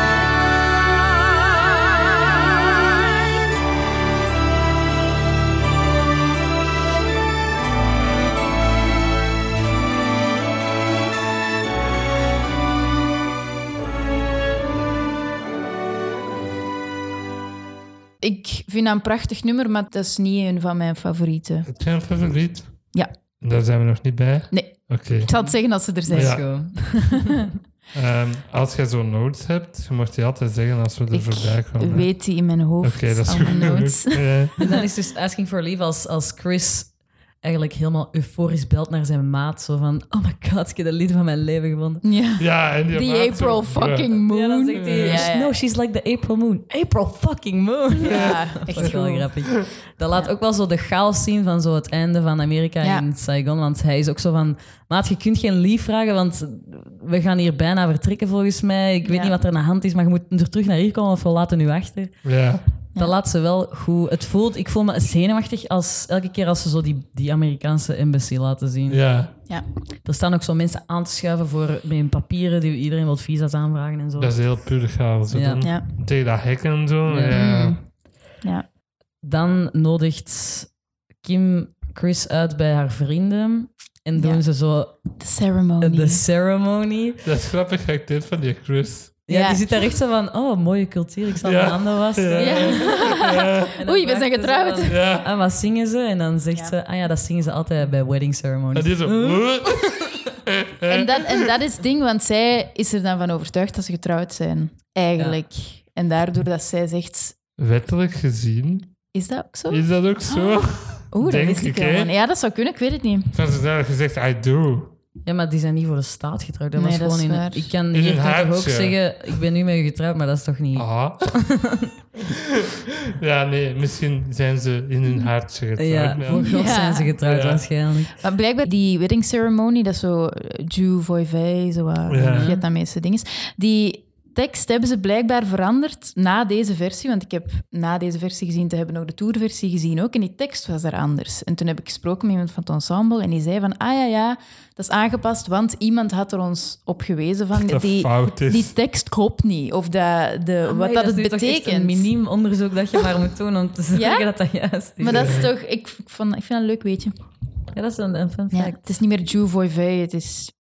Speaker 3: Ik vind dat een prachtig nummer, maar dat is niet een van mijn favorieten.
Speaker 1: Heb jij een favoriet?
Speaker 3: Ja.
Speaker 1: Daar zijn we nog niet bij.
Speaker 3: Nee,
Speaker 1: Oké.
Speaker 3: ik zal het zeggen als ze er zijn.
Speaker 1: Ja.
Speaker 2: Go.
Speaker 1: Ehm, als jij zo'n notes hebt, je mag die altijd zeggen als we er
Speaker 3: Ik
Speaker 1: voorbij komen.
Speaker 3: weet die in mijn hoofd.
Speaker 1: Oké, dat is
Speaker 3: al
Speaker 1: goed.
Speaker 3: mijn notes.
Speaker 1: genoeg. Ja.
Speaker 2: En dan is dus Asking for Leave als, als Chris eigenlijk helemaal euforisch belt naar zijn maat. Zo van, oh my god, ik heb het lied van mijn leven gewonnen.
Speaker 3: Ja.
Speaker 1: ja, en die
Speaker 3: The
Speaker 1: maakt zo-
Speaker 3: April fucking moon.
Speaker 2: Ja, dan zegt hij,
Speaker 3: Ja, ja.
Speaker 2: no, she's like the April moon. April fucking moon.
Speaker 3: Ja,
Speaker 2: Dat
Speaker 3: echt
Speaker 2: is wel
Speaker 3: goed.
Speaker 2: grappig. Dat laat ook wel zo de chaos zien van zo het einde van Amerika
Speaker 3: Ja.
Speaker 2: in Saigon. Want hij is ook zo van, maat, je kunt geen lief vragen, want we gaan hier bijna vertrekken volgens mij. Ik weet
Speaker 3: Ja.
Speaker 2: niet wat er aan de hand is, maar je moet er terug naar hier komen of we laten u achter.
Speaker 1: Ja.
Speaker 2: Dat laat ze wel goed. Het voelt, ik voel me zenuwachtig als, elke keer als ze zo die, die Amerikaanse embassy laten zien.
Speaker 1: ja,
Speaker 3: Ja.
Speaker 2: Er staan ook zo mensen aan te schuiven voor met hun papieren. Die, iedereen wil visa's aanvragen en zo.
Speaker 1: dat is heel puur chaos. hè,
Speaker 2: Ja.
Speaker 1: dan.
Speaker 3: Ja.
Speaker 1: Tegen dat hek en zo.
Speaker 2: Ja.
Speaker 1: Ja.
Speaker 3: Ja.
Speaker 2: Dan nodigt Kim Chris uit bij haar vrienden. En doen
Speaker 3: Ja.
Speaker 2: ze zo
Speaker 3: De ceremony.
Speaker 2: de ceremony.
Speaker 1: Dat is grappig geacteerd van die Chris.
Speaker 2: Ja,
Speaker 3: Ja.
Speaker 2: die zit daar echt zo van, oh, mooie cultuur, ik zal
Speaker 1: Ja.
Speaker 2: mijn handen wassen.
Speaker 1: Ja.
Speaker 2: En dan
Speaker 3: Oei, we
Speaker 2: vraagt
Speaker 3: zijn
Speaker 2: ze
Speaker 3: getrouwd.
Speaker 2: zo van,
Speaker 1: Ja.
Speaker 2: Ah, wat zingen ze? En dan zegt
Speaker 3: Ja.
Speaker 2: ze, ah ja, dat zingen ze altijd bij wedding
Speaker 1: En
Speaker 2: ceremonies.
Speaker 1: die zo...
Speaker 3: En dat, en dat is het ding, want zij is er dan van overtuigd dat ze getrouwd zijn. Eigenlijk. En daardoor dat zij zegt...
Speaker 1: Wettelijk gezien
Speaker 3: Is dat ook zo?
Speaker 1: is dat ook zo.
Speaker 3: Oeh, dat
Speaker 1: denk
Speaker 3: wist
Speaker 1: ik,
Speaker 3: ik
Speaker 1: hè?
Speaker 3: helemaal niet. Ja, dat zou kunnen, ik weet het niet.
Speaker 1: Dan is daar gezegd, I do.
Speaker 2: Ja, maar die zijn niet voor de staat getrouwd. Dat
Speaker 3: Nee,
Speaker 2: was
Speaker 3: dat
Speaker 2: gewoon
Speaker 3: is
Speaker 2: in,
Speaker 3: waar.
Speaker 2: ik kan
Speaker 1: een
Speaker 2: hier kan toch ook
Speaker 1: hartje.
Speaker 2: zeggen, ik ben nu met je getrouwd, maar dat is toch niet...
Speaker 1: Ah. ja, nee, misschien zijn ze in hun haartje getrouwd.
Speaker 2: ja,
Speaker 1: maar-
Speaker 2: voor God
Speaker 3: Ja. Oh,
Speaker 2: zijn ze getrouwd
Speaker 1: Ja.
Speaker 2: waarschijnlijk.
Speaker 3: Maar blijkbaar die wedding ceremony, dat is zo eh, Jew, Voi, Vei, zo wat
Speaker 1: Ja.
Speaker 3: Vietnamese dingen. Die tekst hebben ze blijkbaar veranderd na deze versie, want ik heb na deze versie gezien te hebben ook de tourversie gezien ook, en die tekst was daar anders. En toen heb ik gesproken met iemand van het ensemble en die zei van, ah ja, ja, dat is aangepast, want iemand had er ons op gewezen van,
Speaker 1: Dat
Speaker 3: die,
Speaker 1: fout is.
Speaker 3: die tekst klopt niet, of dat, de, wat
Speaker 2: Amai,
Speaker 3: dat het
Speaker 2: Ah, is nu toch echt
Speaker 3: betekent.
Speaker 2: een miniem onderzoek dat je maar moet doen om te zeggen dat dat juist is.
Speaker 3: maar dat is toch, ik, ik, vond, ik vind dat een leuk weetje.
Speaker 2: Ja, dat is een, een fun
Speaker 3: Ja,
Speaker 2: fact.
Speaker 3: het is niet meer Jew, Voi, Vei, het is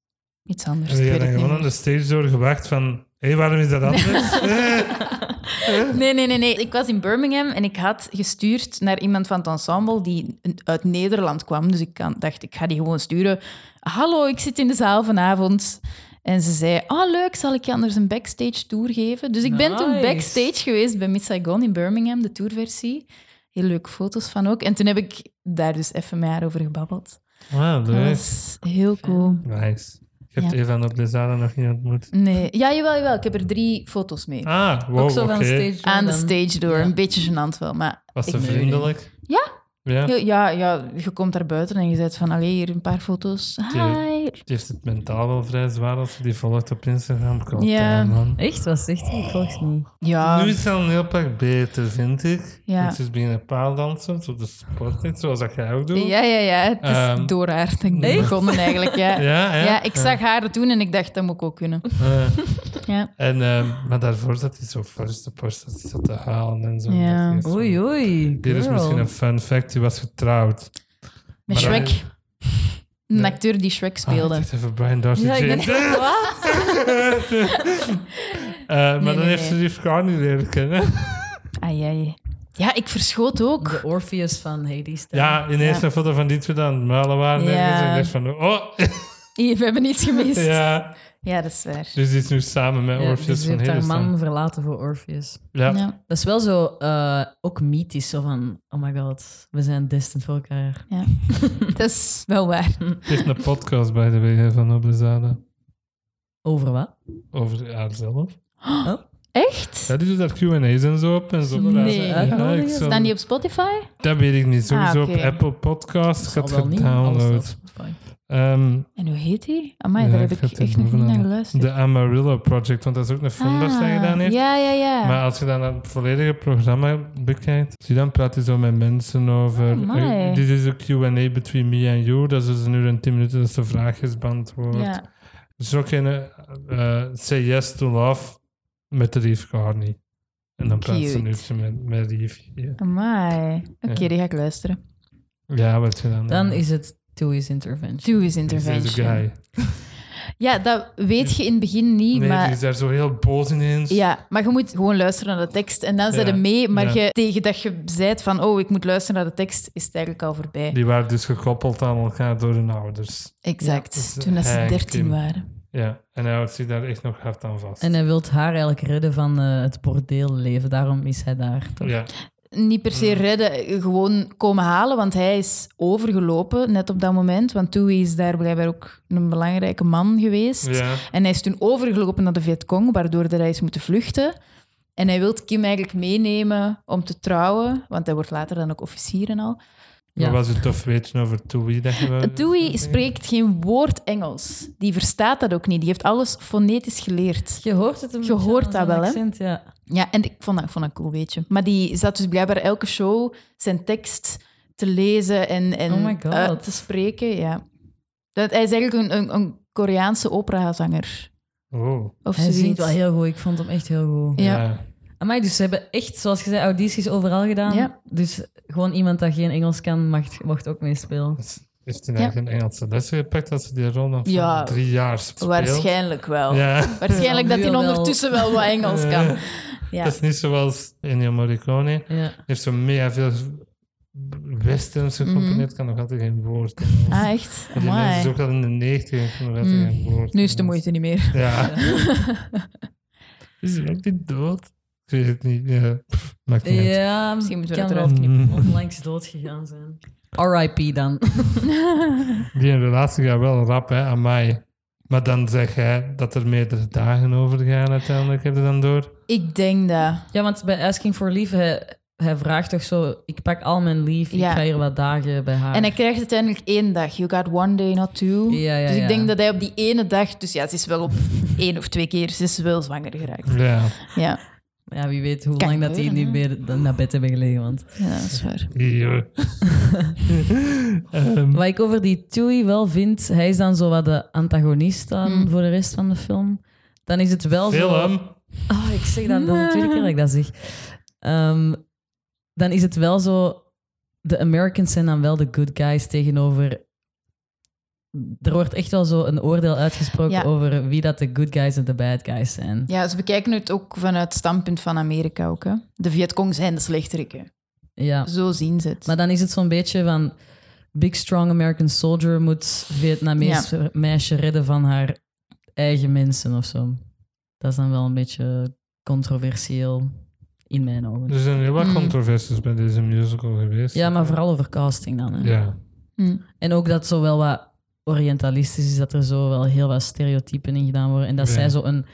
Speaker 3: iets anders.
Speaker 1: Ze
Speaker 3: Ik weet
Speaker 1: hebben
Speaker 3: het niet
Speaker 1: gewoon
Speaker 3: meer.
Speaker 1: aan de stage doorgewacht van... Hé, waarom is dat anders?
Speaker 3: Nee, nee, nee, nee. Ik was in Birmingham en ik had gestuurd naar iemand van het ensemble die een- uit Nederland kwam. Dus ik kan- dacht, ik ga die gewoon sturen. Hallo, ik zit in de zaal vanavond. En ze zei, oh leuk, zal ik je anders een backstage tour geven? Dus ik ben toen
Speaker 2: Nice.
Speaker 3: backstage geweest bij Miss Saigon in Birmingham, de tourversie. Heel leuke foto's van ook. En toen heb ik daar dus even met haar over gebabbeld.
Speaker 1: ah,
Speaker 3: Dat
Speaker 1: leuk.
Speaker 3: was heel cool.
Speaker 1: Nice. Je hebt
Speaker 3: Ja.
Speaker 1: Eva Noblezada nog niet ontmoet.
Speaker 3: Nee. Ja, jawel, jawel. Ik heb er drie foto's mee.
Speaker 1: Ah, wow,
Speaker 2: ook
Speaker 1: oké.
Speaker 2: zo van stage
Speaker 3: Aan de
Speaker 2: dan.
Speaker 3: stage door.
Speaker 2: Ja.
Speaker 3: Een beetje gênant wel, maar...
Speaker 1: Was ze
Speaker 3: ik-
Speaker 1: vriendelijk?
Speaker 3: Ja.
Speaker 1: Ja,
Speaker 3: Ja,
Speaker 1: die
Speaker 3: ja, ja, je komt daar buiten en je zegt van, allee, hier een paar foto's. Hi.
Speaker 1: heeft het mentaal wel vrij zwaar als ze die volgt op Instagram. God,
Speaker 3: Ja.
Speaker 1: eh, man.
Speaker 2: Echt? Was echt? Ik volgens niet.
Speaker 3: Ja,
Speaker 1: Nu is het al een heel pak beter, vind ik.
Speaker 3: Ja.
Speaker 1: Het is beginnen paaldansen, zo de sport, zoals dat jij ook doet.
Speaker 3: ja, ja, ja. Het is
Speaker 1: Ehm,
Speaker 3: door haar denk ik,
Speaker 1: Echt?
Speaker 3: begonnen eigenlijk, ja. ja,
Speaker 1: Ja, hè?
Speaker 3: ik zag haar het doen en ik dacht, dat moet ik ook kunnen.
Speaker 1: Eh,
Speaker 3: Ja.
Speaker 1: en, ehm, maar daarvoor zat hij zo first de post, dat hij zat te huilen en zo.
Speaker 3: Ja.
Speaker 1: Dat is zo-
Speaker 2: Oei, oei.
Speaker 1: Dit is
Speaker 2: girl.
Speaker 1: misschien een fun fact, hij was getrouwd.
Speaker 3: Met
Speaker 1: Maar dat-
Speaker 3: Shrek. Een acteur die Shrek speelde.
Speaker 1: Ah, ik dacht even Brian Darcy
Speaker 2: Ja, ik
Speaker 1: James.
Speaker 2: denk, wat?
Speaker 1: Eh, maar
Speaker 3: Nee,
Speaker 1: dan
Speaker 3: nee,
Speaker 1: heeft ze
Speaker 3: nee.
Speaker 1: die vrouw niet leren kennen.
Speaker 3: Ai, ai. Ja, ik verschoot ook.
Speaker 2: De Orpheus van Hades. dan.
Speaker 1: Ja, ineens
Speaker 3: Ja.
Speaker 1: een foto van die twee aan het muilen waren.
Speaker 3: Ja.
Speaker 1: ergens En ik dacht van, oh,
Speaker 3: Hier, we hebben iets gemist. Ja,
Speaker 1: ja.
Speaker 3: dat is waar.
Speaker 1: Dus die is nu samen met
Speaker 2: Ja,
Speaker 1: Orpheus
Speaker 2: dus ze
Speaker 1: van
Speaker 2: heeft haar
Speaker 1: Hillestan.
Speaker 2: man verlaten voor Orpheus.
Speaker 1: Ja. ja.
Speaker 3: Ja,
Speaker 2: Dat is wel zo eh, ook mythisch. Zo van, oh my god, we zijn destined voor elkaar.
Speaker 3: ja. dat is wel waar.
Speaker 1: Het is een podcast, by the way, hè, van Noblezade.
Speaker 2: Over wat?
Speaker 1: Over haarzelf.
Speaker 3: Echt?
Speaker 1: Ja, die doet daar Q&A's en zo op. En zo vragen ze-
Speaker 3: Nee.
Speaker 1: ja, ik
Speaker 2: Uitnodigen?
Speaker 1: zal-
Speaker 3: Staan die op Spotify?
Speaker 1: Dat weet ik niet. Sowieso
Speaker 3: Ah, oké.
Speaker 1: op Apple Podcast. Ik
Speaker 2: Zal
Speaker 1: had
Speaker 2: wel niet, alles
Speaker 1: gedownload.
Speaker 2: op Spotify.
Speaker 1: Ehm
Speaker 3: En hoe heet die? Amai,
Speaker 1: ja,
Speaker 3: daar heb ik
Speaker 1: ga het
Speaker 3: echt
Speaker 1: even
Speaker 3: nog niet naar
Speaker 1: googlen.
Speaker 3: geluisterd.
Speaker 1: De Amarillo Project, want dat is ook een film dat zij
Speaker 3: Ah,
Speaker 1: gedaan heeft.
Speaker 3: Ja, ja, ja.
Speaker 1: Maar als je dan het volledige programma bekijkt, zie je dan praat hij zo met mensen over.
Speaker 3: Oh, amai.
Speaker 1: eh, Dit is een QA between me and you. Dat is dus een uur en tien minuten dat ze vraagjes beantwoordt.
Speaker 3: ja.
Speaker 1: Er is ook een eh, eh, Say Yes to Love met de Reef Carney. En dan praat ze een
Speaker 3: Cute.
Speaker 1: uurtje met, met Reef. Ja,
Speaker 3: Amai. Oké,
Speaker 1: Ja.
Speaker 3: die ga ik luisteren.
Speaker 1: ja wat je dan.
Speaker 2: Dan is het Dewey's Intervention.
Speaker 3: Two is
Speaker 1: This is the
Speaker 3: intervention.
Speaker 1: guy.
Speaker 3: Ja, dat weet je in het begin niet,
Speaker 1: Nee, die
Speaker 3: maar...
Speaker 1: is daar zo heel boos ineens.
Speaker 3: Ja, maar je moet gewoon luisteren naar de tekst en dan zet
Speaker 1: Ja.
Speaker 3: je mee. Maar
Speaker 1: Ja.
Speaker 3: je, tegen dat je zei van, oh, ik moet luisteren naar de tekst, is het eigenlijk al voorbij.
Speaker 1: Die waren dus gekoppeld aan elkaar door hun ouders.
Speaker 3: Exact.
Speaker 1: Ja, dat is
Speaker 3: Toen dat ze
Speaker 1: eigenlijk
Speaker 3: dertien
Speaker 1: in-
Speaker 3: waren.
Speaker 1: Ja, en hij houdt zich daar echt nog hard aan vast.
Speaker 2: En hij wil haar eigenlijk redden van eh, het bordeelleven. Daarom is hij daar. Toch?
Speaker 1: ja.
Speaker 3: Niet per
Speaker 1: Hmm.
Speaker 3: se redden, gewoon komen halen, want hij is overgelopen net op dat moment. Want Tui is daar blijkbaar ook een belangrijke man geweest.
Speaker 1: ja.
Speaker 3: En hij is toen overgelopen naar de Vietcong, waardoor dat hij is moeten vluchten. En hij wil Kim eigenlijk meenemen om te trouwen, want hij wordt later dan ook officier en al.
Speaker 2: Ja.
Speaker 1: Wat was het tof weetje over Toei? dat je wel-
Speaker 3: Dewey spreekt geen woord Engels. Die verstaat dat ook niet. Die heeft alles fonetisch geleerd.
Speaker 2: Je hoort het een
Speaker 3: Je
Speaker 2: beetje
Speaker 3: hoort
Speaker 2: aan
Speaker 3: dat
Speaker 2: zijn
Speaker 3: wel, hè?
Speaker 2: accent, ja.
Speaker 3: Ja, en ik vond dat, ik vond dat cool, weet je. Maar die zat dus blijkbaar elke show zijn tekst te lezen en, en
Speaker 2: Oh my God.
Speaker 3: uit te spreken. Ja. Dat, hij is eigenlijk een, een, een Koreaanse operazanger.
Speaker 1: Oh,
Speaker 3: Of
Speaker 2: Hij
Speaker 3: zoiets.
Speaker 2: zingt wel heel goed. Ik vond hem echt heel goed.
Speaker 3: Ja.
Speaker 1: ja.
Speaker 2: Amai, dus ze hebben echt, zoals je zei, audities overal gedaan.
Speaker 3: Ja.
Speaker 2: Dus gewoon iemand dat geen Engels kan, mag, mocht ook meespelen.
Speaker 1: Heeft hij
Speaker 3: Ja.
Speaker 1: eigenlijk een Engelse les gepakt dat ze die rol nog
Speaker 3: Ja,
Speaker 1: voor drie jaar speelt?
Speaker 3: Waarschijnlijk wel.
Speaker 1: Ja.
Speaker 3: Waarschijnlijk dat hij
Speaker 2: Wel.
Speaker 3: ondertussen wel wat Engels kan. Ja.
Speaker 1: Dat is niet zoals Ennio Morricone.
Speaker 2: Ja.
Speaker 1: Hij heeft zo mega veel westerns gecomponeerd, kan nog altijd geen woord. Engels.
Speaker 3: Ah, echt?
Speaker 1: Die mensen is
Speaker 3: Mhm. Amai. Mhm.
Speaker 1: ook al in de 90 kan nog altijd geen woord.
Speaker 3: Nu is de
Speaker 1: Engels.
Speaker 3: moeite niet meer.
Speaker 1: Ja. is hij ook niet dood? Ik weet het niet. Ja. Maakt niet uit. Mm.
Speaker 2: Ja,
Speaker 3: Misschien moeten we
Speaker 2: kan
Speaker 3: dat
Speaker 2: wel
Speaker 3: eruit knippen.
Speaker 2: onlangs dood gegaan zijn. R.I.P. dan.
Speaker 1: Die een relatie gaat wel rap, hè, aan mij. Maar dan zeg jij dat er meerdere dagen over gaan uiteindelijk, heb je dan door?
Speaker 3: Ik denk dat.
Speaker 2: Ja, want bij Asking for Leave, hij, hij vraagt toch zo... Ik pak al mijn lief,
Speaker 3: Ja.
Speaker 2: ik ga hier wat dagen bij haar.
Speaker 3: En hij krijgt uiteindelijk één dag. You got one day, not two.
Speaker 2: Ja, ja,
Speaker 3: dus ik
Speaker 2: ja.
Speaker 3: denk dat hij op die ene dag... Dus ja, ze is wel op één of twee keer... Ze is wel zwanger geraakt.
Speaker 1: Ja,
Speaker 3: Ja,
Speaker 2: Ja, wie weet hoe
Speaker 3: Kan
Speaker 2: lang dat die
Speaker 3: gebeuren,
Speaker 2: nu weer naar bed hebben gelegen. Want...
Speaker 3: ja dat is waar.
Speaker 1: hier. Ehm,
Speaker 2: Wat ik over die Tui wel vind, hij is dan zo wat de antagonist dan
Speaker 3: Hmm.
Speaker 2: voor de rest van de film. Dan is het wel zo...
Speaker 1: film.
Speaker 2: Oh, ik zeg dat, dat is de tweede keer dat ik dat zeg. Ehm, dan is het wel zo... De Americans zijn dan wel de good guys tegenover... Er wordt echt wel zo een oordeel uitgesproken
Speaker 3: Ja.
Speaker 2: over wie dat de good guys en de bad guys zijn.
Speaker 3: Ja, ze bekijken het ook vanuit het standpunt van Amerika ook. Hè. De Vietcong zijn de slechteriken.
Speaker 2: Ja.
Speaker 3: Zo zien ze het.
Speaker 2: Maar dan is het zo'n beetje van... Big strong American soldier moet Vietnamees meisje redden van haar eigen mensen of zo. Dat is dan wel een beetje controversieel in mijn ogen.
Speaker 1: Er zijn heel wat
Speaker 3: Mm.
Speaker 1: controversies bij deze musical geweest.
Speaker 2: Ja, maar vooral over casting dan. Hè.
Speaker 1: Ja.
Speaker 3: Hm.
Speaker 2: En ook dat zo wel wat orientalistisch is, dat er zo wel heel wat stereotypen in gedaan worden. En dat
Speaker 1: Ja.
Speaker 2: zij zo een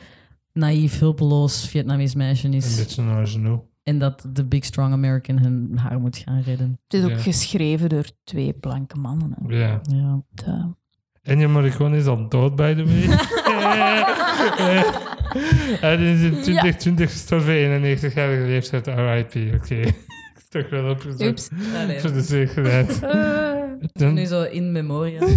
Speaker 2: naïef, hulpeloos Vietnamees meisje
Speaker 1: Een
Speaker 2: is.
Speaker 1: beetje naar genoeg.
Speaker 2: En dat de big strong American hun haar moet gaan redden.
Speaker 3: Het is ook
Speaker 1: Ja.
Speaker 3: geschreven door twee blanke mannen. hè.
Speaker 1: Ja.
Speaker 2: Ja.
Speaker 3: Het, eh,
Speaker 1: Ennio Morricone is al dood, by the way. Hij is in 2020 gestorven, 91-jarige leeftijd, RIP. Oké. Is Toch wel opgezocht.
Speaker 3: Oeps.
Speaker 1: Voor de zekerheid. Dan,
Speaker 2: Nu zo in memoriam. doen.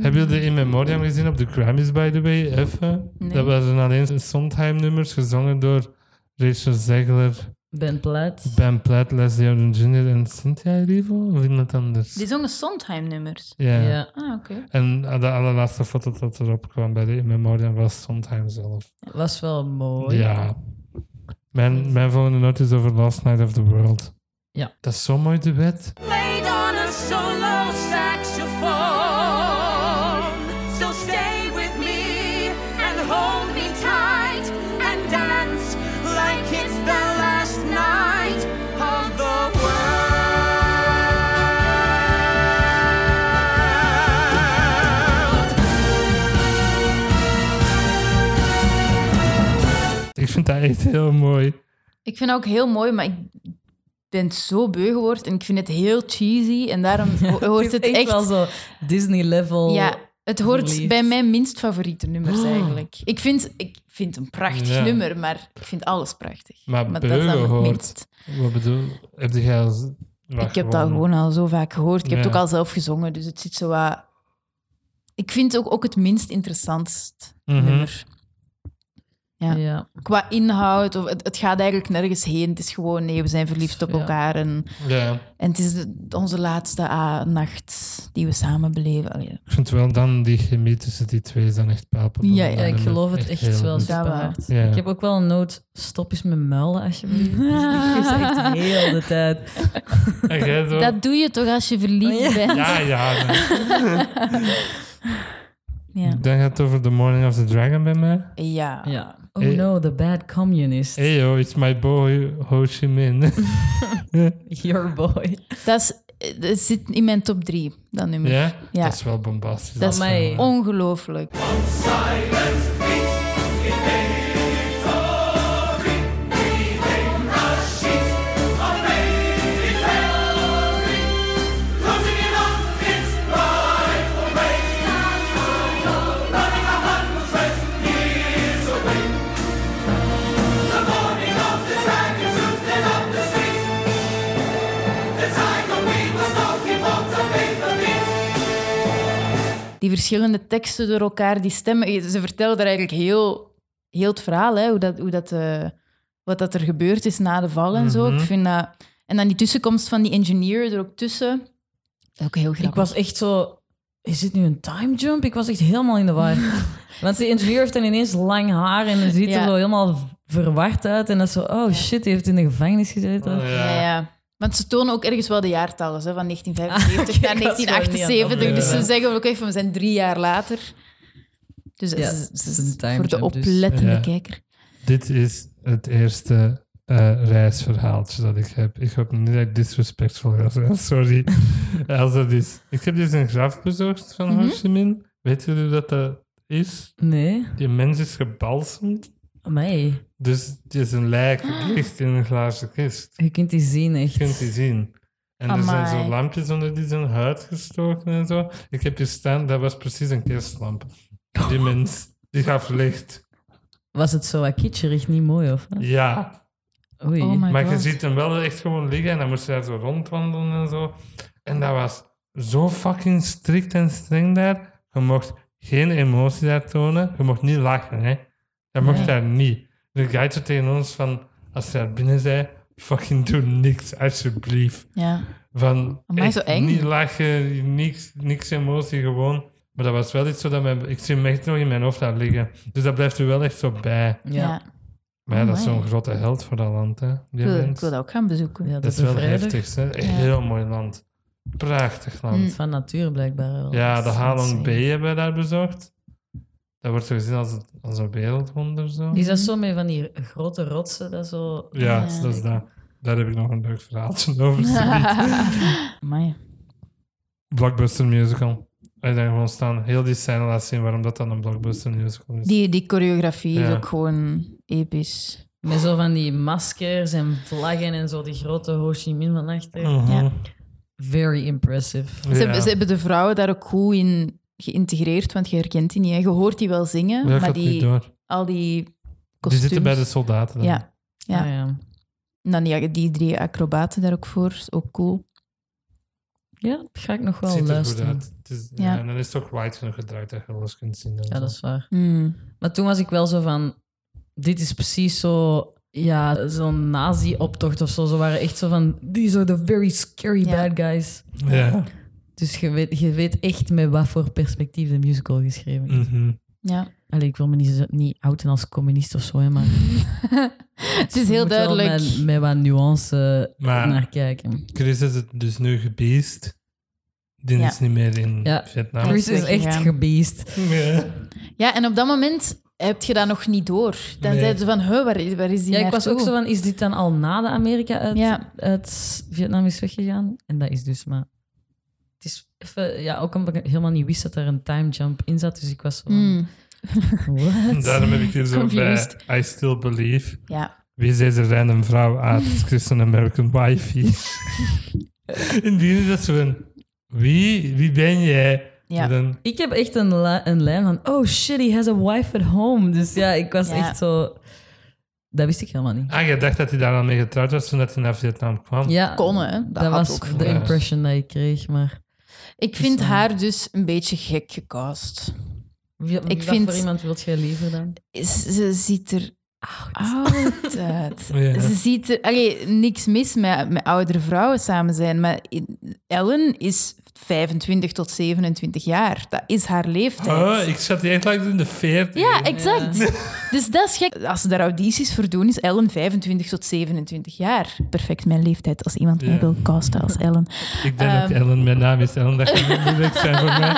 Speaker 1: Hebben jullie In Memoriam gezien op de Grammys, by the way? Even.
Speaker 3: Nee.
Speaker 1: Dat waren alleen Sondheim-nummers gezongen door Rachel Zegler,
Speaker 2: ben Platt.
Speaker 1: Ben Platt, Leslie Odom Jr. en Cynthia Erivo? Of iemand anders?
Speaker 3: Die zongen Sondheim-nummers.
Speaker 1: Ja.
Speaker 2: Ja.
Speaker 3: Ah, oké.
Speaker 1: En de allerlaatste foto dat erop kwam bij de In Memoriam was Sondheim zelf.
Speaker 2: was wel mooi.
Speaker 1: Ja. Mijn, mijn volgende noot is over Last Night of the World.
Speaker 2: Ja.
Speaker 1: Dat is zo'n mooi duet.
Speaker 7: Played on a solo saxophone. So stay with me and hold me tight and dance like it's the last night of the world.
Speaker 1: Ik vind dat echt heel mooi.
Speaker 3: Ik vind het ook heel mooi, maar ik ben het zo beu geworden. En ik vind het heel cheesy. En daarom ho- hoort
Speaker 2: Het
Speaker 3: het
Speaker 2: is echt wel zo Disney-level.
Speaker 3: Ja, het hoort
Speaker 2: verliefd.
Speaker 3: bij mijn minst favoriete nummers
Speaker 2: Oh.
Speaker 3: eigenlijk. Ik vind, ik vind een prachtig
Speaker 1: Ja.
Speaker 3: nummer, maar ik vind alles prachtig.
Speaker 1: Maar
Speaker 3: dat is dan
Speaker 1: Brugge
Speaker 3: het
Speaker 1: hoort.
Speaker 3: minst.
Speaker 1: Wat bedoel Heb jij als...
Speaker 3: Ik heb dat gewoon al zo vaak gehoord. Ik heb het
Speaker 1: Ja.
Speaker 3: ook al zelf gezongen, dus het zit zo wat... Ik vind het ook, ook het minst interessantst
Speaker 1: Mhm.
Speaker 3: nummer. Ja.
Speaker 2: ja.
Speaker 3: Qua inhoud, of het, het gaat eigenlijk nergens heen. Het is gewoon, nee, we zijn verliefd op
Speaker 2: Ja.
Speaker 3: elkaar. En,
Speaker 1: Ja.
Speaker 3: en het is de- onze laatste ah, nacht die we samen beleven. Allee,
Speaker 1: Ik vind wel dan die chemie tussen die twee is dan echt palpable.
Speaker 3: Ja, ja,
Speaker 2: Ja, ik
Speaker 1: Dat
Speaker 2: geloof
Speaker 1: is
Speaker 2: het echt
Speaker 1: heel
Speaker 2: wel
Speaker 1: goed.
Speaker 3: Ja,
Speaker 2: super
Speaker 3: waar.
Speaker 2: hard.
Speaker 1: Ja.
Speaker 2: Ik heb ook wel een noot, stop eens met muilen alsjeblieft. Dat is echt heel de tijd.
Speaker 1: En jij zo...
Speaker 3: Dat doe je toch als je
Speaker 2: Ja.
Speaker 3: verliefd bent?
Speaker 1: Ja, ja. Dan,
Speaker 3: Ja.
Speaker 1: dan gaat het over The Morning of the Dragon bij mij.
Speaker 3: Ja.
Speaker 2: Ja. Oh
Speaker 1: Eh.
Speaker 2: no, the bad communist.
Speaker 1: Hey yo, it's my boy Ho Chi Minh.
Speaker 2: Your boy.
Speaker 3: Dat, is, eh, dat zit in mijn top drie, dat nummer.
Speaker 1: ja?
Speaker 3: Ja.
Speaker 1: Dat is wel bombastisch.
Speaker 3: Dat is
Speaker 1: wel,
Speaker 2: mij.
Speaker 1: eh,
Speaker 3: Ongelooflijk. eh, Die verschillende teksten door elkaar, die stemmen. Ze vertellen er eigenlijk heel heel het verhaal, hè, hoe dat, hoe dat, eh, wat dat er gebeurd is na de val en zo.
Speaker 1: Mhm.
Speaker 3: Ik vind dat... En dan die tussenkomst van die engineer er ook tussen. Ook heel grappig.
Speaker 2: Ik was echt zo... Is dit nu een time jump? Ik was echt helemaal in de war. Want die engineer heeft dan ineens lang haar en hij ziet
Speaker 3: Ja.
Speaker 2: er zo helemaal verward uit. En dat is zo, oh shit, die heeft in de gevangenis gezeten.
Speaker 1: Oh,
Speaker 3: Ja, ja. Want ze tonen ook ergens wel de jaartallen, zo, van 1975
Speaker 2: Ah, oké,
Speaker 3: naar
Speaker 2: ik was gewoon niet aan het
Speaker 3: 1978. Dus ze
Speaker 1: opletten.
Speaker 3: zeggen ook even, we zijn drie jaar later. Dus dat
Speaker 2: Ja,
Speaker 3: is-
Speaker 2: het is
Speaker 3: is
Speaker 2: een time
Speaker 3: voor de
Speaker 2: jump, dus.
Speaker 3: oplettende
Speaker 1: Ja.
Speaker 3: kijker.
Speaker 1: Dit is het eerste eh, reisverhaaltje dat ik heb. Ik hoop niet dat ik disrespectvol ga zijn. Sorry. Als dat is. Ik heb dus een graf bezocht van Ho Chi Minh. Weet jullie hoe dat dat is?
Speaker 2: Nee.
Speaker 1: Die mens is gebalsemd.
Speaker 2: Amai.
Speaker 1: Dus die is een lijk ligt in een glazen kist.
Speaker 2: Je kunt die zien, echt.
Speaker 1: Je kunt die zien. En er zijn
Speaker 3: Amai.
Speaker 1: zo lampjes onder die zijn huid gestoken en zo. Ik heb hier staan, dat was precies een kerstlamp. Die mens, die gaf licht.
Speaker 2: Was het zo wat kitscherig, niet mooi, of? wat?
Speaker 1: Ja.
Speaker 2: Oei.
Speaker 3: Oh my
Speaker 1: Maar je
Speaker 3: God.
Speaker 1: ziet hem wel echt gewoon liggen en dan moest je daar zo rondwandelen en zo. En dat was zo fucking strikt en streng daar. Je mocht geen emotie daar tonen. Je mocht niet lachen, hè. Dat mocht
Speaker 3: Nee.
Speaker 1: daar niet. De guide zei tegen ons van, als je daar binnen bent, fucking doe niks, alsjeblieft.
Speaker 3: Ja.
Speaker 1: Van,
Speaker 3: Amai,
Speaker 1: echt
Speaker 3: zo eng.
Speaker 1: niet lachen, niks, niks emotie, gewoon. Maar dat was wel iets zo dat mijn, ik zie hem echt nog in mijn hoofd daar liggen. Dus dat blijft er wel echt zo bij.
Speaker 2: Ja.
Speaker 3: Ja.
Speaker 2: Ja.
Speaker 1: Maar ja, dat is
Speaker 3: Amai.
Speaker 1: zo'n grote held voor dat land, hè. Die
Speaker 3: Ik, wil, ik
Speaker 1: mens.
Speaker 3: wil dat ook gaan bezoeken.
Speaker 2: dat,
Speaker 1: Dat is wel heftig. Hè?
Speaker 3: Ja. Mm.
Speaker 1: Heel mooi land. Prachtig land.
Speaker 2: Van natuur blijkbaar wel.
Speaker 1: Ja, de
Speaker 2: Dat is
Speaker 1: Halong
Speaker 2: insane.
Speaker 1: Bay hebben we daar bezocht. Dat wordt zo gezien als, het- als een wereldwonder. Zo.
Speaker 2: Is dat zo met van die grote rotsen? Dat zo...
Speaker 1: Ja,
Speaker 3: Ja.
Speaker 1: dat is dat. Daar heb ik nog een leuk verhaaltje over. zoiets.
Speaker 3: Amai.
Speaker 1: blockbuster musical. En dan gewoon staan, heel die scène laten zien waarom dat dan een blockbuster musical is.
Speaker 3: Die, die choreografie is
Speaker 1: Ja.
Speaker 3: ook gewoon episch.
Speaker 2: Met zo van die maskers en vlaggen en zo, die grote Ho Chi Minh van achter.
Speaker 1: Mhm.
Speaker 3: Ja.
Speaker 2: Very impressive.
Speaker 1: Ja.
Speaker 3: Ze, hebben, ze hebben de vrouwen daar ook goed in geïntegreerd, want je herkent die niet. hè. Je hoort die wel zingen,
Speaker 1: Ja, ik
Speaker 3: maar
Speaker 1: had het niet
Speaker 3: die,
Speaker 1: door.
Speaker 3: al die
Speaker 1: Die
Speaker 3: kostuums...
Speaker 1: zitten bij de soldaten. dan.
Speaker 3: Ja. Ja.
Speaker 2: Ah, ja.
Speaker 3: En dan die, die drie acrobaten daar ook voor, is ook cool.
Speaker 2: Ja, dat ga ik
Speaker 1: Het
Speaker 2: nog wel
Speaker 1: ziet er goed
Speaker 2: luisteren.
Speaker 1: uit. Het is,
Speaker 3: Ja.
Speaker 1: ja. En dan is het ook wide genoeg gedraaid dat je alles kunt zien. en
Speaker 2: Ja,
Speaker 1: zo.
Speaker 2: dat is waar.
Speaker 3: Hmm.
Speaker 2: Maar toen was ik wel zo van... Dit is precies zo... Ja, zo'n nazi-optocht of zo. Ze waren echt zo van... These are the very scary
Speaker 3: Ja.
Speaker 2: bad guys.
Speaker 1: Ja.
Speaker 2: Dus je weet, je weet echt met wat voor perspectief de musical geschreven is.
Speaker 1: Mhm.
Speaker 3: Ja.
Speaker 2: Allee, ik wil me niet, zo- niet outen als communist of zo, hè, maar...
Speaker 3: Het is heel
Speaker 2: moet wel
Speaker 3: duidelijk.
Speaker 2: Met, met wat nuance
Speaker 1: Maar-
Speaker 2: naar kijken.
Speaker 1: Chris is het dus nu gebeest. Die
Speaker 3: Ja.
Speaker 1: is niet meer in
Speaker 2: Ja.
Speaker 1: Vietnam.
Speaker 2: Chris is dus echt
Speaker 3: weggegaan.
Speaker 2: gebeest.
Speaker 1: Ja.
Speaker 3: Ja, en op dat moment heb je dat nog niet door. Dan
Speaker 1: Nee.
Speaker 3: zeiden ze van, huh, waar, is- waar is die
Speaker 2: Ja, ik was ook
Speaker 3: naartoe?
Speaker 2: zo van, is dit dan al na de Amerika uit,
Speaker 3: Ja.
Speaker 2: uit Vietnam is weggegaan? En dat is dus, maar... Het is even, ja, ook omdat ik helemaal niet wist dat er een time jump in zat, dus ik was zo van,
Speaker 3: Hmm.
Speaker 2: what?
Speaker 1: Daarom heb ik hier zo
Speaker 3: Confused.
Speaker 1: bij I Still Believe.
Speaker 3: Ja.
Speaker 1: Wie is deze random vrouw uit? Het is Chris een American wifey. Indien is dat zo van... Wie, wie ben jij?
Speaker 3: Ja.
Speaker 1: En Dan,
Speaker 2: Ik heb echt een, la- een lijn van, oh shit, he has a wife at home. Dus ja, ik was
Speaker 3: Ja.
Speaker 2: echt zo... Dat wist ik helemaal niet.
Speaker 1: ah, je dacht dat hij daar al mee getrouwd was toen dat hij naar Vietnam kwam.
Speaker 2: Ja,
Speaker 3: Konnen, hè. dat,
Speaker 2: dat
Speaker 3: had
Speaker 2: was
Speaker 3: ook
Speaker 2: de
Speaker 3: gekund.
Speaker 2: impression dat ik kreeg, maar...
Speaker 3: Ik vind
Speaker 2: Dus, eh,
Speaker 3: haar dus een beetje gek gecast.
Speaker 2: Wie, ik
Speaker 3: vind-
Speaker 2: vind... voor iemand wilt jij liever dan?
Speaker 3: Ze, ze ziet er oud uit.
Speaker 1: Ja.
Speaker 3: Ze ziet er... Allee, niks mis met, met oudere vrouwen samen zijn, maar in- Ellen is 25 tot 27 jaar. Dat is haar leeftijd.
Speaker 1: Oh, ik zat hier echt langs in de 40.
Speaker 3: Ja, exact. Dus dat is gek. Als ze daar audities voor doen, is Ellen 25 tot 27 jaar. Perfect mijn leeftijd als iemand
Speaker 1: Ja.
Speaker 3: mij wil casten als Ellen.
Speaker 1: Ik ben ook
Speaker 3: Ehm.
Speaker 1: Ellen, mijn naam is Ellen. Dat kan niet moeilijk zijn voor mij.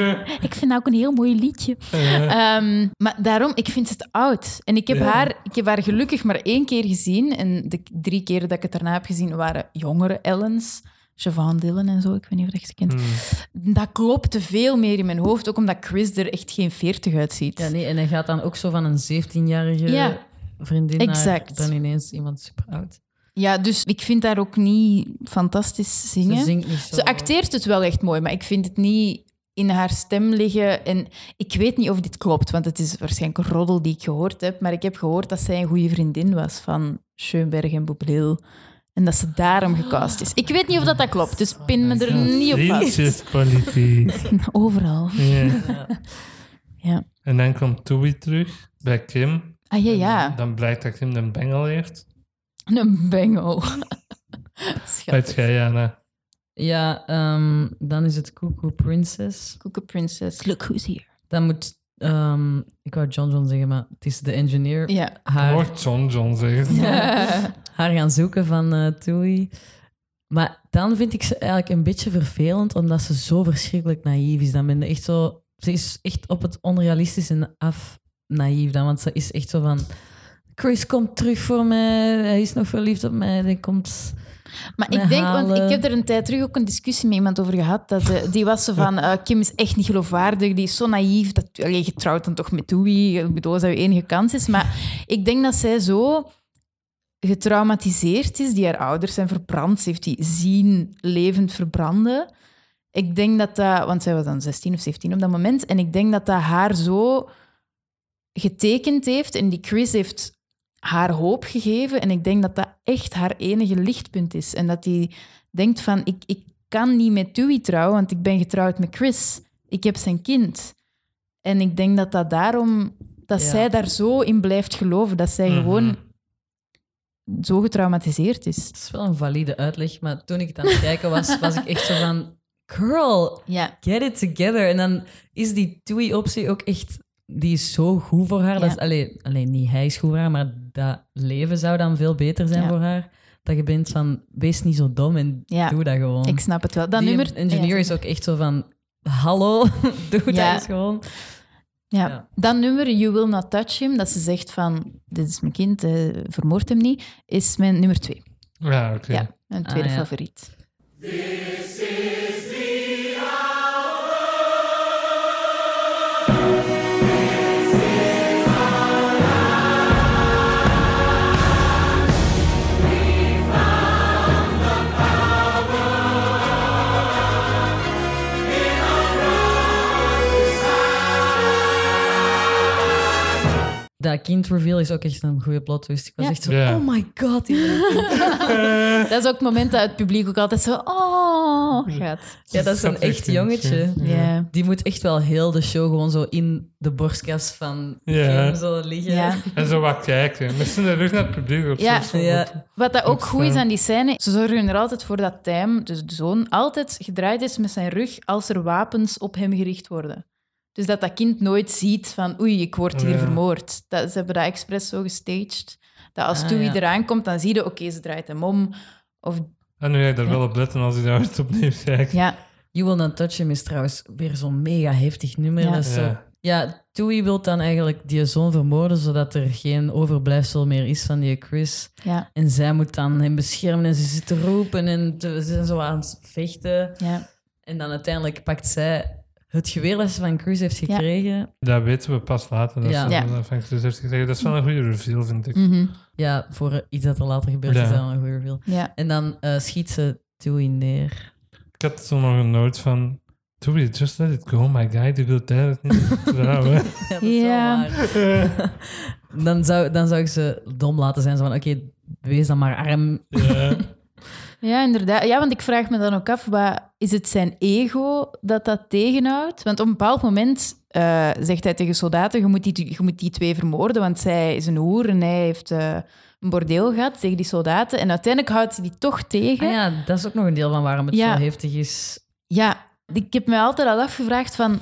Speaker 3: Ik vind dat ook een heel mooi liedje. Ehm, maar daarom, ik vind het oud. En ik heb,
Speaker 1: Ja.
Speaker 3: haar, ik heb haar gelukkig maar één keer gezien. En de drie keren dat ik het daarna heb gezien, waren jongere Ellens. Siobhan Dillon en zo, ik weet niet of dat je ze kent.
Speaker 1: Hmm.
Speaker 3: Dat klopte veel meer in mijn hoofd, ook omdat Chris er echt geen 40 uitziet.
Speaker 2: Ja, nee, en hij gaat dan ook zo van een 17-jarige
Speaker 3: Ja.
Speaker 2: vriendin naar
Speaker 3: Exact.
Speaker 2: dan ineens iemand super oud.
Speaker 3: Ja, dus ik vind haar ook niet fantastisch zingen.
Speaker 2: Ze zingt niet zo.
Speaker 3: Ze acteert het wel echt mooi, maar ik vind het niet in haar stem liggen. En ik weet niet of dit klopt, want het is waarschijnlijk een roddel die ik gehoord heb. Maar ik heb gehoord dat zij een goede vriendin was van Schoenberg en Bobril. En dat ze daarom gecast is. Ik weet niet of dat, dat klopt, dus pin me er niet op vast.
Speaker 1: Vriendjespolitiek.
Speaker 3: Overal.
Speaker 1: Ja.
Speaker 3: Ja.
Speaker 1: En dan komt Toei terug bij Kim.
Speaker 3: Ah ja, ja.
Speaker 1: En Dan blijkt dat Kim een bengel heeft.
Speaker 3: Een bengel.
Speaker 1: Bij
Speaker 3: Schat.
Speaker 1: Diana.
Speaker 2: Ja, ehm, dan is het Cuckoo Princess.
Speaker 3: Princess. Look who's here.
Speaker 2: Dan moet... ehm, ik wou John John zeggen, maar het is de engineer.
Speaker 3: Ja.
Speaker 2: Haar,
Speaker 1: Hoort John John zeggen.
Speaker 2: haar gaan zoeken van eh Tui. Maar dan vind ik ze eigenlijk een beetje vervelend, omdat ze zo verschrikkelijk naïef is. Dan ben je echt zo... Ze is echt op het onrealistische af naïef dan, want ze is echt zo van... Chris komt terug voor mij, hij is nog verliefd op mij, hij komt...
Speaker 3: Maar ik denk, want
Speaker 2: Halen.
Speaker 3: ik heb er een tijd terug ook een discussie met iemand over gehad. Dat, eh, die was zo van, eh, Kim is echt niet geloofwaardig, die is zo naïef. Dat, allee, je trouwt dan toch met Toei, ik bedoel, als dat je enige kans is. Maar ik denk dat zij zo getraumatiseerd is, die haar ouders zijn verbrand. Ze heeft die zien levend verbranden. Ik denk dat dat, want zij was dan 16 of 17 op dat moment, en ik denk dat dat haar zo getekend heeft. En die Chris heeft haar hoop gegeven. En ik denk dat dat echt haar enige lichtpunt is. En dat die denkt van, ik, ik kan niet met Dewey trouwen, want ik ben getrouwd met Chris. Ik heb zijn kind. En ik denk dat dat daarom, dat
Speaker 2: Ja.
Speaker 3: zij daar zo in blijft geloven, dat zij
Speaker 1: Mhm.
Speaker 3: gewoon zo getraumatiseerd is.
Speaker 2: Het is wel een valide uitleg, maar toen ik het aan het kijken was, was ik echt zo van... Girl,
Speaker 3: Ja,
Speaker 2: get it together. En dan is die Tui-optie ook echt... Die is zo goed voor haar. Dat is,
Speaker 3: Ja.
Speaker 2: alleen, alleen niet hij is goed voor haar, maar dat leven zou dan veel beter zijn
Speaker 3: Ja.
Speaker 2: voor haar. Dat je bent van, wees niet zo dom en
Speaker 3: Ja.
Speaker 2: doe dat gewoon.
Speaker 3: ik snap het wel. Dat
Speaker 2: die
Speaker 3: nummer...
Speaker 2: engineer is ook echt zo van, hallo, doe
Speaker 3: Ja.
Speaker 2: dat eens gewoon.
Speaker 3: Ja.
Speaker 2: Ja.
Speaker 3: Dat nummer, You Will Not Touch Him, dat ze zegt van, dit is mijn kind, eh, vermoord hem niet, is mijn nummer twee.
Speaker 1: Ja, oké.
Speaker 3: Ja, mijn tweede
Speaker 2: Ah, ja.
Speaker 3: favoriet.
Speaker 2: Dat kind reveal is ook echt een goede plot twist. Ik was
Speaker 3: Ja.
Speaker 2: echt zo,
Speaker 1: Ja.
Speaker 2: oh my god. die heeft een kind.
Speaker 3: Dat is ook het moment dat het publiek ook altijd zo, oh, gaat.
Speaker 2: Ja, dat is een
Speaker 1: Schattig
Speaker 2: echt
Speaker 1: kindje.
Speaker 2: jongetje.
Speaker 3: Ja.
Speaker 2: Die moet echt wel heel de show gewoon zo in de borstkas van
Speaker 1: Ja.
Speaker 2: Kim zo liggen.
Speaker 3: Ja.
Speaker 1: En zo wat kijken. Met zijn rug naar het publiek. Of zo.
Speaker 3: Ja.
Speaker 1: Zo wat-
Speaker 2: Ja.
Speaker 3: Wat dat ook
Speaker 1: Ik
Speaker 2: eh,
Speaker 3: goed is
Speaker 1: snap.
Speaker 3: aan die scène, ze zorgen er altijd voor dat Tim, dus de zoon, altijd gedraaid is met zijn rug als er wapens op hem gericht worden. Dus dat dat kind nooit ziet van oei, ik word
Speaker 2: Oh,
Speaker 3: hier
Speaker 1: Ja.
Speaker 3: vermoord. Dat, ze hebben dat expres zo gestaged. Dat als
Speaker 2: Ah,
Speaker 3: Toei
Speaker 2: ja.
Speaker 3: eraan komt, dan zie je, oké, ze draait hem om. Of
Speaker 1: En nu ga je daar wel op letten als je daar het opnieuw kijkt.
Speaker 3: ja,
Speaker 2: You Will Not Touch Him is trouwens weer zo'n mega heftig nummer.
Speaker 3: Ja.
Speaker 2: Dat is zo-
Speaker 1: Ja.
Speaker 2: ja, Tui wil dan eigenlijk die zoon vermoorden, zodat er geen overblijfsel meer is van die Chris.
Speaker 3: ja,
Speaker 2: En zij moet dan hem beschermen en ze zit te roepen en te- ze zijn zo aan het vechten.
Speaker 3: ja.
Speaker 2: En dan uiteindelijk pakt zij het geweer dat ze van Chris heeft gekregen. Ja,
Speaker 1: Dat weten we pas later. Dat
Speaker 2: Ja.
Speaker 1: ja.
Speaker 3: Ja.
Speaker 1: Van Chris heeft gekregen. Dat is wel een goede reveal, vind ik.
Speaker 3: Mhm.
Speaker 2: voor iets dat er later gebeurt
Speaker 1: Ja.
Speaker 2: is dat wel een goede reveal.
Speaker 3: ja.
Speaker 2: En dan eh, schiet ze Tui neer.
Speaker 1: Ik had toen nog een noot van... Do we just let it go, my guy. Die wil daar het niet trouwen.
Speaker 2: Ja, dat is wel
Speaker 3: Ja.
Speaker 2: waar. dan, zou, dan zou ik ze dom laten zijn. Zo van, oké, wees dan maar arm.
Speaker 1: ja.
Speaker 3: Ja, inderdaad. Ja, want ik vraag me dan ook af, wat, is het zijn ego dat dat tegenhoudt? Want op een bepaald moment eh, zegt hij tegen soldaten, je moet, die, je moet die twee vermoorden, want zij is een hoer en hij heeft eh, een bordeel gehad tegen die soldaten. En uiteindelijk houdt ze die toch tegen.
Speaker 2: Ah ja, dat is ook nog een deel van waarom het
Speaker 3: Ja.
Speaker 2: zo heftig is.
Speaker 3: Ja, ik heb me altijd al afgevraagd van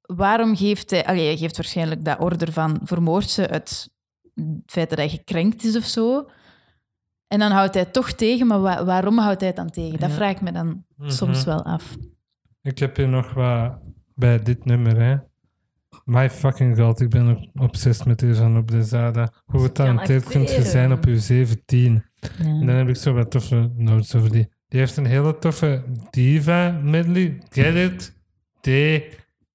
Speaker 3: waarom geeft hij... Allee, hij geeft waarschijnlijk dat order van vermoord ze uit het feit dat hij gekrenkt is of zo. En dan houdt hij het toch tegen, maar wa- waarom houdt hij het dan tegen? Dat
Speaker 2: Ja.
Speaker 3: vraag ik me dan
Speaker 1: Mhm.
Speaker 3: soms wel af.
Speaker 1: Ik heb hier nog wat bij dit nummer, hè. My fucking god, ik ben ook obsessed met deze van op de Zada. Hoe getalenteerd kunt je
Speaker 2: acteren.
Speaker 1: zijn op je 17? En
Speaker 3: Ja.
Speaker 1: dan heb ik zo wat toffe notes over die. Die heeft een hele toffe diva medley. Get it? D.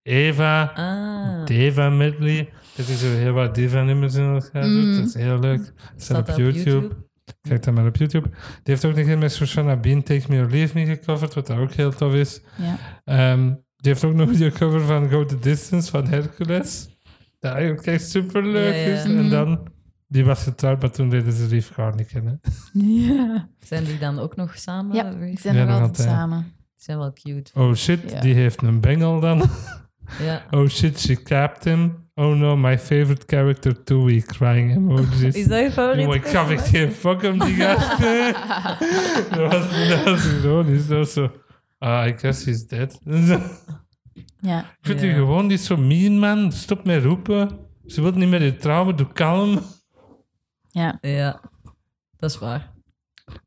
Speaker 1: Eva.
Speaker 2: Ah,
Speaker 1: Diva medley. Dit is zo heel wat diva nummers in elkaar. doet.
Speaker 3: Mm.
Speaker 1: Dat is heel leuk. Staat op
Speaker 2: dat
Speaker 1: YouTube. Kijk dan maar op YouTube. Die heeft ook nog een keer met Shoshana Bean Take Me or Leave Me gecoverd, wat daar ook heel tof is.
Speaker 3: Ja.
Speaker 1: Ehm, die heeft ook nog die cover van Go the Distance van Hercules. Dat eigenlijk echt superleuk
Speaker 2: Ja, Mhm. ja.
Speaker 1: is. En dan, die was getrouwd, maar toen deden ze Lief Carr niet kennen.
Speaker 3: Ja,
Speaker 2: Zijn die dan ook nog samen?
Speaker 3: ja ik
Speaker 2: Die
Speaker 3: zijn
Speaker 1: Ja,
Speaker 3: nog
Speaker 1: nog
Speaker 3: altijd
Speaker 1: altijd.
Speaker 3: samen.
Speaker 2: zijn wel cute.
Speaker 1: Oh shit,
Speaker 3: Ja.
Speaker 1: die heeft een bengel dan.
Speaker 2: Ja.
Speaker 1: Oh shit, she capped him. Oh no, my favorite character Tui, crying emojis.
Speaker 2: Oh, Is dat je favoriet?
Speaker 1: Jongen, ik gaf echt geen fuck om die gasten. dat, was, dat was ironisch. Dat was zo... Ah, I guess he's dead.
Speaker 3: Ja.
Speaker 1: ik vind
Speaker 2: Ja.
Speaker 1: u gewoon niet zo mean, man. Stop met roepen. Ze wil niet met je trouwen, doe kalm.
Speaker 3: ja.
Speaker 2: Ja, dat is waar.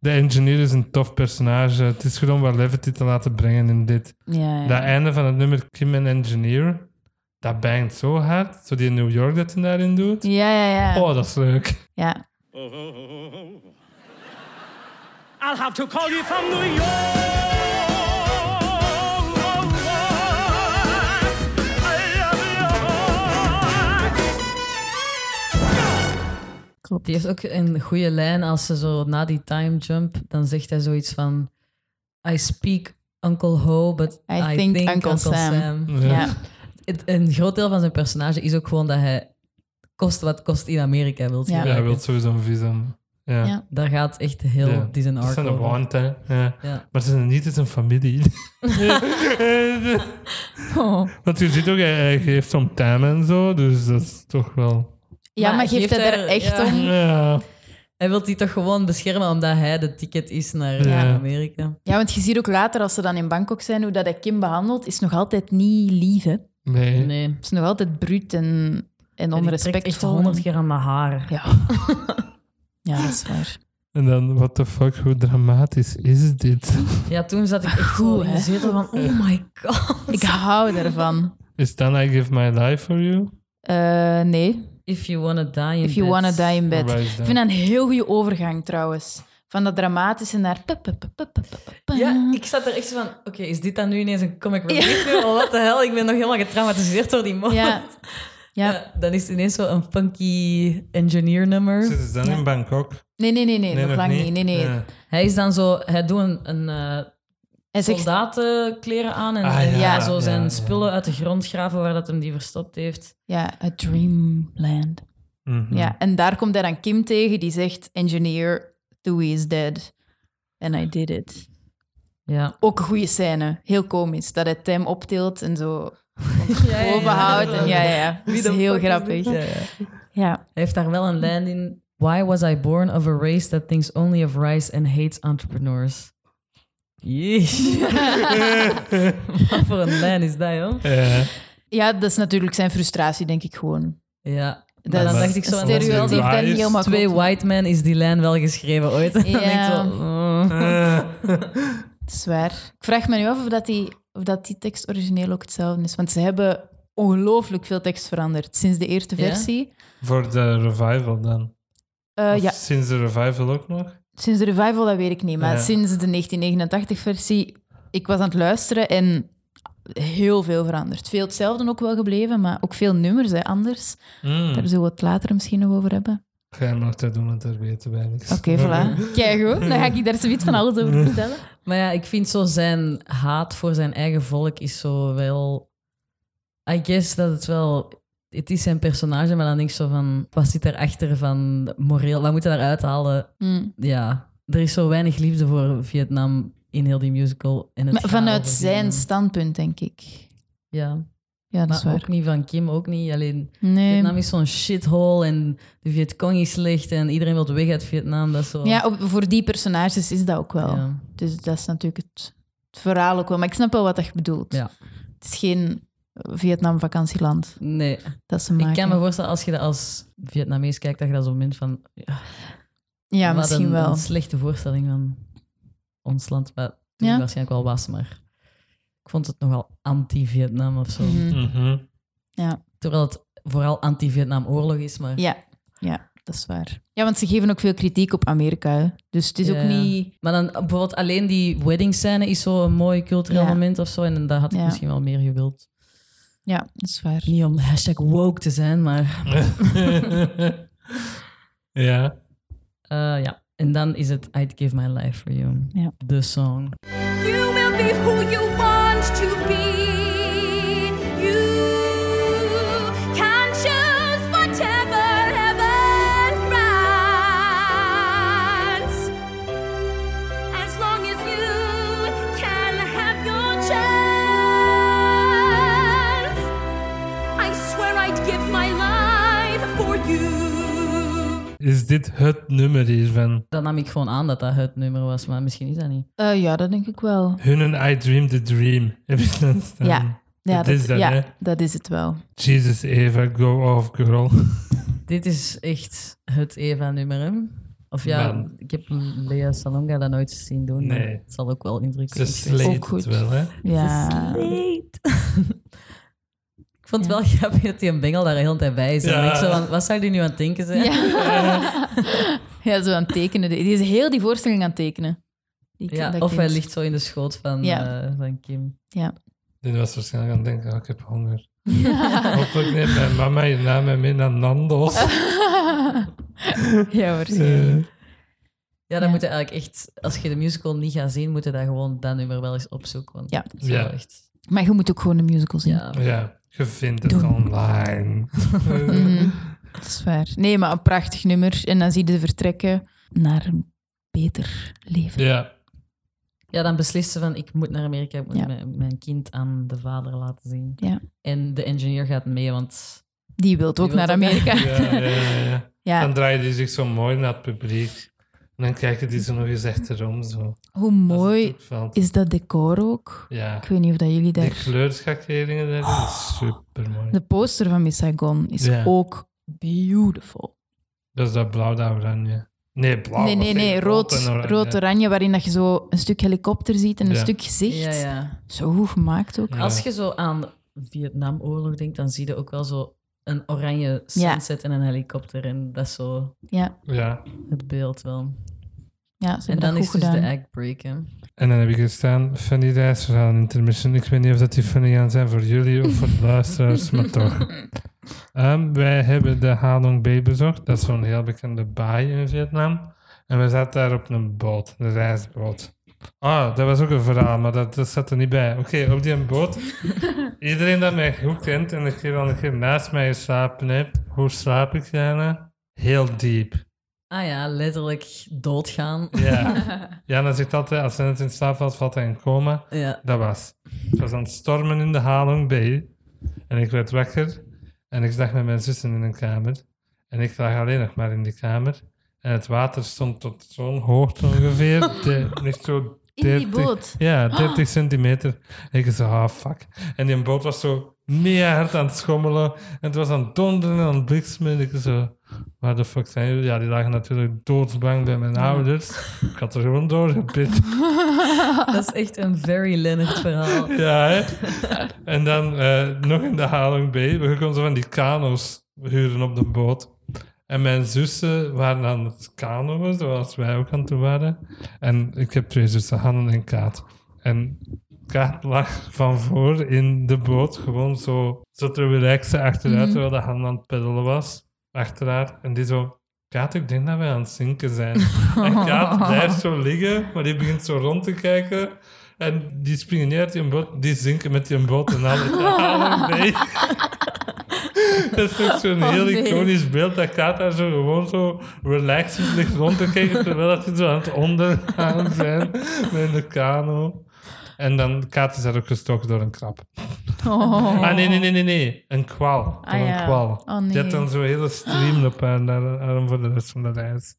Speaker 1: De engineer is een tof personage. Het is gewoon wat levity te laten brengen in dit.
Speaker 3: Ja, ja.
Speaker 1: Dat einde van het nummer Kim en Engineer, dat bangt zo hard. Zo die New York dat hij daarin doet.
Speaker 3: Ja, ja, ja.
Speaker 1: Oh, dat is leuk.
Speaker 3: ja.
Speaker 5: I'll have to call you from New York. I love York.
Speaker 3: Klopt.
Speaker 2: Die heeft ook een goede lijn als ze zo na die time jump, dan zegt hij zoiets van: I speak Uncle Ho, but I, think, Uncle, Sam.
Speaker 3: Ja.
Speaker 2: Het- een groot deel van zijn personage is ook gewoon dat hij kost wat kost in Amerika wil.
Speaker 3: Ja.
Speaker 1: Ja, hij wil sowieso een visum. Ja.
Speaker 3: Ja.
Speaker 2: Daar gaat echt heel
Speaker 1: Ja.
Speaker 2: die zijn
Speaker 1: Het is
Speaker 2: arc
Speaker 1: een
Speaker 2: over.
Speaker 1: want, hè. Ja.
Speaker 2: Ja.
Speaker 1: Maar ze zijn niet eens een familie.
Speaker 3: Oh.
Speaker 1: Want je ziet ook, hij, hij geeft om time en zo, dus dat is toch wel...
Speaker 3: Ja, maar, geeft hij er echt
Speaker 2: ja.
Speaker 3: om?
Speaker 1: Ja,
Speaker 2: Hij wil die toch gewoon beschermen omdat hij de ticket is naar
Speaker 1: Ja.
Speaker 2: eh, Amerika.
Speaker 3: Ja, want je ziet ook later, als ze dan in Bangkok zijn, hoe dat hij Kim behandelt, is nog altijd niet lief, hè.
Speaker 1: nee.
Speaker 2: Nee.
Speaker 3: is nog altijd bruut en, en
Speaker 2: En die trekt echt
Speaker 3: onrespectvol.
Speaker 2: honderd keer aan mijn haar.
Speaker 3: Ja. ja, dat is waar.
Speaker 1: En dan, what the fuck, hoe dramatisch is dit?
Speaker 2: Ja, toen zat ik echt
Speaker 3: Goed,
Speaker 2: zo in de
Speaker 3: hè?
Speaker 2: zetel van, oh my god.
Speaker 3: Ik hou ervan.
Speaker 1: Is dan I give my life for you?
Speaker 3: Eh, nee,
Speaker 2: If you wanna die in
Speaker 3: if you
Speaker 2: bed.
Speaker 3: wanna die in bed.
Speaker 1: Waar is
Speaker 3: Ik
Speaker 1: dat?
Speaker 3: vind dat een heel goede overgang trouwens. Van dat dramatische naar... pa, pa, pa, pa, pa, pa, pa, pa.
Speaker 2: Ja, ik zat er echt zo van, oké, is dit dan nu ineens een comic relief? Oh, nummer? Wat de hel, ik ben nog helemaal getraumatiseerd door die moment.
Speaker 3: Ja. Ja.
Speaker 2: Ja, dan is het ineens zo een funky engineer nummer.
Speaker 1: Zitten ze dan in Bangkok?
Speaker 3: Nee, nee, nee, nee, nog lang niet. Nee, nee.
Speaker 1: Ja.
Speaker 2: Hij is dan zo, hij doet een, een eh,
Speaker 3: Hij zegt...
Speaker 2: soldatenkleren aan en,
Speaker 1: Ah,
Speaker 2: en
Speaker 1: ja,
Speaker 2: zo
Speaker 1: ja,
Speaker 2: zijn
Speaker 1: ja.
Speaker 2: spullen uit de grond graven waar dat hem die verstopt heeft.
Speaker 3: Ja, a dreamland.
Speaker 1: Mhm.
Speaker 3: Ja, en daar komt hij dan Kim tegen, die zegt... Engineer, Dewey is dead. And I did it.
Speaker 2: Ja.
Speaker 3: Ook een goede scène. Heel komisch. Dat hij Tim optilt en zo bovenhoudt. En ja, ja, ja. Dat is heel grappig.
Speaker 2: Ja, ja.
Speaker 3: Ja.
Speaker 2: Hij heeft daar wel een lijn in. Why was I born of a race that thinks only of rice and hates entrepreneurs? Jeez. Wat voor een lijn is dat, joh?
Speaker 1: Eh,
Speaker 3: ja, dat is natuurlijk zijn frustratie, denk ik gewoon.
Speaker 2: Ja. Maar
Speaker 3: Dat
Speaker 2: dan
Speaker 1: is
Speaker 2: dacht ik zo... aan
Speaker 1: stereotype.
Speaker 2: dat
Speaker 3: stereotyp
Speaker 2: is
Speaker 3: dat
Speaker 1: biased.
Speaker 3: niet helemaal
Speaker 2: wel Twee
Speaker 3: klopt.
Speaker 2: white men is die lijn wel geschreven ooit. Dan denk ik zo... mm.
Speaker 1: eh.
Speaker 3: Zwaar. Ik vraag me nu af of dat, die, of dat die tekst origineel ook hetzelfde is. Want ze hebben ongelooflijk veel tekst veranderd sinds de eerste
Speaker 2: Ja?
Speaker 3: versie.
Speaker 1: Voor de revival dan?
Speaker 3: Eh,
Speaker 1: Of
Speaker 3: ja,
Speaker 1: Sinds de revival ook nog?
Speaker 3: sinds de revival, dat weet ik niet. Maar
Speaker 1: Ja.
Speaker 3: sinds de 1989-versie, ik was aan het luisteren en heel veel veranderd. Veel hetzelfde ook wel gebleven, maar ook veel nummers hè,
Speaker 2: Hm.
Speaker 3: anders.
Speaker 1: Mm.
Speaker 3: Daar zullen we het later misschien nog over hebben.
Speaker 1: Ga je nog te doen, want daar weten wij
Speaker 2: Hm.
Speaker 1: niks.
Speaker 3: Oké, voilà. Kijk goed, dan ga ik je daar zoiets van alles over vertellen.
Speaker 2: Maar ja, ik vind zo zijn haat voor zijn eigen volk is zo wel... I guess dat het wel... Het is zijn personage, maar dan denk ik zo van... Wat zit daarachter van moreel? Wat moet je daaruit halen?
Speaker 3: Mm.
Speaker 2: ja, er is zo weinig liefde voor Vietnam in heel die musical. En het
Speaker 3: Maar
Speaker 2: gaat
Speaker 3: vanuit
Speaker 2: over hm.
Speaker 3: zijn
Speaker 2: Vietnam.
Speaker 3: standpunt, denk ik.
Speaker 2: Ja,
Speaker 3: Ja, dat is
Speaker 2: maar
Speaker 3: waar.
Speaker 2: ook niet van Kim, ook niet. Alleen
Speaker 3: Nee.
Speaker 2: Vietnam is zo'n shithole en de Vietcong is slecht en iedereen wil weg uit Vietnam. Dat is zo...
Speaker 3: Ja, op- voor die personages is dat ook wel.
Speaker 2: Ja.
Speaker 3: Dus dat is natuurlijk het, het verhaal ook wel. Maar ik snap wel wat je bedoelt.
Speaker 2: Ja.
Speaker 3: Het is geen Vietnam-vakantieland
Speaker 2: Nee,
Speaker 3: dat ze maken.
Speaker 2: ik kan me voorstellen als je dat als Vietnamees kijkt, dat je dat zo mint van... Ja,
Speaker 3: ja,
Speaker 2: wat
Speaker 3: misschien
Speaker 2: een,
Speaker 3: wel.
Speaker 2: een slechte voorstelling van ons land. Maar die
Speaker 3: Ja.
Speaker 2: waarschijnlijk wel was, maar... Ik vond het nogal anti-Vietnam of zo.
Speaker 3: Mhm.
Speaker 1: Mhm.
Speaker 2: Terwijl het vooral anti-Vietnam-oorlog is, maar...
Speaker 3: Ja. ja, dat is waar. Ja, want ze geven ook veel kritiek op Amerika. hè. Dus het is
Speaker 2: Ja,
Speaker 3: ook
Speaker 2: ja.
Speaker 3: niet...
Speaker 2: Maar dan bijvoorbeeld alleen die wedding scène is zo'n mooi cultureel
Speaker 3: Ja.
Speaker 2: moment of zo. En daar had ik
Speaker 3: Ja.
Speaker 2: misschien wel meer gewild.
Speaker 3: Ja, dat is waar.
Speaker 2: Niet om hashtag woke te zijn, maar
Speaker 1: ja.
Speaker 2: eh, ja. En dan is het I'd Give My Life For You.
Speaker 3: Ja.
Speaker 2: De song.
Speaker 7: You will be who you want to be. You can choose whatever heaven grants. As long as you can have your chance. for you.
Speaker 1: Is dit het nummer hier van
Speaker 2: Dan nam ik gewoon aan dat dat het nummer was, maar misschien is dat niet.
Speaker 3: Eh, ja, dat denk ik wel.
Speaker 1: hun en I Dream the Dream? Heb je dan staan?
Speaker 3: Ja. Ja,
Speaker 1: Dat is dat,
Speaker 3: ja,
Speaker 1: hè?
Speaker 3: dat is het wel.
Speaker 1: Jesus Eva, go off girl.
Speaker 2: Dit is echt het Eva-nummer, hè? Of ja,
Speaker 1: Man.
Speaker 2: ik heb Lea Salonga dat nooit zien doen. maar
Speaker 1: Nee.
Speaker 2: Het zal ook wel
Speaker 1: Ze
Speaker 2: indrukwekkend zijn.
Speaker 3: Ook
Speaker 1: sleet
Speaker 3: Oh, goed.
Speaker 1: het wel, hè?
Speaker 3: Ja.
Speaker 2: ik vond het wel grappig dat die een bengel daar heel de tijd bij is. En
Speaker 1: Ja.
Speaker 2: ik zo van, wat zou die nu aan het denken zijn?
Speaker 3: Ja. ja, zo aan het tekenen. Die is heel die voorstelling aan het tekenen. Die-
Speaker 2: Ja,
Speaker 3: dat
Speaker 2: of hij
Speaker 3: kind.
Speaker 2: ligt zo in de schoot van,
Speaker 3: Ja.
Speaker 2: eh, van Kim.
Speaker 1: Die was waarschijnlijk aan het denken, oh, ik heb honger. Hopelijk neemt mijn mama je naam en mee naar Nando's.
Speaker 3: ja, waarschijnlijk.
Speaker 1: Eh,
Speaker 2: Ja, dan
Speaker 3: Ja.
Speaker 2: moet je eigenlijk echt, als je de musical niet gaat zien, moet je daar gewoon dat nummer wel eens opzoeken. Want
Speaker 3: Ja.
Speaker 2: dat is wel
Speaker 1: Ja.
Speaker 2: echt.
Speaker 3: Maar je moet ook gewoon de musical zien.
Speaker 2: Ja.
Speaker 1: ja, je vindt het
Speaker 3: Doen.
Speaker 1: online.
Speaker 3: Mhm. Dat is waar. Nee, maar een prachtig nummer. En dan zie je ze vertrekken naar een beter leven.
Speaker 1: ja,
Speaker 2: ja, dan beslist ze van, ik moet naar Amerika, ik moet
Speaker 3: Ja.
Speaker 2: mijn, mijn kind aan de vader laten zien.
Speaker 3: Ja.
Speaker 2: En de engineer gaat mee, want
Speaker 3: Die wilt ook
Speaker 2: Die wilt
Speaker 3: naar
Speaker 2: ook-
Speaker 3: Amerika.
Speaker 1: ja, ja, ja, ja.
Speaker 3: Ja.
Speaker 1: Dan draaide hij zich zo mooi naar het publiek. En dan kijken die zo nog eens achterom. Zo. Als
Speaker 3: Hoe
Speaker 1: het
Speaker 3: mooi
Speaker 1: doekveld.
Speaker 3: is dat decor ook?
Speaker 1: Ja,
Speaker 3: Ik weet niet of dat jullie
Speaker 1: die
Speaker 3: daar... Oh.
Speaker 1: kleurschakeringen daarin, dat is super mooi.
Speaker 3: De poster van Miss Saigon is
Speaker 1: Ja.
Speaker 3: ook beautiful.
Speaker 1: Dat is dat blauw, dat oranje. Nee, blauw.
Speaker 3: nee,
Speaker 1: wat
Speaker 3: nee,
Speaker 1: zeg
Speaker 3: nee.
Speaker 1: ik?
Speaker 3: Rood,
Speaker 1: en oranje.
Speaker 3: rood-oranje, waarin dat je zo een stuk helikopter ziet en een
Speaker 1: Ja.
Speaker 3: stuk gezicht.
Speaker 2: ja, ja.
Speaker 3: Zo goed gemaakt ook.
Speaker 1: Ja.
Speaker 2: als je zo aan Vietnamoorlog denkt, dan zie je ook wel zo een oranje sunset en een helikopter. En dat is zo
Speaker 3: Ja,
Speaker 1: Ja.
Speaker 2: het beeld wel.
Speaker 3: ja ze
Speaker 2: En
Speaker 3: hebben
Speaker 2: dan
Speaker 3: dat
Speaker 2: is
Speaker 3: goed
Speaker 2: dus
Speaker 3: gedaan.
Speaker 2: de act break, hè.
Speaker 1: En dan heb ik hier staan, funny days voor aan intermission. Ik weet niet of dat die funny gaan zijn voor jullie of voor de luisteraars, maar toch. Ehm, wij hebben de Halong Bay bezocht. Dat is zo'n heel bekende baai in Vietnam. En we zaten daar op een boot, een reisboot. Ah, dat was ook een verhaal, maar dat, dat zat er niet bij. Oké, op die boot. Iedereen dat mij goed kent en een keer al een keer naast mij geslapen heeft. Hoe slaap ik, Jana? Heel diep.
Speaker 2: Ah ja, letterlijk doodgaan.
Speaker 1: Ja. Jana zegt altijd, als ze net in slaap valt, valt hij in coma.
Speaker 2: Ja.
Speaker 1: Dat was. Ik was aan het stormen in de Halong Bay. En ik werd wakker. En ik lag met mijn zussen in een kamer. En ik lag alleen nog maar in die kamer. En het water stond tot zo'n hoogte ongeveer. De, echt zo
Speaker 3: In
Speaker 1: 30
Speaker 3: die boot?
Speaker 1: Ja, 30 centimeter. En ik zo, ah fuck. En die boot was zo mega hard aan het schommelen. En het was aan het donderen en aan het bliksemen. En ik zo, waar de fuck zijn jullie? Ja, die lagen natuurlijk doodsbang bij mijn ouders. Ik had er gewoon doorgepit.
Speaker 2: Dat is echt een very Leonard verhaal.
Speaker 1: Ja, hè? En dan eh, nog in de Halong Bay. We konden zo van die kano's huren op de boot. En mijn zussen waren aan het kanoën, zoals wij ook aan het doen waren. En ik heb twee zussen, Hanne en Kaat. En Kaat lag van voor in de boot, gewoon zo, zo te relaxen achteruit, terwijl de Hanne aan het peddelen was. Achter haar. En die zo... Kaat, ik denk dat wij aan het zinken zijn. En Kaat blijft zo liggen, maar die begint zo rond te kijken. En die springen niet uit die boot, die zinken met die boot en halen de halen mee. Dat is ook zo'n heel
Speaker 3: nee.
Speaker 1: iconisch beeld. Dat Kaat daar zo gewoon zo relaxed ligt rond te kijken, terwijl dat ze zo aan het ondergaan zijn met de kano. En dan, Kaat is daar ook gestoken door een krab.
Speaker 3: Oh.
Speaker 1: Ah, nee, nee, nee, nee, nee. Een kwal. Door
Speaker 3: Ah,
Speaker 1: een
Speaker 3: ja.
Speaker 1: kwal.
Speaker 3: Oh, nee.
Speaker 1: Die had dan zo'n hele stream op haar, naar- arm voor de rest van de reis.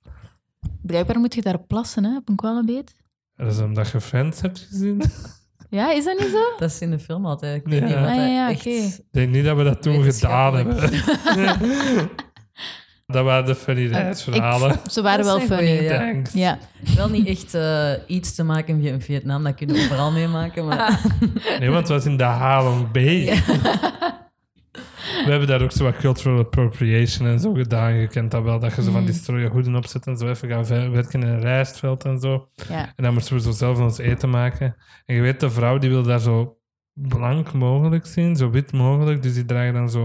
Speaker 3: Blijkbaar moet je daar plassen, hè, op een kwalenbeet.
Speaker 1: Dat is omdat je Friends hebt gezien. Ik
Speaker 3: Ja, is dat niet zo?
Speaker 2: Dat is in de film altijd. Ik weet
Speaker 1: Ja.
Speaker 2: niet wat
Speaker 3: Ah, ja,
Speaker 2: dat
Speaker 3: ja,
Speaker 2: echt...
Speaker 3: oké.
Speaker 1: denk niet dat we dat toen gedaan hebben.
Speaker 2: Wetenschappelijk.
Speaker 1: dat waren de funny reisverhalen.
Speaker 3: Eh, Ik- ze waren
Speaker 2: Dat
Speaker 3: wel
Speaker 2: is een goeie,
Speaker 3: funny.
Speaker 2: ja.
Speaker 1: Thanks.
Speaker 3: Ja.
Speaker 2: Wel niet echt eh, iets te maken in Vietnam, dat kunnen we vooral meemaken. Maar
Speaker 1: Nee, want het was in de Halong Bay. We hebben daar ook zo wat cultural appropriation en zo gedaan. Je kent dat wel, dat je zo van die strooie hoeden opzet en zo even gaan ver- werken in een rijstveld en zo.
Speaker 3: Ja.
Speaker 1: En dan moesten we zo zelf ons eten maken. En je weet, de vrouw die wil daar zo blank mogelijk zien, zo wit mogelijk. Dus die dragen dan zo...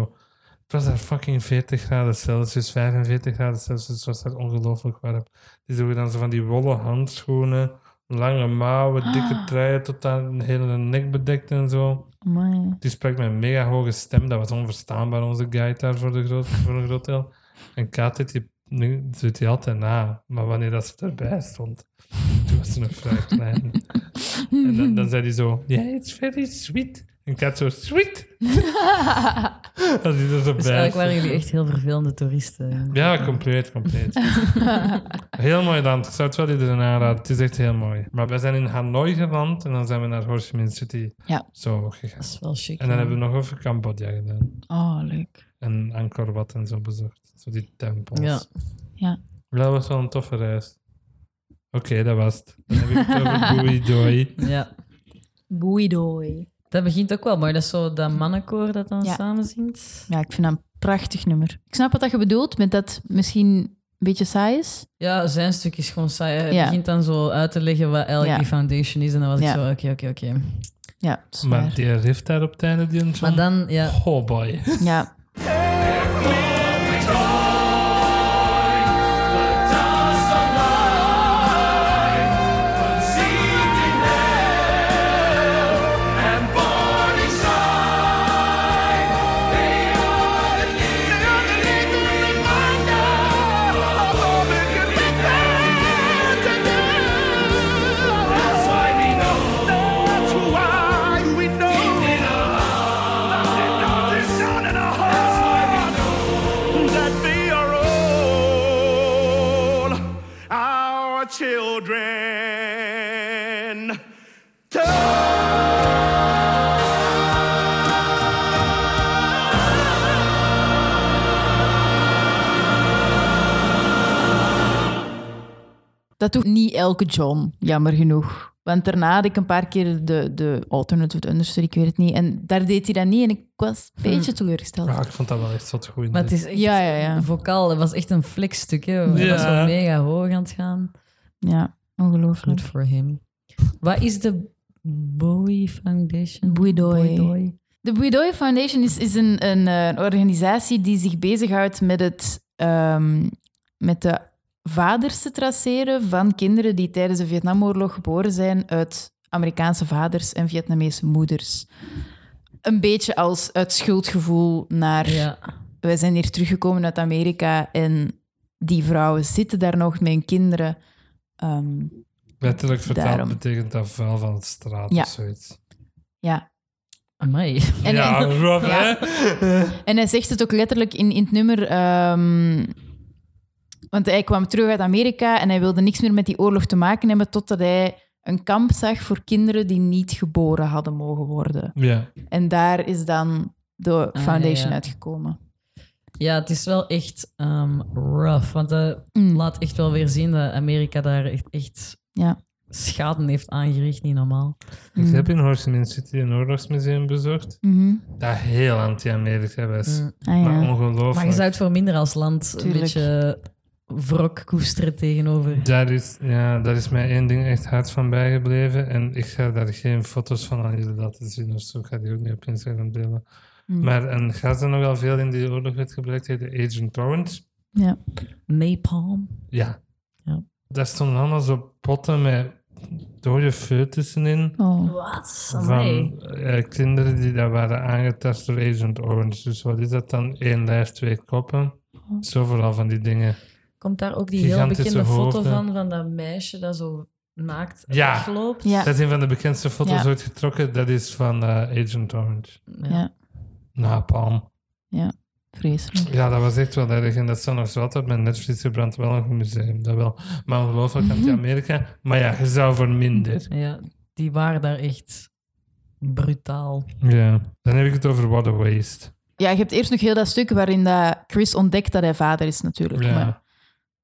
Speaker 1: Het was daar fucking 40 graden Celsius, 45 graden Celsius. Het was daar ongelooflijk warm. Die droegen dan zo van die wollen handschoenen, lange mouwen, dikke truien tot aan hun hele nek bedekt en zo.
Speaker 3: Amai.
Speaker 1: Die sprak met een mega hoge stem. Dat was onverstaanbaar, onze guide daar voor, de groot, voor een groot deel. En Kaat deed die, nu doet die altijd na. Maar wanneer dat ze erbij stond, toen was ze nog vrij klein. en dan, dan zei hij zo, yeah, it's very sweet. En Kaat zo, sweet? Als die er zo
Speaker 2: Dus
Speaker 1: bij
Speaker 2: eigenlijk
Speaker 1: is.
Speaker 2: waren jullie echt heel vervelende toeristen.
Speaker 1: Ja, compleet, compleet. heel mooi land. Ik zou het wel iedereen aanraden. Het is echt heel mooi. Maar we zijn in Hanoi geland en dan zijn we naar Ho Chi Minh City
Speaker 3: Ja.
Speaker 1: zo gegaan.
Speaker 2: Dat is wel chic.
Speaker 1: En dan hebben we nog over Cambodja gedaan.
Speaker 3: Oh, leuk.
Speaker 1: En Angkor Wat en zo bezocht. Zo die tempels.
Speaker 2: Ja.
Speaker 3: Ja.
Speaker 1: Maar Dat was wel een toffe reis. Oké, dat was het. Dan heb ik het over Bui Doi.
Speaker 2: Ja.
Speaker 3: Boeidooi.
Speaker 2: Dat begint ook wel mooi. Dat is zo dat mannenkoor dat dan
Speaker 3: Ja.
Speaker 2: samen zingt.
Speaker 3: Ja, ik vind dat een prachtig nummer. Ik snap wat dat je bedoelt met dat het misschien een beetje saai is.
Speaker 2: Ja, zijn stuk is gewoon saai. Hij
Speaker 3: Ja.
Speaker 2: begint dan zo uit te leggen wat eigenlijk
Speaker 3: Ja.
Speaker 2: die foundation is. En dan was ik
Speaker 3: Ja.
Speaker 2: zo, oké, oké, oké.
Speaker 3: Ja, dat is
Speaker 1: Maar
Speaker 3: waar.
Speaker 1: die riff daar op het einde, die John.
Speaker 2: Maar dan, ja,
Speaker 1: Oh boy.
Speaker 3: Ja,
Speaker 5: That's why we know. That's why we know. Nothing down in our heart. That they are all our children.
Speaker 3: Dat doet niet elke John, jammer genoeg. Want daarna had ik een paar keer de, de alternative understudy, ik weet het niet. En daar deed hij dat niet en ik was een beetje teleurgesteld.
Speaker 1: Ah, ik vond dat wel echt zot goed.
Speaker 2: maar het is echt
Speaker 3: Ja, ja, ja.
Speaker 2: vocaal. Het was echt een flikstuk, hè. Het
Speaker 1: Ja.
Speaker 2: was wel mega hoog aan het gaan.
Speaker 3: Ja, ongelooflijk.
Speaker 2: Good for him. Wat is de Bowie Foundation?
Speaker 3: Boeidooi.
Speaker 2: Boeidooi.
Speaker 3: De Bouidooi Foundation is, is een, een, eh, een organisatie die zich bezighoudt met, het, ehm, met de vaders te traceren van kinderen die tijdens de Vietnamoorlog geboren zijn uit Amerikaanse vaders en Vietnamese moeders. Een beetje als uit schuldgevoel naar
Speaker 2: Ja.
Speaker 3: wij zijn hier teruggekomen uit Amerika en die vrouwen zitten daar nog met hun kinderen. Ehm,
Speaker 1: Letterlijk vertaald
Speaker 3: Daarom.
Speaker 1: betekent dat vuil van de straat
Speaker 3: Ja.
Speaker 1: of zoiets.
Speaker 3: ja.
Speaker 2: Amai.
Speaker 3: En,
Speaker 1: ja,
Speaker 3: en,
Speaker 1: rough,
Speaker 3: ja.
Speaker 1: hè?
Speaker 3: en hij zegt het ook letterlijk in, in het nummer. ehm, want hij kwam terug uit Amerika en hij wilde niks meer met die oorlog te maken hebben totdat hij een kamp zag voor kinderen die niet geboren hadden mogen worden.
Speaker 1: Ja.
Speaker 3: En daar is dan de
Speaker 2: Ah, ja,
Speaker 3: foundation
Speaker 2: ja.
Speaker 3: uitgekomen.
Speaker 2: Ja, het is wel echt ehm, rough. Want dat
Speaker 3: Mm.
Speaker 2: laat echt wel weer zien dat Amerika daar echt, echt
Speaker 3: Ja.
Speaker 2: schade heeft aangericht. Niet normaal.
Speaker 1: Ik heb in Ho Chi Minh City een oorlogsmuseum bezocht.
Speaker 3: Mhm.
Speaker 1: Dat heel anti-Amerika was.
Speaker 2: Mm.
Speaker 3: Ah, ja.
Speaker 1: Maar
Speaker 2: Maar je
Speaker 1: ongelooflijk.
Speaker 2: zou het voor minder als land een
Speaker 3: Tuurlijk.
Speaker 2: beetje eh, wrok koesteren tegenover.
Speaker 1: Daar is, ja, daar is mij één ding echt hard van bijgebleven. En ik ga daar geen foto's van aan jullie laten zien of zo. Ik ga die ook niet op Instagram delen.
Speaker 3: Mm.
Speaker 1: Maar een gast dat nog wel veel in die oorlog werd gebruikt, heette Agent Orange.
Speaker 3: ja.
Speaker 2: Napalm.
Speaker 1: Ja.
Speaker 2: Ja.
Speaker 1: Daar stonden allemaal zo potten met dode foetussen in.
Speaker 3: Oh.
Speaker 2: Wat?
Speaker 1: Van eh, kinderen die daar waren aangetast door Agent Orange. Dus wat is dat dan? Eén lijf, twee koppen.
Speaker 3: Oh.
Speaker 1: Zo vooral van die dingen.
Speaker 2: Komt daar ook die heel
Speaker 1: Gigantische
Speaker 2: bekende foto
Speaker 1: hoofden.
Speaker 2: van, van dat meisje dat zo naakt
Speaker 1: Ja.
Speaker 2: wegloopt?
Speaker 3: Ja.
Speaker 1: Dat is een van de bekendste foto's
Speaker 3: Ja.
Speaker 1: ooit getrokken. Dat is van eh, Agent Orange.
Speaker 3: Ja.
Speaker 1: Napalm.
Speaker 3: Vreselijk.
Speaker 1: Ja, dat was echt wel erg. En dat staat nog zo altijd met Netflix gebrand. Wel een goed museum, dat wel. Maar ongelooflijk
Speaker 3: Mhm.
Speaker 1: anti-Amerika. Maar ja, je zou voor minder.
Speaker 2: Ja, die waren daar echt brutaal.
Speaker 1: Ja. Dan heb ik het over What a Waste.
Speaker 3: Ja, je hebt eerst nog heel dat stuk waarin dat Chris ontdekt dat hij vader is natuurlijk. Maar
Speaker 1: Ja.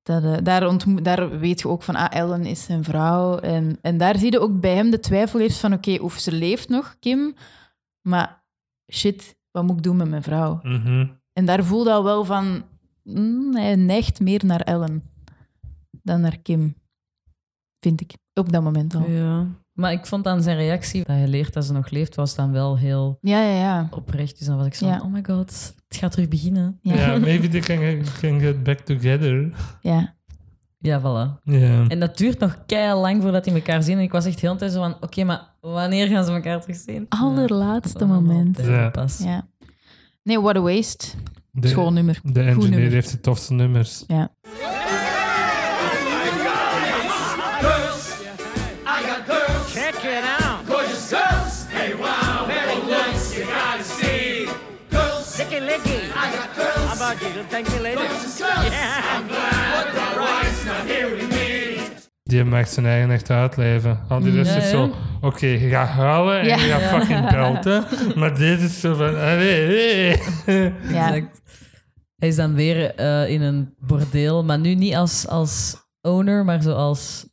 Speaker 3: Dat, eh, daar, ontmo- daar weet je ook van, ah, Ellen is zijn vrouw. En, en daar zie je ook bij hem de twijfel eerst van, oké, of ze leeft nog, Kim. Maar shit, wat moet ik doen met mijn vrouw?
Speaker 1: Mhm.
Speaker 3: En daar voelde al wel van, mm, hij neigt meer naar Ellen dan naar Kim. Vind ik. Op dat moment al.
Speaker 2: Ja. Maar ik vond aan zijn reactie dat hij leert dat ze nog leeft, was dan wel heel
Speaker 3: Ja, ja, ja.
Speaker 2: oprecht. Dus dan was ik zo,
Speaker 3: Ja.
Speaker 2: oh my god, het gaat terug beginnen.
Speaker 1: Ja,
Speaker 3: Ja.
Speaker 1: maybe they can, can get back together.
Speaker 3: Ja,
Speaker 2: Ja, voilà.
Speaker 1: Ja.
Speaker 2: En dat duurt nog keihard lang voordat die elkaar zien. En ik was echt heel de tijd zo van, oké, maar wanneer gaan ze elkaar terugzien?
Speaker 3: allerlaatste
Speaker 2: Ja.
Speaker 3: moment.
Speaker 1: Ja.
Speaker 2: Pas.
Speaker 3: Ja. Nee, what a waste.
Speaker 1: De-
Speaker 3: Schoon nummer.
Speaker 1: De
Speaker 3: Goed
Speaker 1: engineer
Speaker 3: nummer.
Speaker 1: heeft de tofste nummers.
Speaker 3: Ja.
Speaker 4: Girls, I got girls,
Speaker 5: Check it out.
Speaker 4: gorgeous girls. Hey, wow, very nice, you gotta see. Girls,
Speaker 5: Lick it, Oh, Jesus, thank you, lady. Yeah.
Speaker 1: Die mag zijn eigen echt uitleven. Al die rest is
Speaker 2: Nee.
Speaker 1: zo... Oké, je gaat huilen en
Speaker 3: Ja.
Speaker 1: je gaat fucking belten. maar deze is zo van... eh, Allee, allee.
Speaker 3: Ja.
Speaker 2: Exact. Dus Hij is dan weer eh, in een bordeel, maar nu niet als, als owner, maar zoals...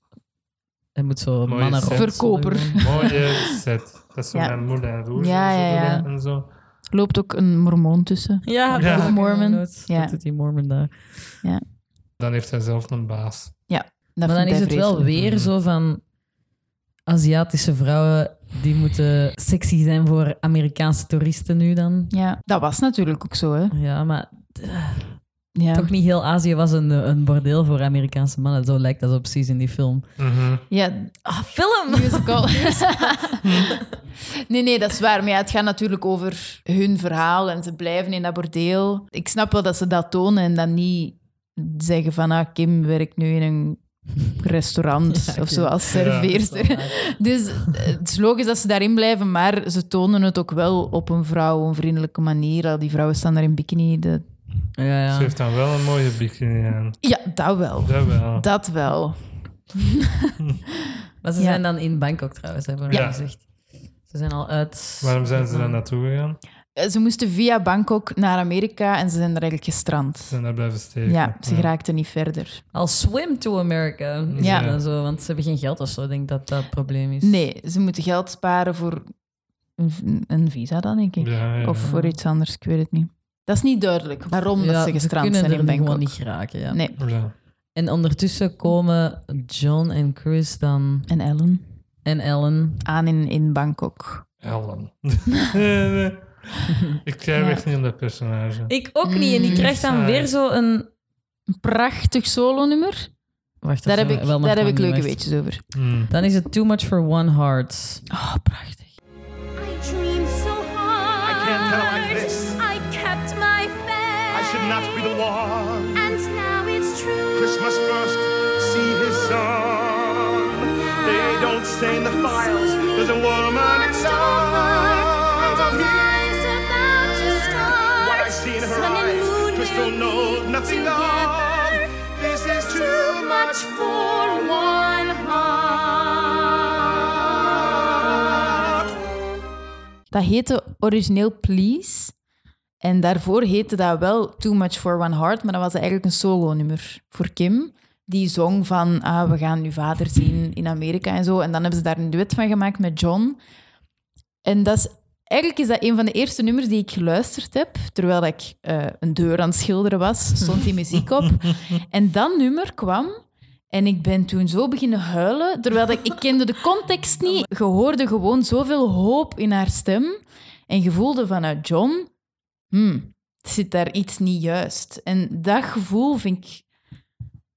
Speaker 2: Hij moet zo
Speaker 1: Mooie
Speaker 2: mannen
Speaker 1: set.
Speaker 3: Verkoper.
Speaker 2: rondzoeken.
Speaker 1: Mooie set. Dat is zo
Speaker 3: Ja.
Speaker 1: mijn moeder en roer.
Speaker 3: Ja, ja, ja.
Speaker 1: En zo.
Speaker 3: Loopt ook een mormoon tussen.
Speaker 2: Ja,
Speaker 1: Ja.
Speaker 2: ja.
Speaker 3: Mormon. Ja.
Speaker 2: Dat doet die Mormon daar.
Speaker 1: Dan heeft hij zelf een baas.
Speaker 3: Dat
Speaker 2: maar dan
Speaker 3: vindt
Speaker 2: is
Speaker 3: hij
Speaker 2: het wel
Speaker 3: vreselijk.
Speaker 2: weer zo van... Aziatische vrouwen, die moeten sexy zijn voor Amerikaanse toeristen nu dan.
Speaker 3: Ja, dat was natuurlijk ook zo, hè.
Speaker 2: Ja, maar
Speaker 3: Ja.
Speaker 2: toch niet heel Azië was een, een bordeel voor Amerikaanse mannen. Zo lijkt dat zo precies in die film.
Speaker 1: Mhm.
Speaker 3: ja,
Speaker 2: Ah, film!
Speaker 3: musical. nee, nee, dat is waar. Maar ja, het gaat natuurlijk over hun verhaal en ze blijven in dat bordeel. Ik snap wel dat ze dat tonen en dan niet zeggen van ah, Kim werkt nu in een restaurant
Speaker 2: Ja,
Speaker 3: of
Speaker 2: Kim.
Speaker 3: zo als serveerster. Dus eh, het is logisch dat ze daarin blijven, maar ze tonen het ook wel op een vrouwenvriendelijke manier. Al die vrouwen staan daar in bikini. de-
Speaker 1: Ze
Speaker 2: Ja, ja.
Speaker 1: heeft dan wel een mooie bikini aan.
Speaker 3: Ja, dat wel.
Speaker 1: Dat wel.
Speaker 3: Dat wel.
Speaker 2: Maar ze
Speaker 3: Ja.
Speaker 2: zijn dan in Bangkok trouwens, hebben we
Speaker 1: Ja.
Speaker 2: gezegd. Ze zijn al uit...
Speaker 1: Waarom zijn ze daar naartoe gegaan? Ze
Speaker 3: Eh, Ze moesten via Bangkok naar Amerika en ze zijn daar eigenlijk gestrand.
Speaker 1: zijn daar blijven steken.
Speaker 3: Ja, ze geraakten niet verder.
Speaker 2: Al swim to America. is
Speaker 3: Ja.
Speaker 2: het dan zo, want ze hebben geen geld of zo. Ik denk dat dat het probleem is.
Speaker 3: Nee, ze moeten geld sparen voor een, v- een visa dan, denk ik.
Speaker 1: Ja, ja.
Speaker 3: Of voor iets anders, ik weet het niet. Dat is niet duidelijk waarom dat ze gestrand
Speaker 2: kunnen
Speaker 3: zijn
Speaker 2: er
Speaker 3: in Bangkok.
Speaker 2: gewoon niet geraken, ja.
Speaker 3: Nee,
Speaker 1: Ja.
Speaker 2: En ondertussen komen John en Chris dan...
Speaker 3: en Ellen.
Speaker 2: En Ellen.
Speaker 3: Aan in, in Bangkok.
Speaker 1: Ellen. Nee, nee. Ik krijg
Speaker 3: Ja.
Speaker 1: echt niet om dat personage.
Speaker 2: Ik ook niet.
Speaker 3: Mm.
Speaker 2: En die krijgt dan
Speaker 1: Saai.
Speaker 2: weer zo een...
Speaker 3: Een prachtig solo-nummer.
Speaker 2: Wacht,
Speaker 3: Daar
Speaker 2: dat
Speaker 3: heb
Speaker 2: is
Speaker 3: ik,
Speaker 2: wel nog
Speaker 3: daar heb
Speaker 2: van
Speaker 3: ik
Speaker 2: die
Speaker 3: leuke
Speaker 2: wacht.
Speaker 3: weetjes over.
Speaker 1: Hmm.
Speaker 2: Dan is het Too Much for One Heart.
Speaker 3: Oh, prachtig.
Speaker 6: I dreamed so hard.
Speaker 5: I can't tell like this.
Speaker 6: I kept my faith.
Speaker 5: I should not be the one.
Speaker 6: And now it's true.
Speaker 5: Christmas first, see his son. They don't stay in the files. There's a woman
Speaker 6: Watched
Speaker 5: inside
Speaker 6: over
Speaker 5: of
Speaker 6: and
Speaker 5: him.
Speaker 6: life's about to start.
Speaker 5: What I see in her
Speaker 6: Sun and
Speaker 5: eyes,
Speaker 6: moon
Speaker 5: just
Speaker 6: will
Speaker 5: don't know
Speaker 6: be
Speaker 5: nothing of.
Speaker 6: together.
Speaker 5: This is
Speaker 6: Too much for one heart.
Speaker 3: Dat heette origineel Please. En daarvoor heette dat wel Too Much For One Heart, maar dat was eigenlijk een solo-nummer voor Kim. Die zong van, ah, we gaan uw vader zien in Amerika en zo. En dan hebben ze daar een duet van gemaakt met John. En dat is, eigenlijk is dat een van de eerste nummers die ik geluisterd heb. Terwijl ik eh, een deur aan het schilderen was, stond die muziek op. En dat nummer kwam en ik ben toen zo beginnen huilen, terwijl ik, ik kende de context niet. Je hoorde gewoon zoveel hoop in haar stem. En je voelde vanuit John, hmm, zit daar iets niet juist. En dat gevoel vind ik,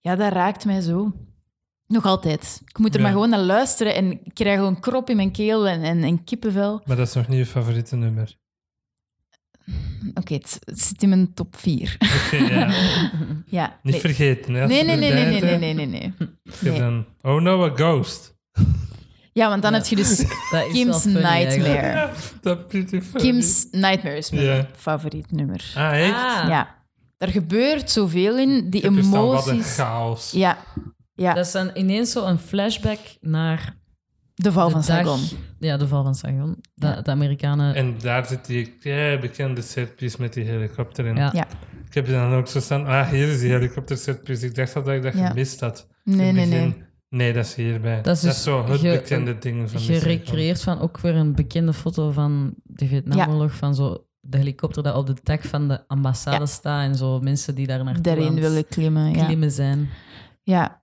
Speaker 3: ja, dat raakt mij zo. Nog altijd. Ik moet er
Speaker 1: Ja.
Speaker 3: maar gewoon naar luisteren en ik krijg gewoon krop in mijn keel en, en, en kippenvel.
Speaker 1: Maar dat is nog niet je favoriete nummer.
Speaker 3: Oké, het, het zit in mijn top 4.
Speaker 1: Oké, ja.
Speaker 3: ja.
Speaker 1: Niet
Speaker 3: nee.
Speaker 1: vergeten. Hè, als
Speaker 3: Nee,
Speaker 1: je
Speaker 3: nee, nee, nee,
Speaker 1: erbij
Speaker 3: nee,
Speaker 1: bent,
Speaker 3: nee, nee, nee, nee.
Speaker 1: je hebt dan, oh no, a ghost.
Speaker 3: Ja, want dan
Speaker 2: Ja.
Speaker 3: heb je dus
Speaker 2: Dat is wel
Speaker 3: Kim's
Speaker 2: funny eigenlijk.
Speaker 3: Nightmare.
Speaker 1: Dat pretty funny.
Speaker 3: Kim's Nightmare is mijn
Speaker 1: Ja.
Speaker 3: favoriet nummer.
Speaker 1: Ah, echt?
Speaker 2: Ah,
Speaker 3: Ja. Daar gebeurt zoveel in. Die
Speaker 1: Ik heb dus dan Wat een
Speaker 3: emoties.
Speaker 1: chaos.
Speaker 3: Ja. ja.
Speaker 2: Dat is dan ineens zo een flashback naar
Speaker 3: De val
Speaker 2: de
Speaker 3: van
Speaker 2: dag-
Speaker 3: Saigon.
Speaker 2: Ja, de val van Saigon. De, de Amerikanen...
Speaker 1: En daar zit die eh, bekende setpiece met die helikopter in.
Speaker 2: Ja.
Speaker 3: Ja.
Speaker 1: Ik heb dan ook zo staan, ah, hier is die helikopter setpiece. Ik dacht al dat ik dat
Speaker 3: Ja.
Speaker 1: gemist had.
Speaker 3: Nee,
Speaker 1: In het
Speaker 3: nee,
Speaker 1: begin.
Speaker 3: nee.
Speaker 1: Nee, dat is hierbij.
Speaker 2: Dat is dus
Speaker 1: zo het
Speaker 2: ge-
Speaker 1: bekende ding van die
Speaker 2: gerecreëerd van ook weer een bekende foto van de Vietnamoorlog. Van zo de helikopter dat op de tak van de ambassade
Speaker 3: Ja.
Speaker 2: staat. En zo mensen die daar naartoe aan
Speaker 3: Daarin
Speaker 2: het
Speaker 3: wil ik klimmen. Ja.
Speaker 2: klimmen zijn.
Speaker 3: ja.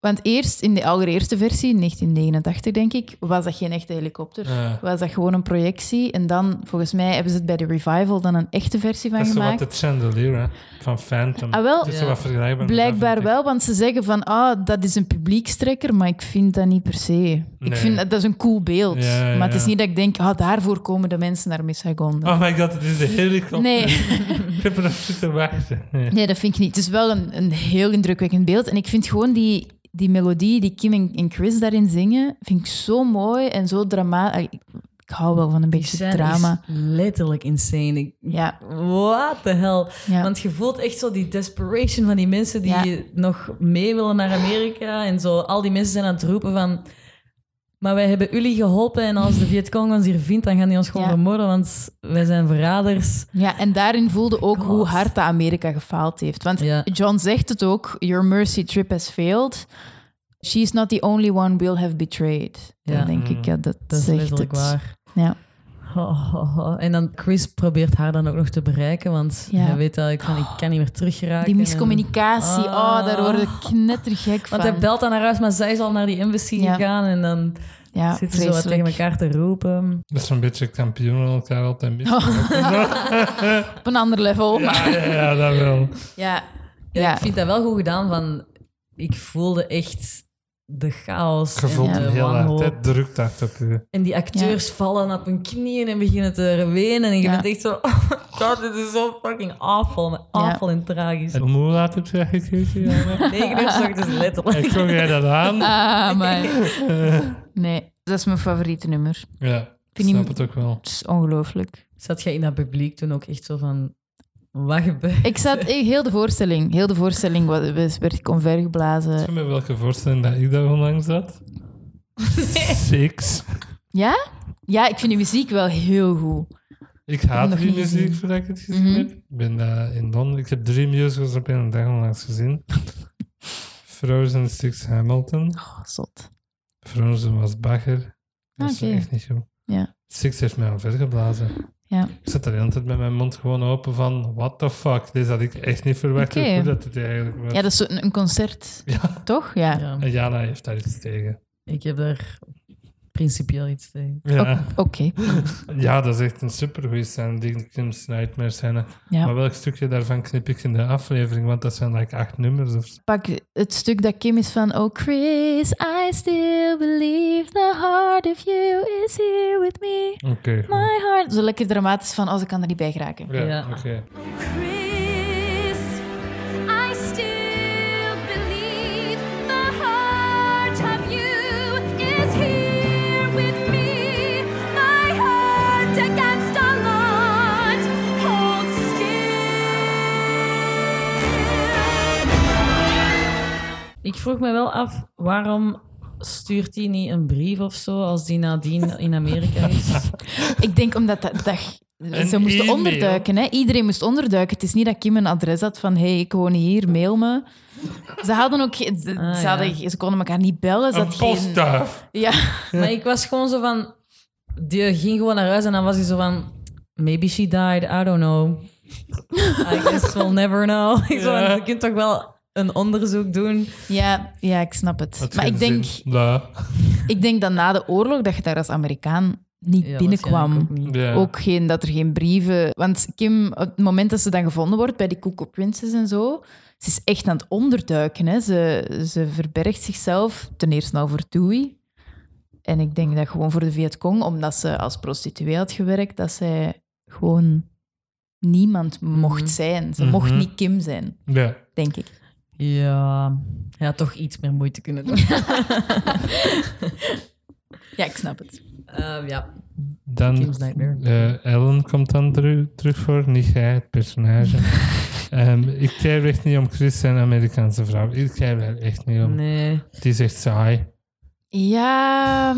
Speaker 3: Want eerst, in de allereerste versie, in 1989 denk ik, was dat geen echte helikopter.
Speaker 1: Ja.
Speaker 3: Was dat gewoon een projectie. En dan, volgens mij, hebben ze het bij de revival dan een echte versie van
Speaker 1: Dat is zo wat
Speaker 3: gemaakt.
Speaker 1: de chandelier hè, van Phantom.
Speaker 3: Ah, wel.
Speaker 1: Het is zo
Speaker 2: Ja.
Speaker 1: wat vergelijkbaar. met dat,
Speaker 3: Blijkbaar
Speaker 1: vind ik.
Speaker 3: wel, want ze zeggen van ah, dat is een publiekstrekker, maar ik vind dat niet per se. Ik
Speaker 1: Nee.
Speaker 3: vind dat, dat is een cool beeld.
Speaker 1: Ja, ja,
Speaker 3: maar het is
Speaker 1: ja.
Speaker 3: niet dat ik denk, ah, daarvoor komen de mensen naar Missagon.
Speaker 1: Oh my god, het is de helikopter.
Speaker 3: nee,
Speaker 1: Ik heb erop zitten wachten. Ja.
Speaker 3: nee, dat vind ik niet. Het is wel een, een heel indrukwekkend beeld. En ik vind gewoon die, die melodie die Kim en, en Chris daarin zingen, vind Ah, ik zo mooi en zo dramatisch. Ik Ik hou wel van een
Speaker 2: Die
Speaker 3: beetje
Speaker 2: scène
Speaker 3: drama.
Speaker 2: is letterlijk insane. Ik,
Speaker 3: Ja,
Speaker 2: what the hell?
Speaker 3: ja.
Speaker 2: Want je voelt echt zo die desperation van die mensen die
Speaker 3: Ja.
Speaker 2: nog mee willen naar Amerika. En zo, al die mensen zijn aan het roepen van... Maar wij hebben jullie geholpen en als de Vietcong ons hier vindt, dan gaan die ons gewoon
Speaker 3: Ja.
Speaker 2: vermoorden, want wij zijn verraders.
Speaker 3: ja, en daarin voelde ook
Speaker 2: God.
Speaker 3: hoe hard dat Amerika gefaald heeft. Want
Speaker 2: Ja.
Speaker 3: John zegt het ook, your mercy trip has failed. She's not the only one we'll have betrayed.
Speaker 2: Ja.
Speaker 3: Dan denk ik, ja, dat,
Speaker 2: Dat is
Speaker 3: zegt
Speaker 2: letterlijk
Speaker 3: het.
Speaker 2: waar.
Speaker 3: Ja.
Speaker 2: Ho, ho, ho. En dan Chris probeert haar dan ook nog te bereiken, want
Speaker 3: Ja.
Speaker 2: hij weet eigenlijk van, ik kan niet meer teruggeraken.
Speaker 3: Die
Speaker 2: en-
Speaker 3: miscommunicatie,
Speaker 2: Ah.
Speaker 3: oh, daar word ik knettergek van.
Speaker 2: Want hij belt aan haar huis, maar zij is al naar die embassy
Speaker 3: Ja.
Speaker 2: gegaan en dan
Speaker 3: ja,
Speaker 2: zitten ze zo wat
Speaker 3: vreselijk.
Speaker 2: tegen elkaar te roepen.
Speaker 1: Dat is een beetje kampioen elkaar altijd mis.
Speaker 3: Op een ander level. maar-
Speaker 1: Ja, ja, ja, dat wel.
Speaker 3: Ja.
Speaker 2: Ja,
Speaker 3: Ja.
Speaker 2: Ik vind dat wel goed gedaan. Van, ik voelde echt de chaos
Speaker 1: Je voelt
Speaker 2: en
Speaker 1: hem
Speaker 2: de
Speaker 1: heel hard.
Speaker 2: wanhoop.
Speaker 1: hè. Drukt hard op je.
Speaker 2: En die acteurs vallen op hun knieën en beginnen te wenen. En je
Speaker 3: Ja.
Speaker 2: bent echt zo... Oh my god, dit is zo fucking awful. maar Awful en tragisch.
Speaker 1: En hoe laat heb je gekeken? Jana?
Speaker 2: Negen uur 's ochtends
Speaker 1: En
Speaker 2: letterlijk.
Speaker 1: kon jij dat aan?
Speaker 3: Ah, maar... Nee, dat is mijn favoriete nummer.
Speaker 1: Ja, ik
Speaker 3: Vind je-
Speaker 1: snap het ook wel.
Speaker 3: Het is ongelooflijk.
Speaker 2: Zat jij in dat publiek toen ook echt zo van... Wat gebeurt?
Speaker 3: Ik zat eh, heel de voorstelling. Heel de voorstelling wa- was- werd ik omvergeblazen.
Speaker 1: Weet je met welke voorstelling dat ik daar onlangs zat? Six.
Speaker 3: Ja? Ja, ik vind die muziek wel heel goed.
Speaker 1: Ik
Speaker 3: hem
Speaker 1: haat
Speaker 3: nog
Speaker 1: die
Speaker 3: niet
Speaker 1: muziek
Speaker 3: gezien.
Speaker 1: voordat ik het gezien
Speaker 3: Mhm.
Speaker 1: heb. Ik ben eh, in Londen. Ik heb drie musicals op één dag onlangs gezien. Frozen, Six, Hamilton.
Speaker 3: Oh, zot.
Speaker 1: Frozen was bagger. Dat is
Speaker 3: Ah, Oké.
Speaker 1: echt niet goed.
Speaker 3: Ja.
Speaker 1: Six heeft mij vergeblazen.
Speaker 3: Ja.
Speaker 1: Ik zat de hele tijd met mijn mond gewoon open van... What the fuck? Dit had ik echt niet verwacht
Speaker 3: Oké.
Speaker 1: hoe goed dat het eigenlijk was.
Speaker 3: Ja, dat is zo een, een concert.
Speaker 1: Ja.
Speaker 3: Toch? Ja.
Speaker 2: Ja,
Speaker 1: En Jana heeft daar iets tegen.
Speaker 2: ik heb daar principieel iets tegen.
Speaker 1: Ja,
Speaker 3: Oké.
Speaker 1: ja dat is echt een supergoeie scène. Die Kim's Nightmare scène.
Speaker 3: Ja.
Speaker 1: Maar welk stukje daarvan knip ik in de aflevering? Want dat zijn like acht nummers of zo.
Speaker 3: Pak het stuk dat Kim is van... Oh, Chris, I still believe the heart of you is here with me.
Speaker 1: Oké, goed.
Speaker 3: My heart. Zo lekker dramatisch van... Oh, ze kan er niet bij geraken.
Speaker 1: Ja,
Speaker 2: Ja.
Speaker 1: oké.
Speaker 6: Chris, I still believe the heart of you is here with me. My heart against a lot holds still.
Speaker 2: Ik vroeg me wel af, waarom stuurt hij niet een brief of zo als die nadien in Amerika is?
Speaker 3: Ik denk omdat dat... dat ze moesten
Speaker 1: e-mail.
Speaker 3: onderduiken. Hè? Iedereen moest onderduiken. Het is niet dat Kim een adres had van... hey, ik woon hier, mail me. Ze hadden ook... geen- Ze,
Speaker 2: Ah,
Speaker 3: ze hadden, ze konden elkaar niet bellen. Ze
Speaker 1: Een
Speaker 3: had geen-
Speaker 1: postduif.
Speaker 3: Ja.
Speaker 2: Maar ik was gewoon zo van... Die ging gewoon naar huis en dan was hij zo van... Maybe she died, I don't know. I guess we'll never know. Ik zo van,
Speaker 1: Ja.
Speaker 2: je kunt toch wel een onderzoek doen?
Speaker 3: Ja, ja, ik snap het.
Speaker 1: Had
Speaker 3: maar
Speaker 1: geen
Speaker 3: ik denk,
Speaker 1: zin. Ja.
Speaker 3: ik denk dat na de oorlog dat je daar als Amerikaan niet
Speaker 2: Ja,
Speaker 3: binnenkwam.
Speaker 2: waarschijnlijk
Speaker 3: Ook,
Speaker 2: ook niet.
Speaker 1: Ja.
Speaker 3: geen, dat er geen brieven... Want Kim, op het moment dat ze dan gevonden wordt bij die Cocoa Princess en zo... Ze is echt aan het onderduiken. Hè. Ze, ze verbergt zichzelf ten eerste al voor Dewey. En ik denk dat gewoon voor de Vietcong, omdat ze als prostituee had gewerkt, dat zij gewoon niemand mocht
Speaker 2: Mhm.
Speaker 3: zijn. Ze
Speaker 1: Mhm.
Speaker 3: mocht niet Kim zijn,
Speaker 1: ja.
Speaker 3: denk ik.
Speaker 2: Ja, hij had toch iets meer moeite kunnen doen.
Speaker 3: Ja, ik snap het.
Speaker 2: Eh, ja,
Speaker 1: Dan,
Speaker 2: Kim's Nightmare.
Speaker 1: eh, Ellen komt dan teru- terug voor, niet jij, het personage. Ehm, ik krijg echt niet om Chris zijn Amerikaanse vrouw. Ik krijg er echt niet om.
Speaker 2: Nee.
Speaker 1: Het is echt saai.
Speaker 3: Ja,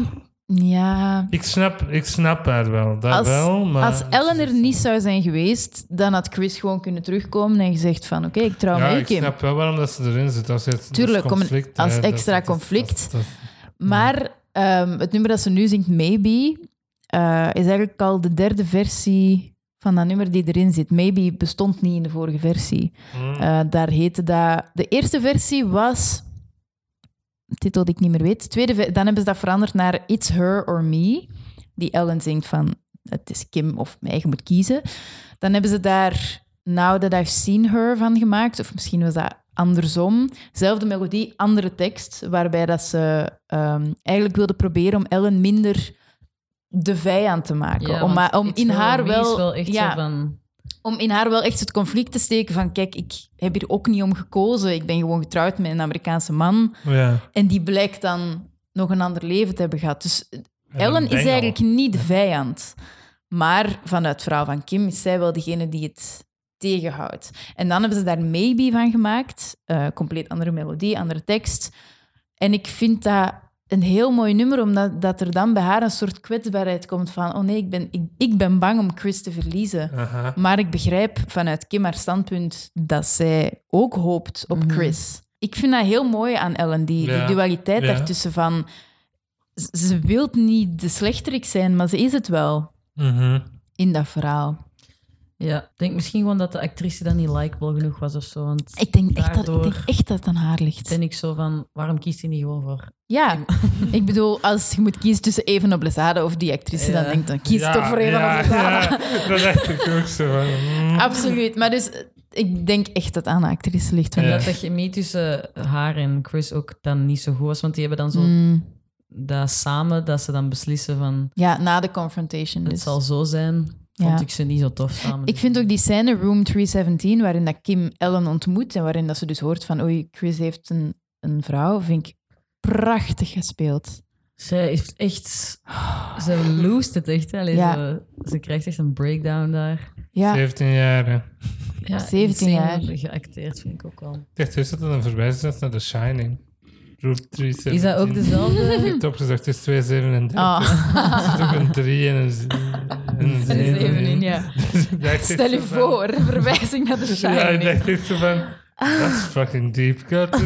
Speaker 3: ja...
Speaker 1: Ik snap, ik snap haar wel, dat
Speaker 3: Als-
Speaker 1: wel, maar...
Speaker 3: Als Ellen er niet zou zijn geweest, dan had Chris gewoon kunnen terugkomen en gezegd van oké, ik trouw
Speaker 1: Ja,
Speaker 3: mee,
Speaker 1: ik
Speaker 3: Kim.
Speaker 1: snap wel waarom dat ze erin zit. Als het,
Speaker 3: Tuurlijk,
Speaker 1: dat
Speaker 3: kom-
Speaker 1: conflict,
Speaker 3: als
Speaker 1: hè, dat-
Speaker 3: extra
Speaker 1: dat is- dat-
Speaker 3: conflict.
Speaker 1: dat-
Speaker 3: Maar
Speaker 1: Mhm.
Speaker 3: ehm, het nummer dat ze nu zingt, Maybe, eh, is eigenlijk al de derde versie van dat nummer die erin zit. Maybe bestond niet in de vorige versie.
Speaker 1: Mm.
Speaker 3: Eh, daar heette dat... De eerste versie was... Titel die ik niet meer weet. Tweede, ve- dan hebben ze dat veranderd naar It's Her or Me. Die Ellen zingt van... Het is Kim of mij, je moet kiezen. Dan hebben ze daar Now That I've Seen Her van gemaakt. Of misschien was dat andersom. Zelfde melodie, andere tekst. Waarbij dat ze ehm, eigenlijk wilden proberen om Ellen minder de vijand te maken.
Speaker 2: Ja,
Speaker 3: om
Speaker 2: want
Speaker 3: maar- om
Speaker 2: It's
Speaker 3: in
Speaker 2: Her
Speaker 3: haar
Speaker 2: Me
Speaker 3: wel...
Speaker 2: Is wel echt
Speaker 3: ja,
Speaker 2: zo van...
Speaker 3: om in haar wel echt het conflict te steken van kijk, ik heb hier ook niet om gekozen. Ik ben gewoon getrouwd met een Amerikaanse man.
Speaker 1: Ja.
Speaker 3: En die blijkt dan nog een ander leven te hebben gehad. Dus
Speaker 1: En
Speaker 3: Ellen
Speaker 1: een
Speaker 3: is
Speaker 1: bengel.
Speaker 3: eigenlijk niet de vijand. Maar vanuit vrouw van Kim is zij wel degene die het tegenhoudt. En dan hebben ze daar Maybe van gemaakt. Eh, compleet andere melodie, andere tekst. En ik vind dat een heel mooi nummer, omdat dat er dan bij haar een soort kwetsbaarheid komt van oh nee, ik ben, ik, ik ben bang om Chris te verliezen.
Speaker 1: Aha.
Speaker 3: Maar ik begrijp vanuit Kim haar standpunt dat zij ook hoopt op
Speaker 2: Mhm.
Speaker 3: Chris. Ik vind dat heel mooi aan Ellen, die,
Speaker 1: Ja.
Speaker 3: die dualiteit
Speaker 1: Ja.
Speaker 3: daartussen van... z- Ze wil niet de slechterik zijn, maar ze is het wel
Speaker 1: Mhm.
Speaker 3: in dat verhaal.
Speaker 2: Ja, ik denk misschien gewoon dat de actrice dan niet likable genoeg was of zo. Want
Speaker 3: Ik denk echt, dat, ik
Speaker 2: Daardoor-
Speaker 3: denk echt dat het aan haar ligt.
Speaker 2: ben ik zo van, waarom kiest hij niet gewoon voor?
Speaker 3: Ja, ik bedoel, als je moet kiezen tussen Even op Blessade of die actrice,
Speaker 2: Ja.
Speaker 3: dan denk ik, dan kies
Speaker 1: Ja,
Speaker 3: toch voor Even
Speaker 1: ja,
Speaker 3: op Blessade.
Speaker 1: ja. dat dacht ik ook zo. van, mm.
Speaker 3: Absoluut. Maar dus, eh, ik denk echt dat het aan de actrice ligt.
Speaker 2: En
Speaker 1: Ja.
Speaker 2: dat de chemie tussen haar en Chris ook dan niet zo goed was. Want die hebben dan zo
Speaker 3: Mm.
Speaker 2: dat samen dat ze dan beslissen van,
Speaker 3: Ja, na de confrontation.
Speaker 2: het
Speaker 3: dus.
Speaker 2: zal zo zijn.
Speaker 3: Ja.
Speaker 2: Vond ik ze niet zo tof samen.
Speaker 3: Ik vind ook die scène, Room 317, waarin dat Kim Ellen ontmoet en waarin dat ze dus hoort van oei, Chris heeft een, een vrouw, vind ik prachtig gespeeld.
Speaker 2: Zij heeft echt... Ze loest het echt. Hè? Allee,
Speaker 3: Ja.
Speaker 2: ze, ze krijgt echt een breakdown daar.
Speaker 3: Ja,
Speaker 1: 17 jaar. hè.
Speaker 2: Ja,
Speaker 3: 17 jaar.
Speaker 2: insane Geacteerd vind ik ook wel.
Speaker 1: Ik dacht eerst dat het een verwijzing was naar The Shining. Route 317.
Speaker 2: Is dat ook
Speaker 1: Ik
Speaker 2: dezelfde?
Speaker 1: heb het opgezocht, het is 237.
Speaker 3: Ah,
Speaker 1: Er zit ook een 3 en een z- en een
Speaker 3: dat is
Speaker 1: 7
Speaker 3: even in,
Speaker 1: in.
Speaker 3: ja.
Speaker 1: Dus ik dacht
Speaker 3: Stel je
Speaker 1: echt zo van-
Speaker 3: voor, verwijzing naar de
Speaker 1: Ja, ik
Speaker 3: Shining.
Speaker 1: dacht echt zo van... That's fucking deep cut.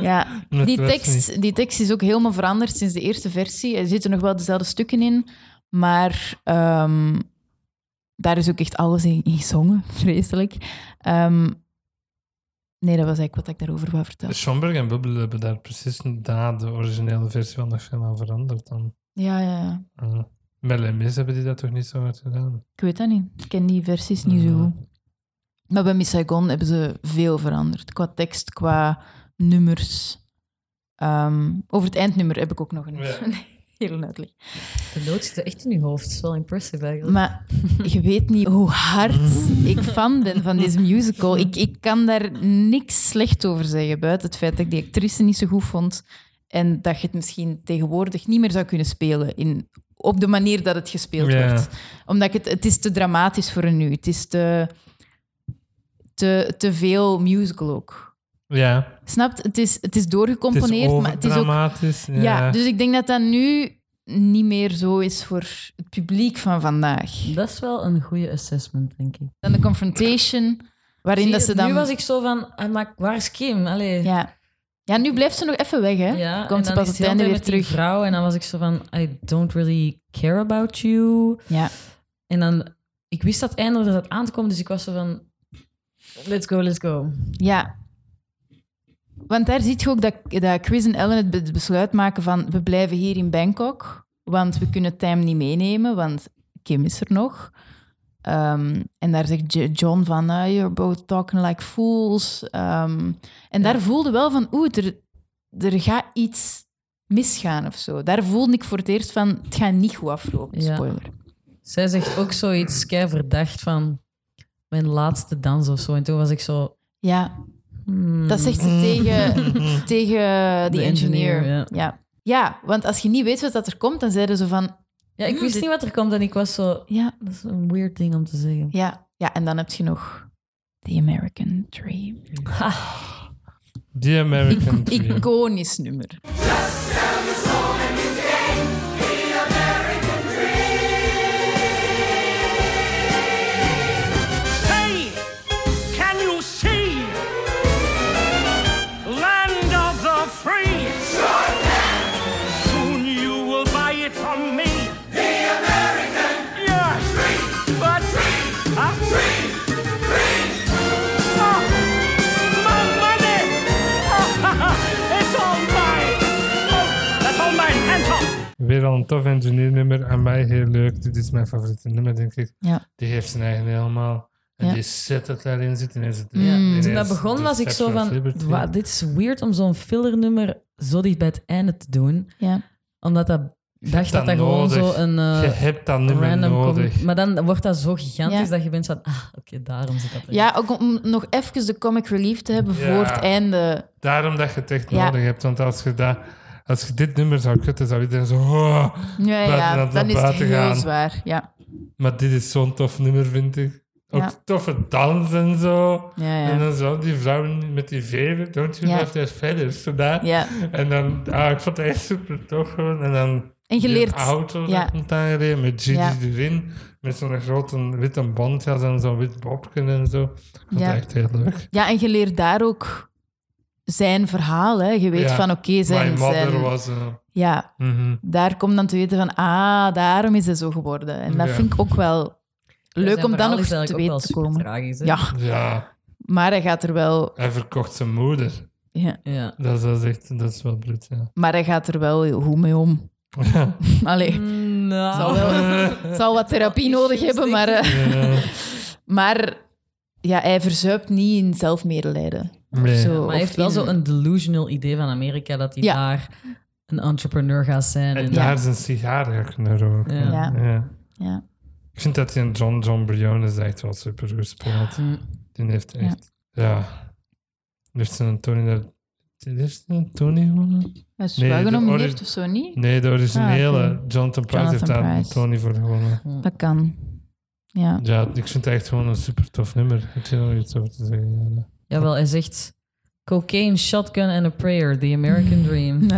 Speaker 3: Ja,
Speaker 1: Dat
Speaker 3: die
Speaker 1: was
Speaker 3: tekst, die tekst is ook helemaal veranderd sinds de eerste versie. Er zitten nog wel dezelfde stukken in, maar ehm, daar is ook echt alles in, in gezongen, vreselijk. Ehm, nee, dat was eigenlijk wat ik daarover wou vertellen.
Speaker 1: Schomburg en Bubble hebben daar precies na de originele versie van de film aan veranderd. Dan.
Speaker 3: Ja, ja, ja.
Speaker 1: Uh, Mel en Mis hebben die dat toch niet zo hard gedaan?
Speaker 3: Ik weet dat niet. Ik ken die versies niet zo
Speaker 1: Ja.
Speaker 3: goed. Maar bij Miss Saigon hebben ze veel veranderd. Qua tekst, qua nummers. Ehm, over het eindnummer heb ik ook nog een,
Speaker 1: Ja.
Speaker 3: een hele uitleg.
Speaker 2: De noot zit er echt in je hoofd. Dat is wel impressive eigenlijk.
Speaker 3: Maar je weet niet hoe hard ik fan ben van deze musical. Ik, ik kan daar niks slecht over zeggen, buiten het feit dat ik die actrice niet zo goed vond en dat je het misschien tegenwoordig niet meer zou kunnen spelen in, op de manier dat het gespeeld
Speaker 1: Ja.
Speaker 3: wordt. Omdat ik het, het is te dramatisch voor een nu. Het is te, te, te veel musical ook.
Speaker 1: Ja,
Speaker 3: Snapt? Het is, het is
Speaker 1: het is
Speaker 3: doorgecomponeerd, maar het is ook
Speaker 1: overdramatisch. Ja,
Speaker 3: ja, dus ik denk dat dat nu niet meer zo is voor het publiek van vandaag.
Speaker 2: Dat is wel een goede assessment, denk ik.
Speaker 3: Dan de confrontation, waarin
Speaker 2: Zie
Speaker 3: dat
Speaker 2: je,
Speaker 3: ze dan...
Speaker 2: Nu was ik zo van, ah, maar waar is Kim? Allee.
Speaker 3: ja. ja, nu blijft ze nog even weg, hè?
Speaker 2: Ja,
Speaker 3: Komt ze
Speaker 2: en dan
Speaker 3: pas op
Speaker 2: is
Speaker 3: het
Speaker 2: ze
Speaker 3: einde weer
Speaker 2: met die
Speaker 3: terug.
Speaker 2: vrouw en dan was ik zo van, I don't really care about you.
Speaker 3: Ja.
Speaker 2: En dan, ik wist dat einde dat het aan te komen, dus ik was zo van, let's go, let's go.
Speaker 3: Ja. Want daar zie je ook dat, dat Chris en Ellen het be- besluit maken van... We blijven hier in Bangkok, want we kunnen Time niet meenemen, want Kim is er nog. Ehm, en daar zegt Jo- John van, eh, you're both talking like fools. Ehm, en daar voelde wel van, oeh, er, er gaat iets misgaan of zo. Daar voelde ik voor het eerst van, het gaat niet goed aflopen,
Speaker 2: Ja.
Speaker 3: spoiler.
Speaker 2: Zij zegt ook zoiets kei verdacht van, mijn laatste dans of zo. En toen was ik zo,
Speaker 3: Ja,
Speaker 2: hmm,
Speaker 3: dat zegt ze tegen, tegen de
Speaker 2: De engineer,
Speaker 3: engineer.
Speaker 2: ja.
Speaker 3: ja. Ja, want als je niet weet wat dat er komt, dan zeiden ze van...
Speaker 2: Ja, ik
Speaker 3: "Oeh,
Speaker 2: wist
Speaker 3: dit-
Speaker 2: niet wat er komt en ik was zo,
Speaker 3: Ja,
Speaker 2: dat is een weird ding om te zeggen.
Speaker 3: ja, ja, en dan heb je nog The American Dream.
Speaker 1: The American Dream.
Speaker 3: Iconisch nummer.
Speaker 5: Say, can you see? Land of the free. Soon you will buy it from me. The American. Yes. But I'm free. Oh, my money. Oh, it's all mine. Oh, that's all mine. Hands up.
Speaker 1: Weer al een tof engineernummer. Aan mij heel leuk. Dit is mijn favoriete nummer, denk ik.
Speaker 3: Ja.
Speaker 1: Die heeft zijn eigen helemaal. En
Speaker 3: Ja.
Speaker 1: die set dat daarin zit. Ineens, het-
Speaker 2: Ja,
Speaker 1: ineens
Speaker 2: Mm, toen dat begon
Speaker 1: de
Speaker 2: was ik zo
Speaker 1: Statue of
Speaker 2: van,
Speaker 1: Liberty.
Speaker 2: "Wa, dit is weird om zo'n fillernummer zo dicht bij het einde te doen.
Speaker 3: Ja.
Speaker 2: Omdat dat dacht
Speaker 1: dat
Speaker 2: dat dat gewoon
Speaker 1: nodig.
Speaker 2: zo een eh,
Speaker 1: Je hebt dat nummer
Speaker 2: random... com-
Speaker 1: nodig.
Speaker 2: maar dan wordt dat zo gigantisch
Speaker 3: Ja.
Speaker 2: dat je bent van, ah, oké, daarom zit dat erin.
Speaker 3: ja, ook om nog even de comic relief te hebben
Speaker 1: Ja.
Speaker 3: voor het einde.
Speaker 1: Daarom dat je het echt
Speaker 3: Ja.
Speaker 1: nodig hebt. Want als je dat... Als je dit nummer zou kutten, zou iedereen zo... "Oh."
Speaker 3: Ja,
Speaker 1: Buiten
Speaker 3: ja,
Speaker 1: dat
Speaker 3: dan
Speaker 1: naar
Speaker 3: is het
Speaker 1: buiten
Speaker 3: heel
Speaker 1: gaan.
Speaker 3: zwaar. Ja,
Speaker 1: Maar dit is zo'n tof nummer, vind ik. Ook
Speaker 3: Ja.
Speaker 1: toffe dans en zo.
Speaker 3: ja,
Speaker 1: En
Speaker 3: ja.
Speaker 1: dan zo die vrouwen met die veren. Don't you
Speaker 3: Ja.
Speaker 1: have their feathers? Zo daar.
Speaker 3: ja.
Speaker 1: En dan... Ah, ik vond het echt super tof gewoon. En dan...
Speaker 3: En
Speaker 1: die
Speaker 3: geleerd.
Speaker 1: auto
Speaker 3: ja.
Speaker 1: dat komt aangereden met Gigi
Speaker 3: Ja.
Speaker 1: erin. Met zo'n grote witte bandjas en zo'n wit bobken en zo. Ik vond
Speaker 3: Ja.
Speaker 1: het echt heel leuk.
Speaker 3: Ja, en je leert daar ook zijn verhaal. Hè. Je weet
Speaker 1: Ja.
Speaker 3: van, oké, zijn...
Speaker 1: My mother
Speaker 3: zijn-
Speaker 1: was... eh,
Speaker 3: Ja,
Speaker 1: mhm.
Speaker 3: daar komt dan te weten van, ah, daarom is hij zo geworden. En dat
Speaker 1: Ja.
Speaker 3: vind ik ook wel leuk
Speaker 2: Zijn
Speaker 3: om dan
Speaker 2: verhaal
Speaker 3: nog
Speaker 2: is
Speaker 3: te
Speaker 2: eigenlijk ook wel
Speaker 3: weten te komen.
Speaker 2: supertragisch, hè?
Speaker 3: Ja,
Speaker 1: Ja,
Speaker 3: maar hij gaat er wel...
Speaker 1: hij verkocht zijn moeder.
Speaker 3: Ja,
Speaker 2: Ja.
Speaker 1: Dat is, dat is echt, dat is wel bruut, ja.
Speaker 3: maar hij gaat er wel goed mee om. Allee, zal,
Speaker 2: Nou.
Speaker 3: Mm. wel, zal wat therapie nodig hebben, maar... eh,
Speaker 1: Ja,
Speaker 3: maar ja, hij verzuipt niet in zelfmedelijden.
Speaker 1: nee.
Speaker 3: Zo,
Speaker 2: Maar
Speaker 3: of
Speaker 2: hij heeft wel
Speaker 3: in-
Speaker 2: zo'n delusional idee van Amerika dat hij
Speaker 3: Ja.
Speaker 2: daar een entrepreneur gaat zijn.
Speaker 1: En
Speaker 2: En
Speaker 1: daar zijn sigaren kunnen roken.
Speaker 2: Ja.
Speaker 3: Ja.
Speaker 1: Ja.
Speaker 3: Ja.
Speaker 1: Ik vind dat die een John John Brion is echt wel super gespeeld.
Speaker 2: Mm.
Speaker 1: Die heeft echt... Ja. Die heeft zijn Tony daar... die Heeft een Tony gewonnen?
Speaker 3: Hij is
Speaker 1: Nee,
Speaker 3: wel
Speaker 1: de
Speaker 3: genomineerd
Speaker 1: orig-
Speaker 3: of zo, niet?
Speaker 1: Nee, de originele.
Speaker 3: Ah, oké.
Speaker 1: Jonathan Price heeft
Speaker 3: Jonathan
Speaker 1: daar een
Speaker 3: Pryce.
Speaker 1: Tony voor gewonnen.
Speaker 3: Dat kan. Ja.
Speaker 1: Ja, ik vind het echt gewoon een super tof nummer. Heb je nog iets over te zeggen? Ja.
Speaker 2: Jawel, hij zegt... Cocaine, shotgun and a prayer. The American
Speaker 1: Mm.
Speaker 2: dream.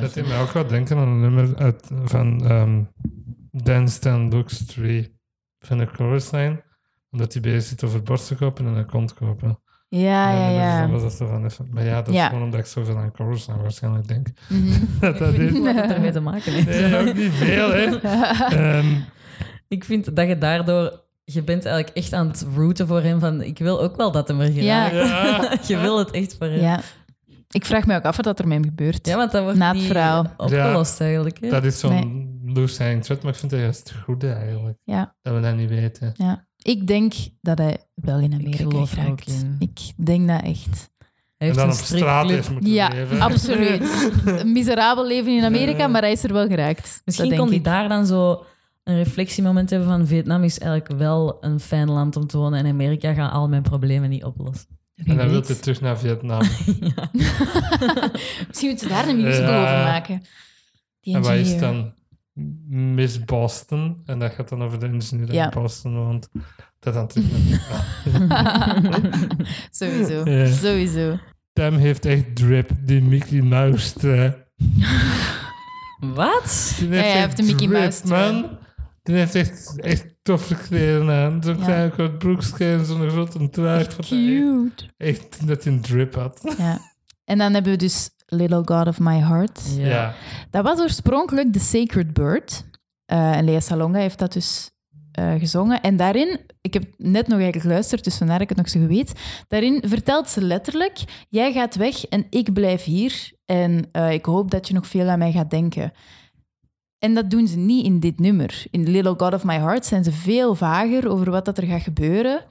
Speaker 1: Dat deed mij ook wel denken aan een nummer uit, van ehm Dan Stan Lux 3 van de chorus line. Omdat hij bezig zit over borsten kopen en een kont kopen.
Speaker 3: Ja, Ah, ja,
Speaker 1: En dan
Speaker 3: ja.
Speaker 1: was dat zo van even- Maar ja, dat is
Speaker 3: Ja.
Speaker 1: gewoon omdat ik zoveel aan chorus line waarschijnlijk denk.
Speaker 3: Mhm.
Speaker 1: dat dat is.
Speaker 2: Wat het ermee te maken heeft.
Speaker 1: Nee, ook niet veel, hè. Ehm,
Speaker 2: Ik vind dat je daardoor... Je bent eigenlijk echt aan het routen voor hem van... Ik wil ook wel dat hem er
Speaker 3: Ja.
Speaker 2: geraakt. je wil het echt voor hem. Ja,
Speaker 3: Ja. Ik vraag me ook af wat dat ermee gebeurt.
Speaker 2: want dat wordt
Speaker 3: Na het
Speaker 2: niet
Speaker 3: verhaal.
Speaker 2: opgelost eigenlijk. Hè?
Speaker 1: dat is zo'n loose hanging thread, maar ik vind het juist het goede eigenlijk.
Speaker 3: Ja.
Speaker 1: Dat we dat niet weten.
Speaker 3: Ik denk dat hij wel in Amerika
Speaker 2: geloof er
Speaker 3: geraakt.
Speaker 2: ook in.
Speaker 3: Ik denk dat echt.
Speaker 2: Hij
Speaker 1: En
Speaker 2: heeft
Speaker 1: dan
Speaker 2: een
Speaker 1: op straat
Speaker 2: stripclub.
Speaker 1: heeft moeten
Speaker 3: Ja,
Speaker 1: leven.
Speaker 3: absoluut. Een miserabel leven in Amerika,
Speaker 1: Eh,
Speaker 3: maar hij is er wel geraakt.
Speaker 2: Misschien
Speaker 3: dat denk
Speaker 2: kon hij
Speaker 3: ik.
Speaker 2: daar dan zo een reflectiemoment hebben van... Vietnam is eigenlijk wel een fijn land om te wonen... en Amerika gaat al mijn problemen niet oplossen.
Speaker 1: En dan wil
Speaker 3: weet.
Speaker 1: hij terug naar Vietnam.
Speaker 3: Misschien moeten ze daar een musical
Speaker 1: Ja.
Speaker 3: over maken. Die
Speaker 1: En wat is
Speaker 3: engineer.
Speaker 1: dan Miss Boston? En dat gaat dan over de ingenieur
Speaker 3: Ja.
Speaker 1: in Boston, want dat dan terug.
Speaker 3: Sowieso.
Speaker 1: Ja.
Speaker 3: Sowieso.
Speaker 1: Tam heeft echt drip, die Mickey Mouse eh. trui.
Speaker 2: Wat?
Speaker 1: Die
Speaker 3: Ja, hij heeft
Speaker 1: echt
Speaker 3: een Mickey
Speaker 1: drip,
Speaker 3: Mouse eh. trui.
Speaker 1: man. Die heeft echt, echt toffe kleren aan. Zo'n
Speaker 3: Ja.
Speaker 1: klein kort broekje en zo'n grote trui. Ik vond dat Echt,
Speaker 3: Cute.
Speaker 1: echt dat hij een drip had.
Speaker 3: Ja. En dan hebben we dus Little God of My Heart.
Speaker 1: Ja.
Speaker 3: Dat was oorspronkelijk The Sacred Bird. Eh, en Lea Salonga heeft dat dus eh, gezongen. En daarin, ik heb net nog eigenlijk geluisterd, dus vandaar dat ik het nog zo goed weet. Daarin vertelt ze letterlijk, jij gaat weg en ik blijf hier. En eh, ik hoop dat je nog veel aan mij gaat denken. En dat doen ze niet in dit nummer. In Little God of My Heart zijn ze veel vager over wat dat er gaat gebeuren.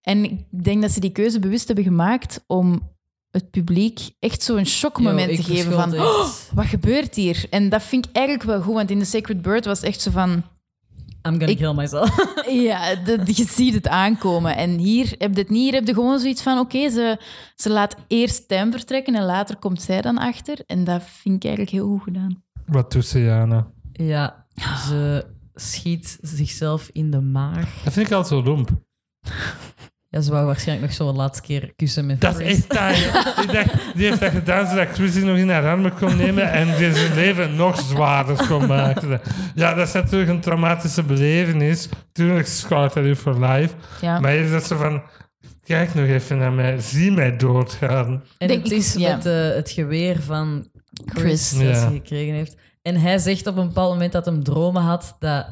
Speaker 3: En ik denk dat ze die keuze bewust hebben gemaakt om het publiek echt zo'n shockmoment
Speaker 2: Yo,
Speaker 3: te
Speaker 2: ik
Speaker 3: geven van... "Oh,
Speaker 2: verschoot echt.
Speaker 3: Wat gebeurt hier? En dat vind ik eigenlijk wel goed, want in The Sacred Bird was echt zo van...
Speaker 2: I'm gonna
Speaker 3: Ik-
Speaker 2: kill myself.
Speaker 3: Ja, de, de- je ziet het aankomen. En hier heb je het niet. Hier heb je gewoon zoiets van... Oké, ze, ze laat eerst Tim vertrekken en later komt zij dan achter. En dat vind ik eigenlijk heel goed gedaan.
Speaker 1: Wat doet ze, Jana?
Speaker 2: Ja, ze schiet zichzelf in de maag.
Speaker 1: Dat vind ik altijd zo lomp.
Speaker 2: Ja, ze wou waarschijnlijk nog zo de laatste keer kussen met
Speaker 1: Dat is
Speaker 2: Chris.
Speaker 1: echt taai. Ik dacht, die heeft dat gedaan zodat Cruzy nog in haar armen kon nemen en die zijn leven nog zwaarder kon maken. Ja, dat is natuurlijk een traumatische belevenis. Tuurlijk scarred hij u for life.
Speaker 3: Ja.
Speaker 1: Maar hier is dat ze van... Kijk nog even naar mij. Zie mij doodgaan.
Speaker 2: En
Speaker 3: Denk
Speaker 2: het
Speaker 3: ik,
Speaker 2: is
Speaker 3: ja.
Speaker 2: met eh, het geweer van Chris,
Speaker 3: Chris.
Speaker 2: dat
Speaker 1: Ja.
Speaker 2: ze gekregen heeft. En hij zegt op een bepaald moment dat hem dromen had dat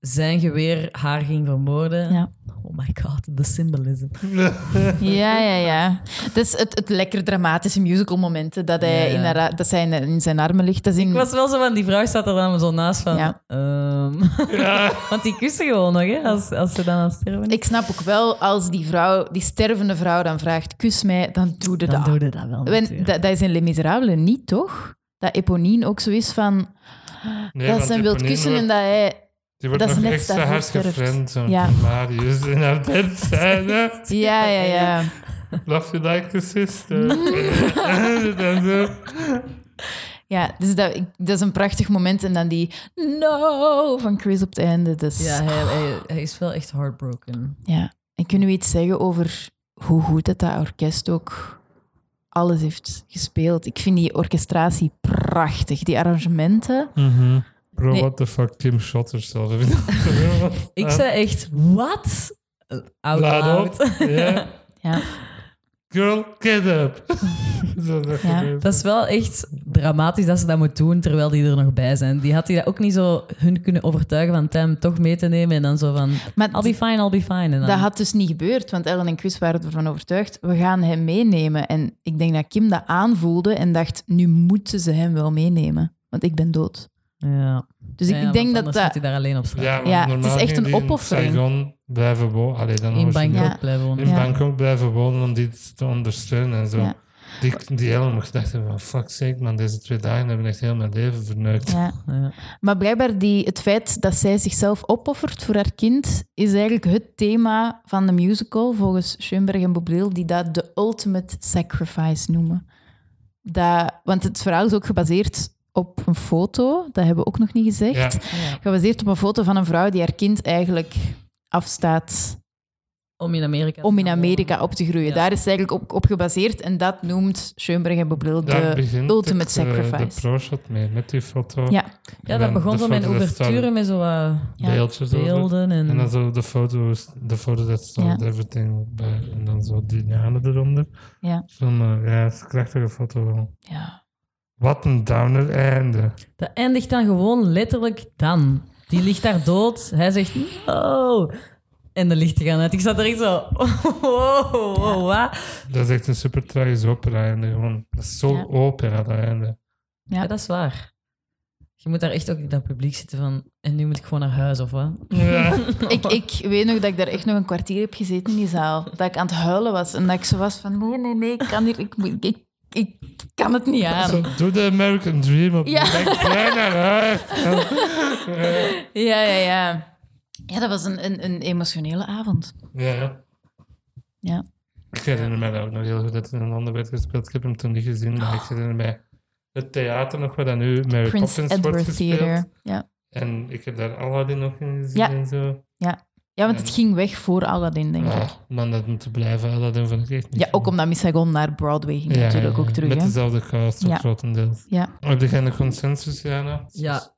Speaker 2: zijn geweer haar ging vermoorden.
Speaker 3: Ja.
Speaker 2: Oh my god, the symbolism.
Speaker 3: Hmm. Ja, ja, ja. Dat is het, het lekker dramatische musical momenten dat, hij
Speaker 2: Ja, ja.
Speaker 3: In, haar, dat zij in, in zijn armen ligt. Dat is in...
Speaker 2: Ik was wel zo van, die vrouw staat er dan zo naast van...
Speaker 3: Ja.
Speaker 2: ehm, want die kussen gewoon nog, hè, als, als ze dan aan het sterven is.
Speaker 3: Ik snap ook wel, als die vrouw, die stervende vrouw dan vraagt, kus mij, dan doe je
Speaker 2: Dan
Speaker 3: dat.
Speaker 2: doe je dat wel
Speaker 3: Want
Speaker 2: natuurlijk.
Speaker 3: dat, dat is in Les Miserables niet, toch? Dat Eponine ook zo is van...
Speaker 1: Nee,
Speaker 3: dat
Speaker 1: want
Speaker 3: ze hem
Speaker 1: die
Speaker 3: wilt
Speaker 1: koningin
Speaker 3: kussen en
Speaker 1: wordt-
Speaker 3: dat hij...
Speaker 1: Die wordt
Speaker 3: dat ze
Speaker 1: nog
Speaker 3: net
Speaker 1: extra
Speaker 3: daarvoor
Speaker 1: hard
Speaker 3: sterft.
Speaker 1: gefriend. Zo'n
Speaker 3: Ja.
Speaker 1: Marius in haar bed zijn. hè.
Speaker 3: Ja, ja, ja.
Speaker 1: Love you like a sister. en zo.
Speaker 3: Ja, dus dat, ik- dat is een prachtig moment. En dan die no van Chris op het einde. Dus,
Speaker 2: Ja,
Speaker 3: ja.
Speaker 2: hij, hij, hij is wel echt heartbroken.
Speaker 3: En kunnen we iets zeggen over hoe goed dat, dat orkest ook alles heeft gespeeld? Ik vind die orchestratie prachtig. Die arrangementen.
Speaker 1: Mhm. Bro,
Speaker 3: Nee.
Speaker 1: what the fuck, Kim Schotter zelf. Laat
Speaker 2: Ik zei echt, wat? Out loud.
Speaker 1: op. Ja.
Speaker 3: Ja.
Speaker 1: Girl, get up. Zo dat
Speaker 3: Ja.
Speaker 1: gebeurt.
Speaker 2: Dat is wel echt dramatisch dat ze dat moet doen terwijl die er nog bij zijn. Die had hij dat ook niet zo hun kunnen overtuigen van Tam toch mee te nemen en dan zo van
Speaker 3: Maar
Speaker 2: I'll be fine, I'll be fine. En dan,
Speaker 3: Dat had dus niet gebeurd, want Ellen en Chris waren ervan overtuigd, we gaan hem meenemen. En ik denk dat Kim dat aanvoelde en dacht, nu moeten ze hem wel meenemen, want ik ben dood.
Speaker 2: ja.
Speaker 3: Dus ik,
Speaker 2: Ja,
Speaker 3: ik
Speaker 2: want
Speaker 3: denk dat
Speaker 2: anders zit
Speaker 3: dat...
Speaker 2: hij daar alleen op straat.
Speaker 1: Ja, want
Speaker 3: Ja, het is
Speaker 1: normaal
Speaker 3: echt
Speaker 1: gingen
Speaker 3: een
Speaker 1: die in
Speaker 3: opoffering.
Speaker 1: Saigon blijven wonen. Allee, dan
Speaker 2: In
Speaker 1: hoor je
Speaker 2: Bangkok
Speaker 3: Ja.
Speaker 2: blijven
Speaker 1: dat.
Speaker 2: wonen.
Speaker 1: in
Speaker 3: Ja.
Speaker 1: Bangkok blijven wonen om dit te ondersteunen en zo.
Speaker 3: Ja.
Speaker 1: Die, die helemaal gedacht hebben van fuck sake man, deze twee dagen hebben echt heel mijn leven verneukt.
Speaker 3: Ja.
Speaker 2: Ja.
Speaker 3: Maar blijkbaar die, het feit dat zij zichzelf opoffert voor haar kind, is eigenlijk het thema van de musical, volgens Schoenberg en Bobril, die dat de ultimate sacrifice noemen. Dat, want het verhaal is ook gebaseerd op een foto, dat hebben we ook nog niet gezegd.
Speaker 1: Ja.
Speaker 3: gebaseerd op een foto van een vrouw die haar kind eigenlijk afstaat
Speaker 2: Om in Amerika. te
Speaker 3: om in
Speaker 2: gaan
Speaker 3: Amerika
Speaker 2: wonen.
Speaker 3: op te groeien.
Speaker 2: Ja.
Speaker 3: Daar is ze eigenlijk op, op gebaseerd en dat noemt Schoenberg en Bobril
Speaker 1: Daar
Speaker 3: de
Speaker 1: begint
Speaker 3: ultimate
Speaker 1: het, eh, de
Speaker 3: sacrifice.
Speaker 1: pro-shot mee, met die foto.
Speaker 3: ja,
Speaker 2: Ja, dat begon zo met ouverture, met zo wat
Speaker 3: Ja.
Speaker 1: Beeldjes over.
Speaker 2: beelden. En,
Speaker 1: En dan zo de foto's, de foto dat staat
Speaker 3: Mm. Ja.
Speaker 1: everything bij. En dan zo die namen eronder.
Speaker 3: Ja.
Speaker 1: Zo'n eh, ja, het is een krachtige foto wel.
Speaker 3: ja.
Speaker 1: Wat een downer einde.
Speaker 2: Dat eindigt dan gewoon letterlijk dan. Die ligt daar dood. Hij zegt, no. En de lichten gaan uit. Ik zat er echt zo, wow, wow, wat?
Speaker 1: Dat is echt een super tragisch opera einde. Gewoon. Dat is zo
Speaker 3: Ja.
Speaker 1: opera dat einde.
Speaker 2: Ja, dat is waar. Je moet daar echt ook in dat publiek zitten van, en nu moet ik gewoon naar huis, of wat?
Speaker 1: Ja.
Speaker 3: Ik, ik weet nog dat ik daar echt nog een kwartier heb gezeten in die zaal. Dat ik aan het huilen was en dat ik zo was van nee, nee, nee, ik kan, hier, ik, moet- ik, ik, ik kan het niet aan.
Speaker 1: Zo, doe de American Dream op.
Speaker 3: Ja.
Speaker 1: Ja. Klein naar huis.
Speaker 3: Ja, ja, ja. Ja, dat was een, een, een emotionele avond.
Speaker 1: Ja.
Speaker 3: Ja.
Speaker 1: Ik herinner mij dat ook nog heel goed dat in een ander werd gespeeld. Ik heb hem toen niet gezien, maar ik herinner mij het theater nog waar dan nu Mary
Speaker 3: Oh. Prince
Speaker 1: Poppins wordt
Speaker 3: Edward
Speaker 1: gespeeld.
Speaker 3: Theater. Ja.
Speaker 1: En ik heb daar Aladdin nog in gezien
Speaker 3: Ja.
Speaker 1: en zo.
Speaker 3: ja, want het ging weg voor Aladdin, denk ik.
Speaker 1: Ah, man, dat moet blijven Aladdin van ik echt niet.
Speaker 3: Ja, ook omdat Miss Saigon naar Broadway ging natuurlijk ook terug.
Speaker 1: Met
Speaker 3: hè.
Speaker 1: dezelfde cast, ook
Speaker 3: Ja.
Speaker 1: grotendeels.
Speaker 3: Ja.
Speaker 1: Heb jij een consensus, Jana?
Speaker 2: Ja, Dus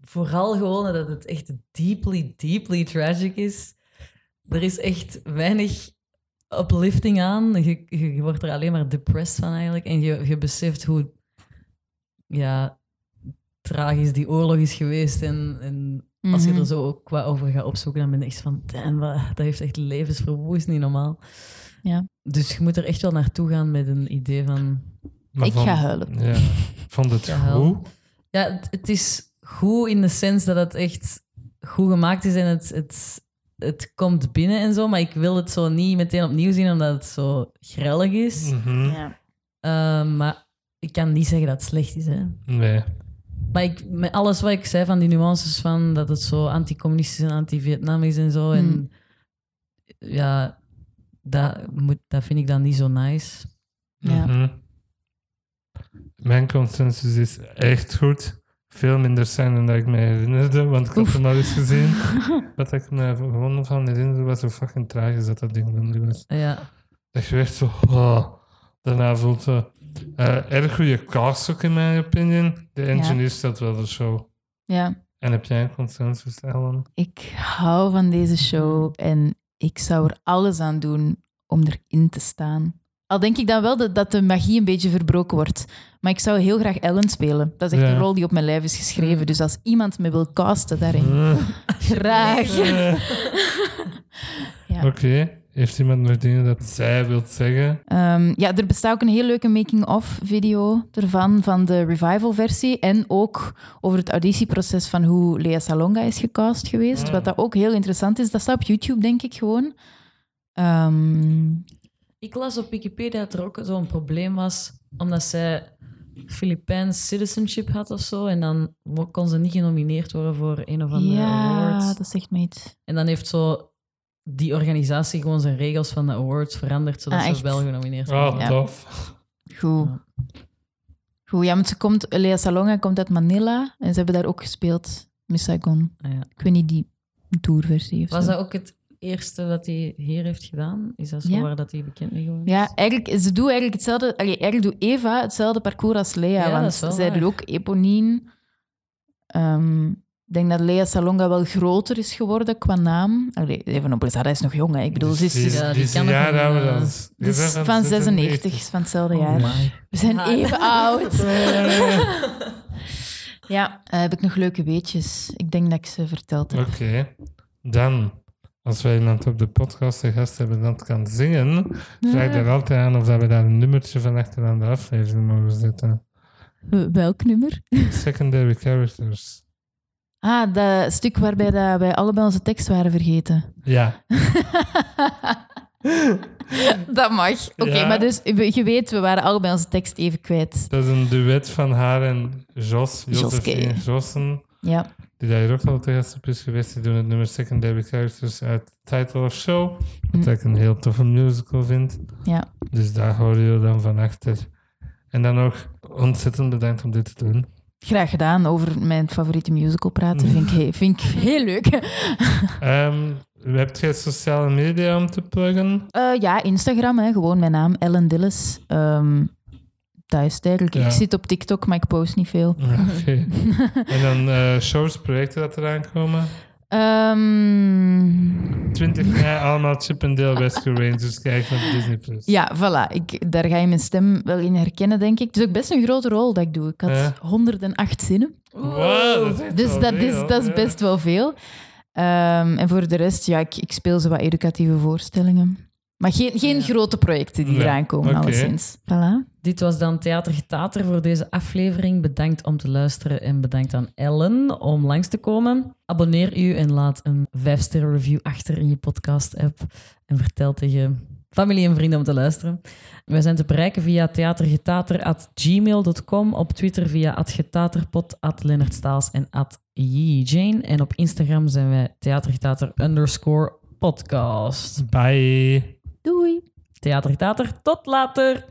Speaker 2: vooral gewoon dat het echt deeply, deeply tragic is. Er is echt weinig uplifting aan. Je, je, je wordt er alleen maar depressed van eigenlijk. En je, je beseft hoe ja, tragisch die oorlog is geweest. En, en als je
Speaker 3: Mhm.
Speaker 2: er zo ook qua over gaat opzoeken, dan ben je echt van, damn, wat- dat heeft echt levens verwoest, niet normaal.
Speaker 3: Ja.
Speaker 2: Dus je moet er echt wel naartoe gaan met een idee van...
Speaker 1: Maar
Speaker 3: Ik ga huilen.
Speaker 1: Ja, vond het
Speaker 2: Ja, huil.
Speaker 1: goed?
Speaker 2: Ja, het, het is goed in de sens dat het echt goed gemaakt is en het, het, het komt binnen en zo. Maar ik wil het zo niet meteen opnieuw zien omdat het zo grellig is.
Speaker 1: Mhm.
Speaker 3: Ja.
Speaker 2: Eh, maar ik kan niet zeggen dat het slecht is. Hè.
Speaker 1: Nee.
Speaker 2: Maar ik, met alles wat ik zei van die nuances van dat het zo anticommunistisch en anti-Vietnam is en zo. En ja, dat, moet, dat vind ik dan niet zo nice.
Speaker 3: Ja.
Speaker 1: Mhm. Mijn consensus is echt goed. Veel minder zijn dan dat ik me herinnerde, want ik had hem al eens gezien. Wat ik me gewoon van herinnerde was hoe fucking tragisch dat dat ding dan was.
Speaker 2: Ja,
Speaker 1: Dat je echt zo... oh. Daarna voelt ze... eh, erg goede cast ook in mijn opinion. De engineer staat wel de show.
Speaker 3: ja,
Speaker 1: En heb jij een consensus, Ellen?
Speaker 3: ik hou van deze show en ik zou er alles aan doen om erin te staan. Al denk ik dan wel dat, dat de magie een beetje verbroken wordt. Maar ik zou heel graag Ellen spelen. Dat is echt
Speaker 1: Ja.
Speaker 3: een rol die op mijn lijf is geschreven. Dus als iemand me wil casten daarin,
Speaker 1: Eh,
Speaker 3: graag.
Speaker 1: eh.
Speaker 3: Ja.
Speaker 1: Oké. Heeft iemand nog dingen dat zij wil zeggen?
Speaker 3: Ehm, ja, er bestaat ook een heel leuke making-of video ervan, van de revival-versie. En ook over het auditieproces van hoe Lea Salonga is gecast geweest.
Speaker 2: Mm.
Speaker 3: Wat dat ook heel interessant is. Dat staat op YouTube, denk ik gewoon. Ehm,
Speaker 2: Ik las op Wikipedia dat er ook zo'n probleem was, omdat zij Filipijns citizenship had of zo. En dan wo- kon ze niet genomineerd worden voor een of andere
Speaker 3: ja,
Speaker 2: awards.
Speaker 3: dat zegt me iets.
Speaker 2: En dan heeft zo die organisatie gewoon zijn regels van de awards veranderd, zodat
Speaker 3: Ah,
Speaker 2: ze
Speaker 3: echt?
Speaker 2: wel genomineerd
Speaker 1: Oh,
Speaker 2: worden.
Speaker 3: Ja.
Speaker 1: tof.
Speaker 3: Goed. Goed, ja, want ze komt, Lea Salonga komt uit Manila en ze hebben daar ook gespeeld, Miss Saigon.
Speaker 2: Ah, ja.
Speaker 3: Ik weet niet, die tourversie of
Speaker 2: Was
Speaker 3: zo.
Speaker 2: dat ook het eerste dat hij hier heeft gedaan? Is dat zo
Speaker 3: Ja.
Speaker 2: waar dat hij bekend mee geworden is?
Speaker 3: Ja, eigenlijk, ze doen eigenlijk hetzelfde... Allee, eigenlijk doet Eva hetzelfde parcours als Lea,
Speaker 2: Ja, dat
Speaker 3: want
Speaker 2: is wel
Speaker 3: zij
Speaker 2: waar.
Speaker 3: doet ook Eponine. Ehm, ik denk dat Lea Salonga wel groter is geworden qua naam. Allee, Evanopoulos, ah, dat is nog jong, hè. Ik bedoel, ze is, eh,
Speaker 1: Die
Speaker 3: ze
Speaker 2: ja,
Speaker 1: is-
Speaker 2: die
Speaker 1: die is
Speaker 2: kan
Speaker 1: een
Speaker 2: nog
Speaker 1: jaar
Speaker 2: een,
Speaker 1: ouder
Speaker 2: eh,
Speaker 1: dan...
Speaker 3: is van 96, is van hetzelfde
Speaker 1: Oh,
Speaker 3: jaar. We zijn
Speaker 2: Ah.
Speaker 3: even oud. Ja, eh, heb ik nog leuke weetjes. Ik denk dat ik ze verteld heb.
Speaker 1: Oké. Dan, als wij iemand op de podcast een gast hebben dat kan zingen, vraag er altijd aan of dat we daar een nummertje van achter aan de aflevering mogen zetten.
Speaker 3: Welk nummer?
Speaker 1: Secondary characters.
Speaker 3: Ah, dat stuk waarbij dat wij allebei onze tekst waren vergeten.
Speaker 1: Ja.
Speaker 3: dat mag. Oké,
Speaker 1: Ja.
Speaker 3: maar dus, we- je weet, we waren allebei onze tekst even kwijt.
Speaker 1: Dat is een duet van haar en Jos,
Speaker 3: Joske.
Speaker 1: Josephine Jossen,
Speaker 3: Ja.
Speaker 1: die daar hier ook al te gast op is geweest. Die doen het nummer Secondary Characters uit Title of Show, wat ik een heel toffe musical vind.
Speaker 3: Mhm. Ja.
Speaker 1: Dus daar hoor je dan van achter. En dan nog ontzettend bedankt om dit te doen.
Speaker 3: Graag gedaan over mijn favoriete musical praten. Vind ik, he- vind ik heel leuk.
Speaker 1: Ehm heb jij sociale media om te pluggen?
Speaker 3: Eh, ja, Instagram, hè. gewoon mijn naam, Ellen Dillis. Ehm dat is het eigenlijk.
Speaker 1: Ja.
Speaker 3: Ik zit op TikTok, maar ik post niet veel.
Speaker 1: Oké. en dan eh, shows, projecten dat eraan komen.
Speaker 3: Ehm
Speaker 1: 20 mei, allemaal Chippendale Rescue Rangers kijken op Disney+. Plus.
Speaker 3: Ja, voilà. Ik, daar ga je mijn stem wel in herkennen, denk ik. Het is ook best een grote rol dat ik doe. Ik had
Speaker 1: Ja.
Speaker 3: 108 zinnen.
Speaker 1: Wow, dat is echt
Speaker 3: Dus
Speaker 1: wel
Speaker 3: dat is,
Speaker 1: veel,
Speaker 3: dat is
Speaker 1: ja.
Speaker 3: best wel veel. Ehm, en voor de rest, ja, ik, ik speel zo wat educatieve voorstellingen. Maar geen, geen grote projecten die
Speaker 1: Nee.
Speaker 3: eraan komen,
Speaker 1: Oké.
Speaker 3: alleszins. Voilà.
Speaker 2: Dit was dan Theater Getater voor deze aflevering. Bedankt om te luisteren en bedankt aan Ellen om langs te komen. Abonneer u en laat een 5-sterren review achter in je podcast-app. En vertel tegen familie en vrienden om te luisteren. Wij zijn te bereiken via theatergetater.gmail.com, op Twitter via @getaterpod, Lennart Staals en @jane. En op Instagram zijn wij theatergetater underscore podcast.
Speaker 1: Bye.
Speaker 3: Doei.
Speaker 2: Theatergetater, tot later!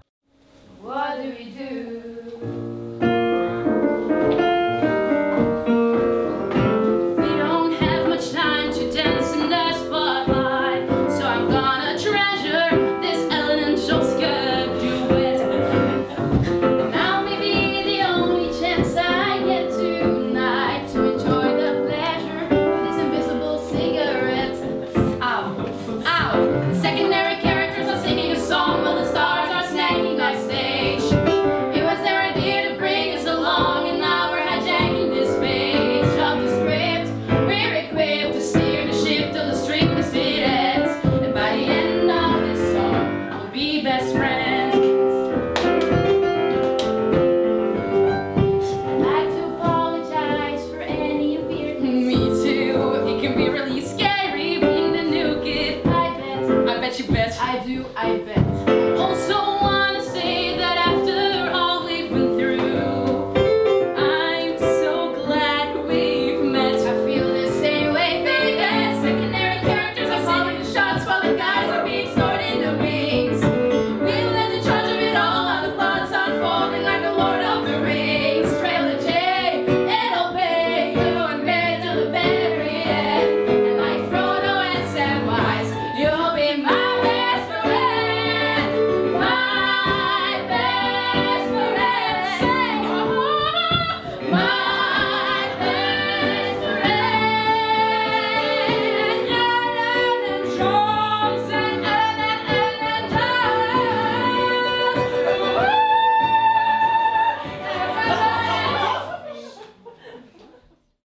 Speaker 6: What do we do?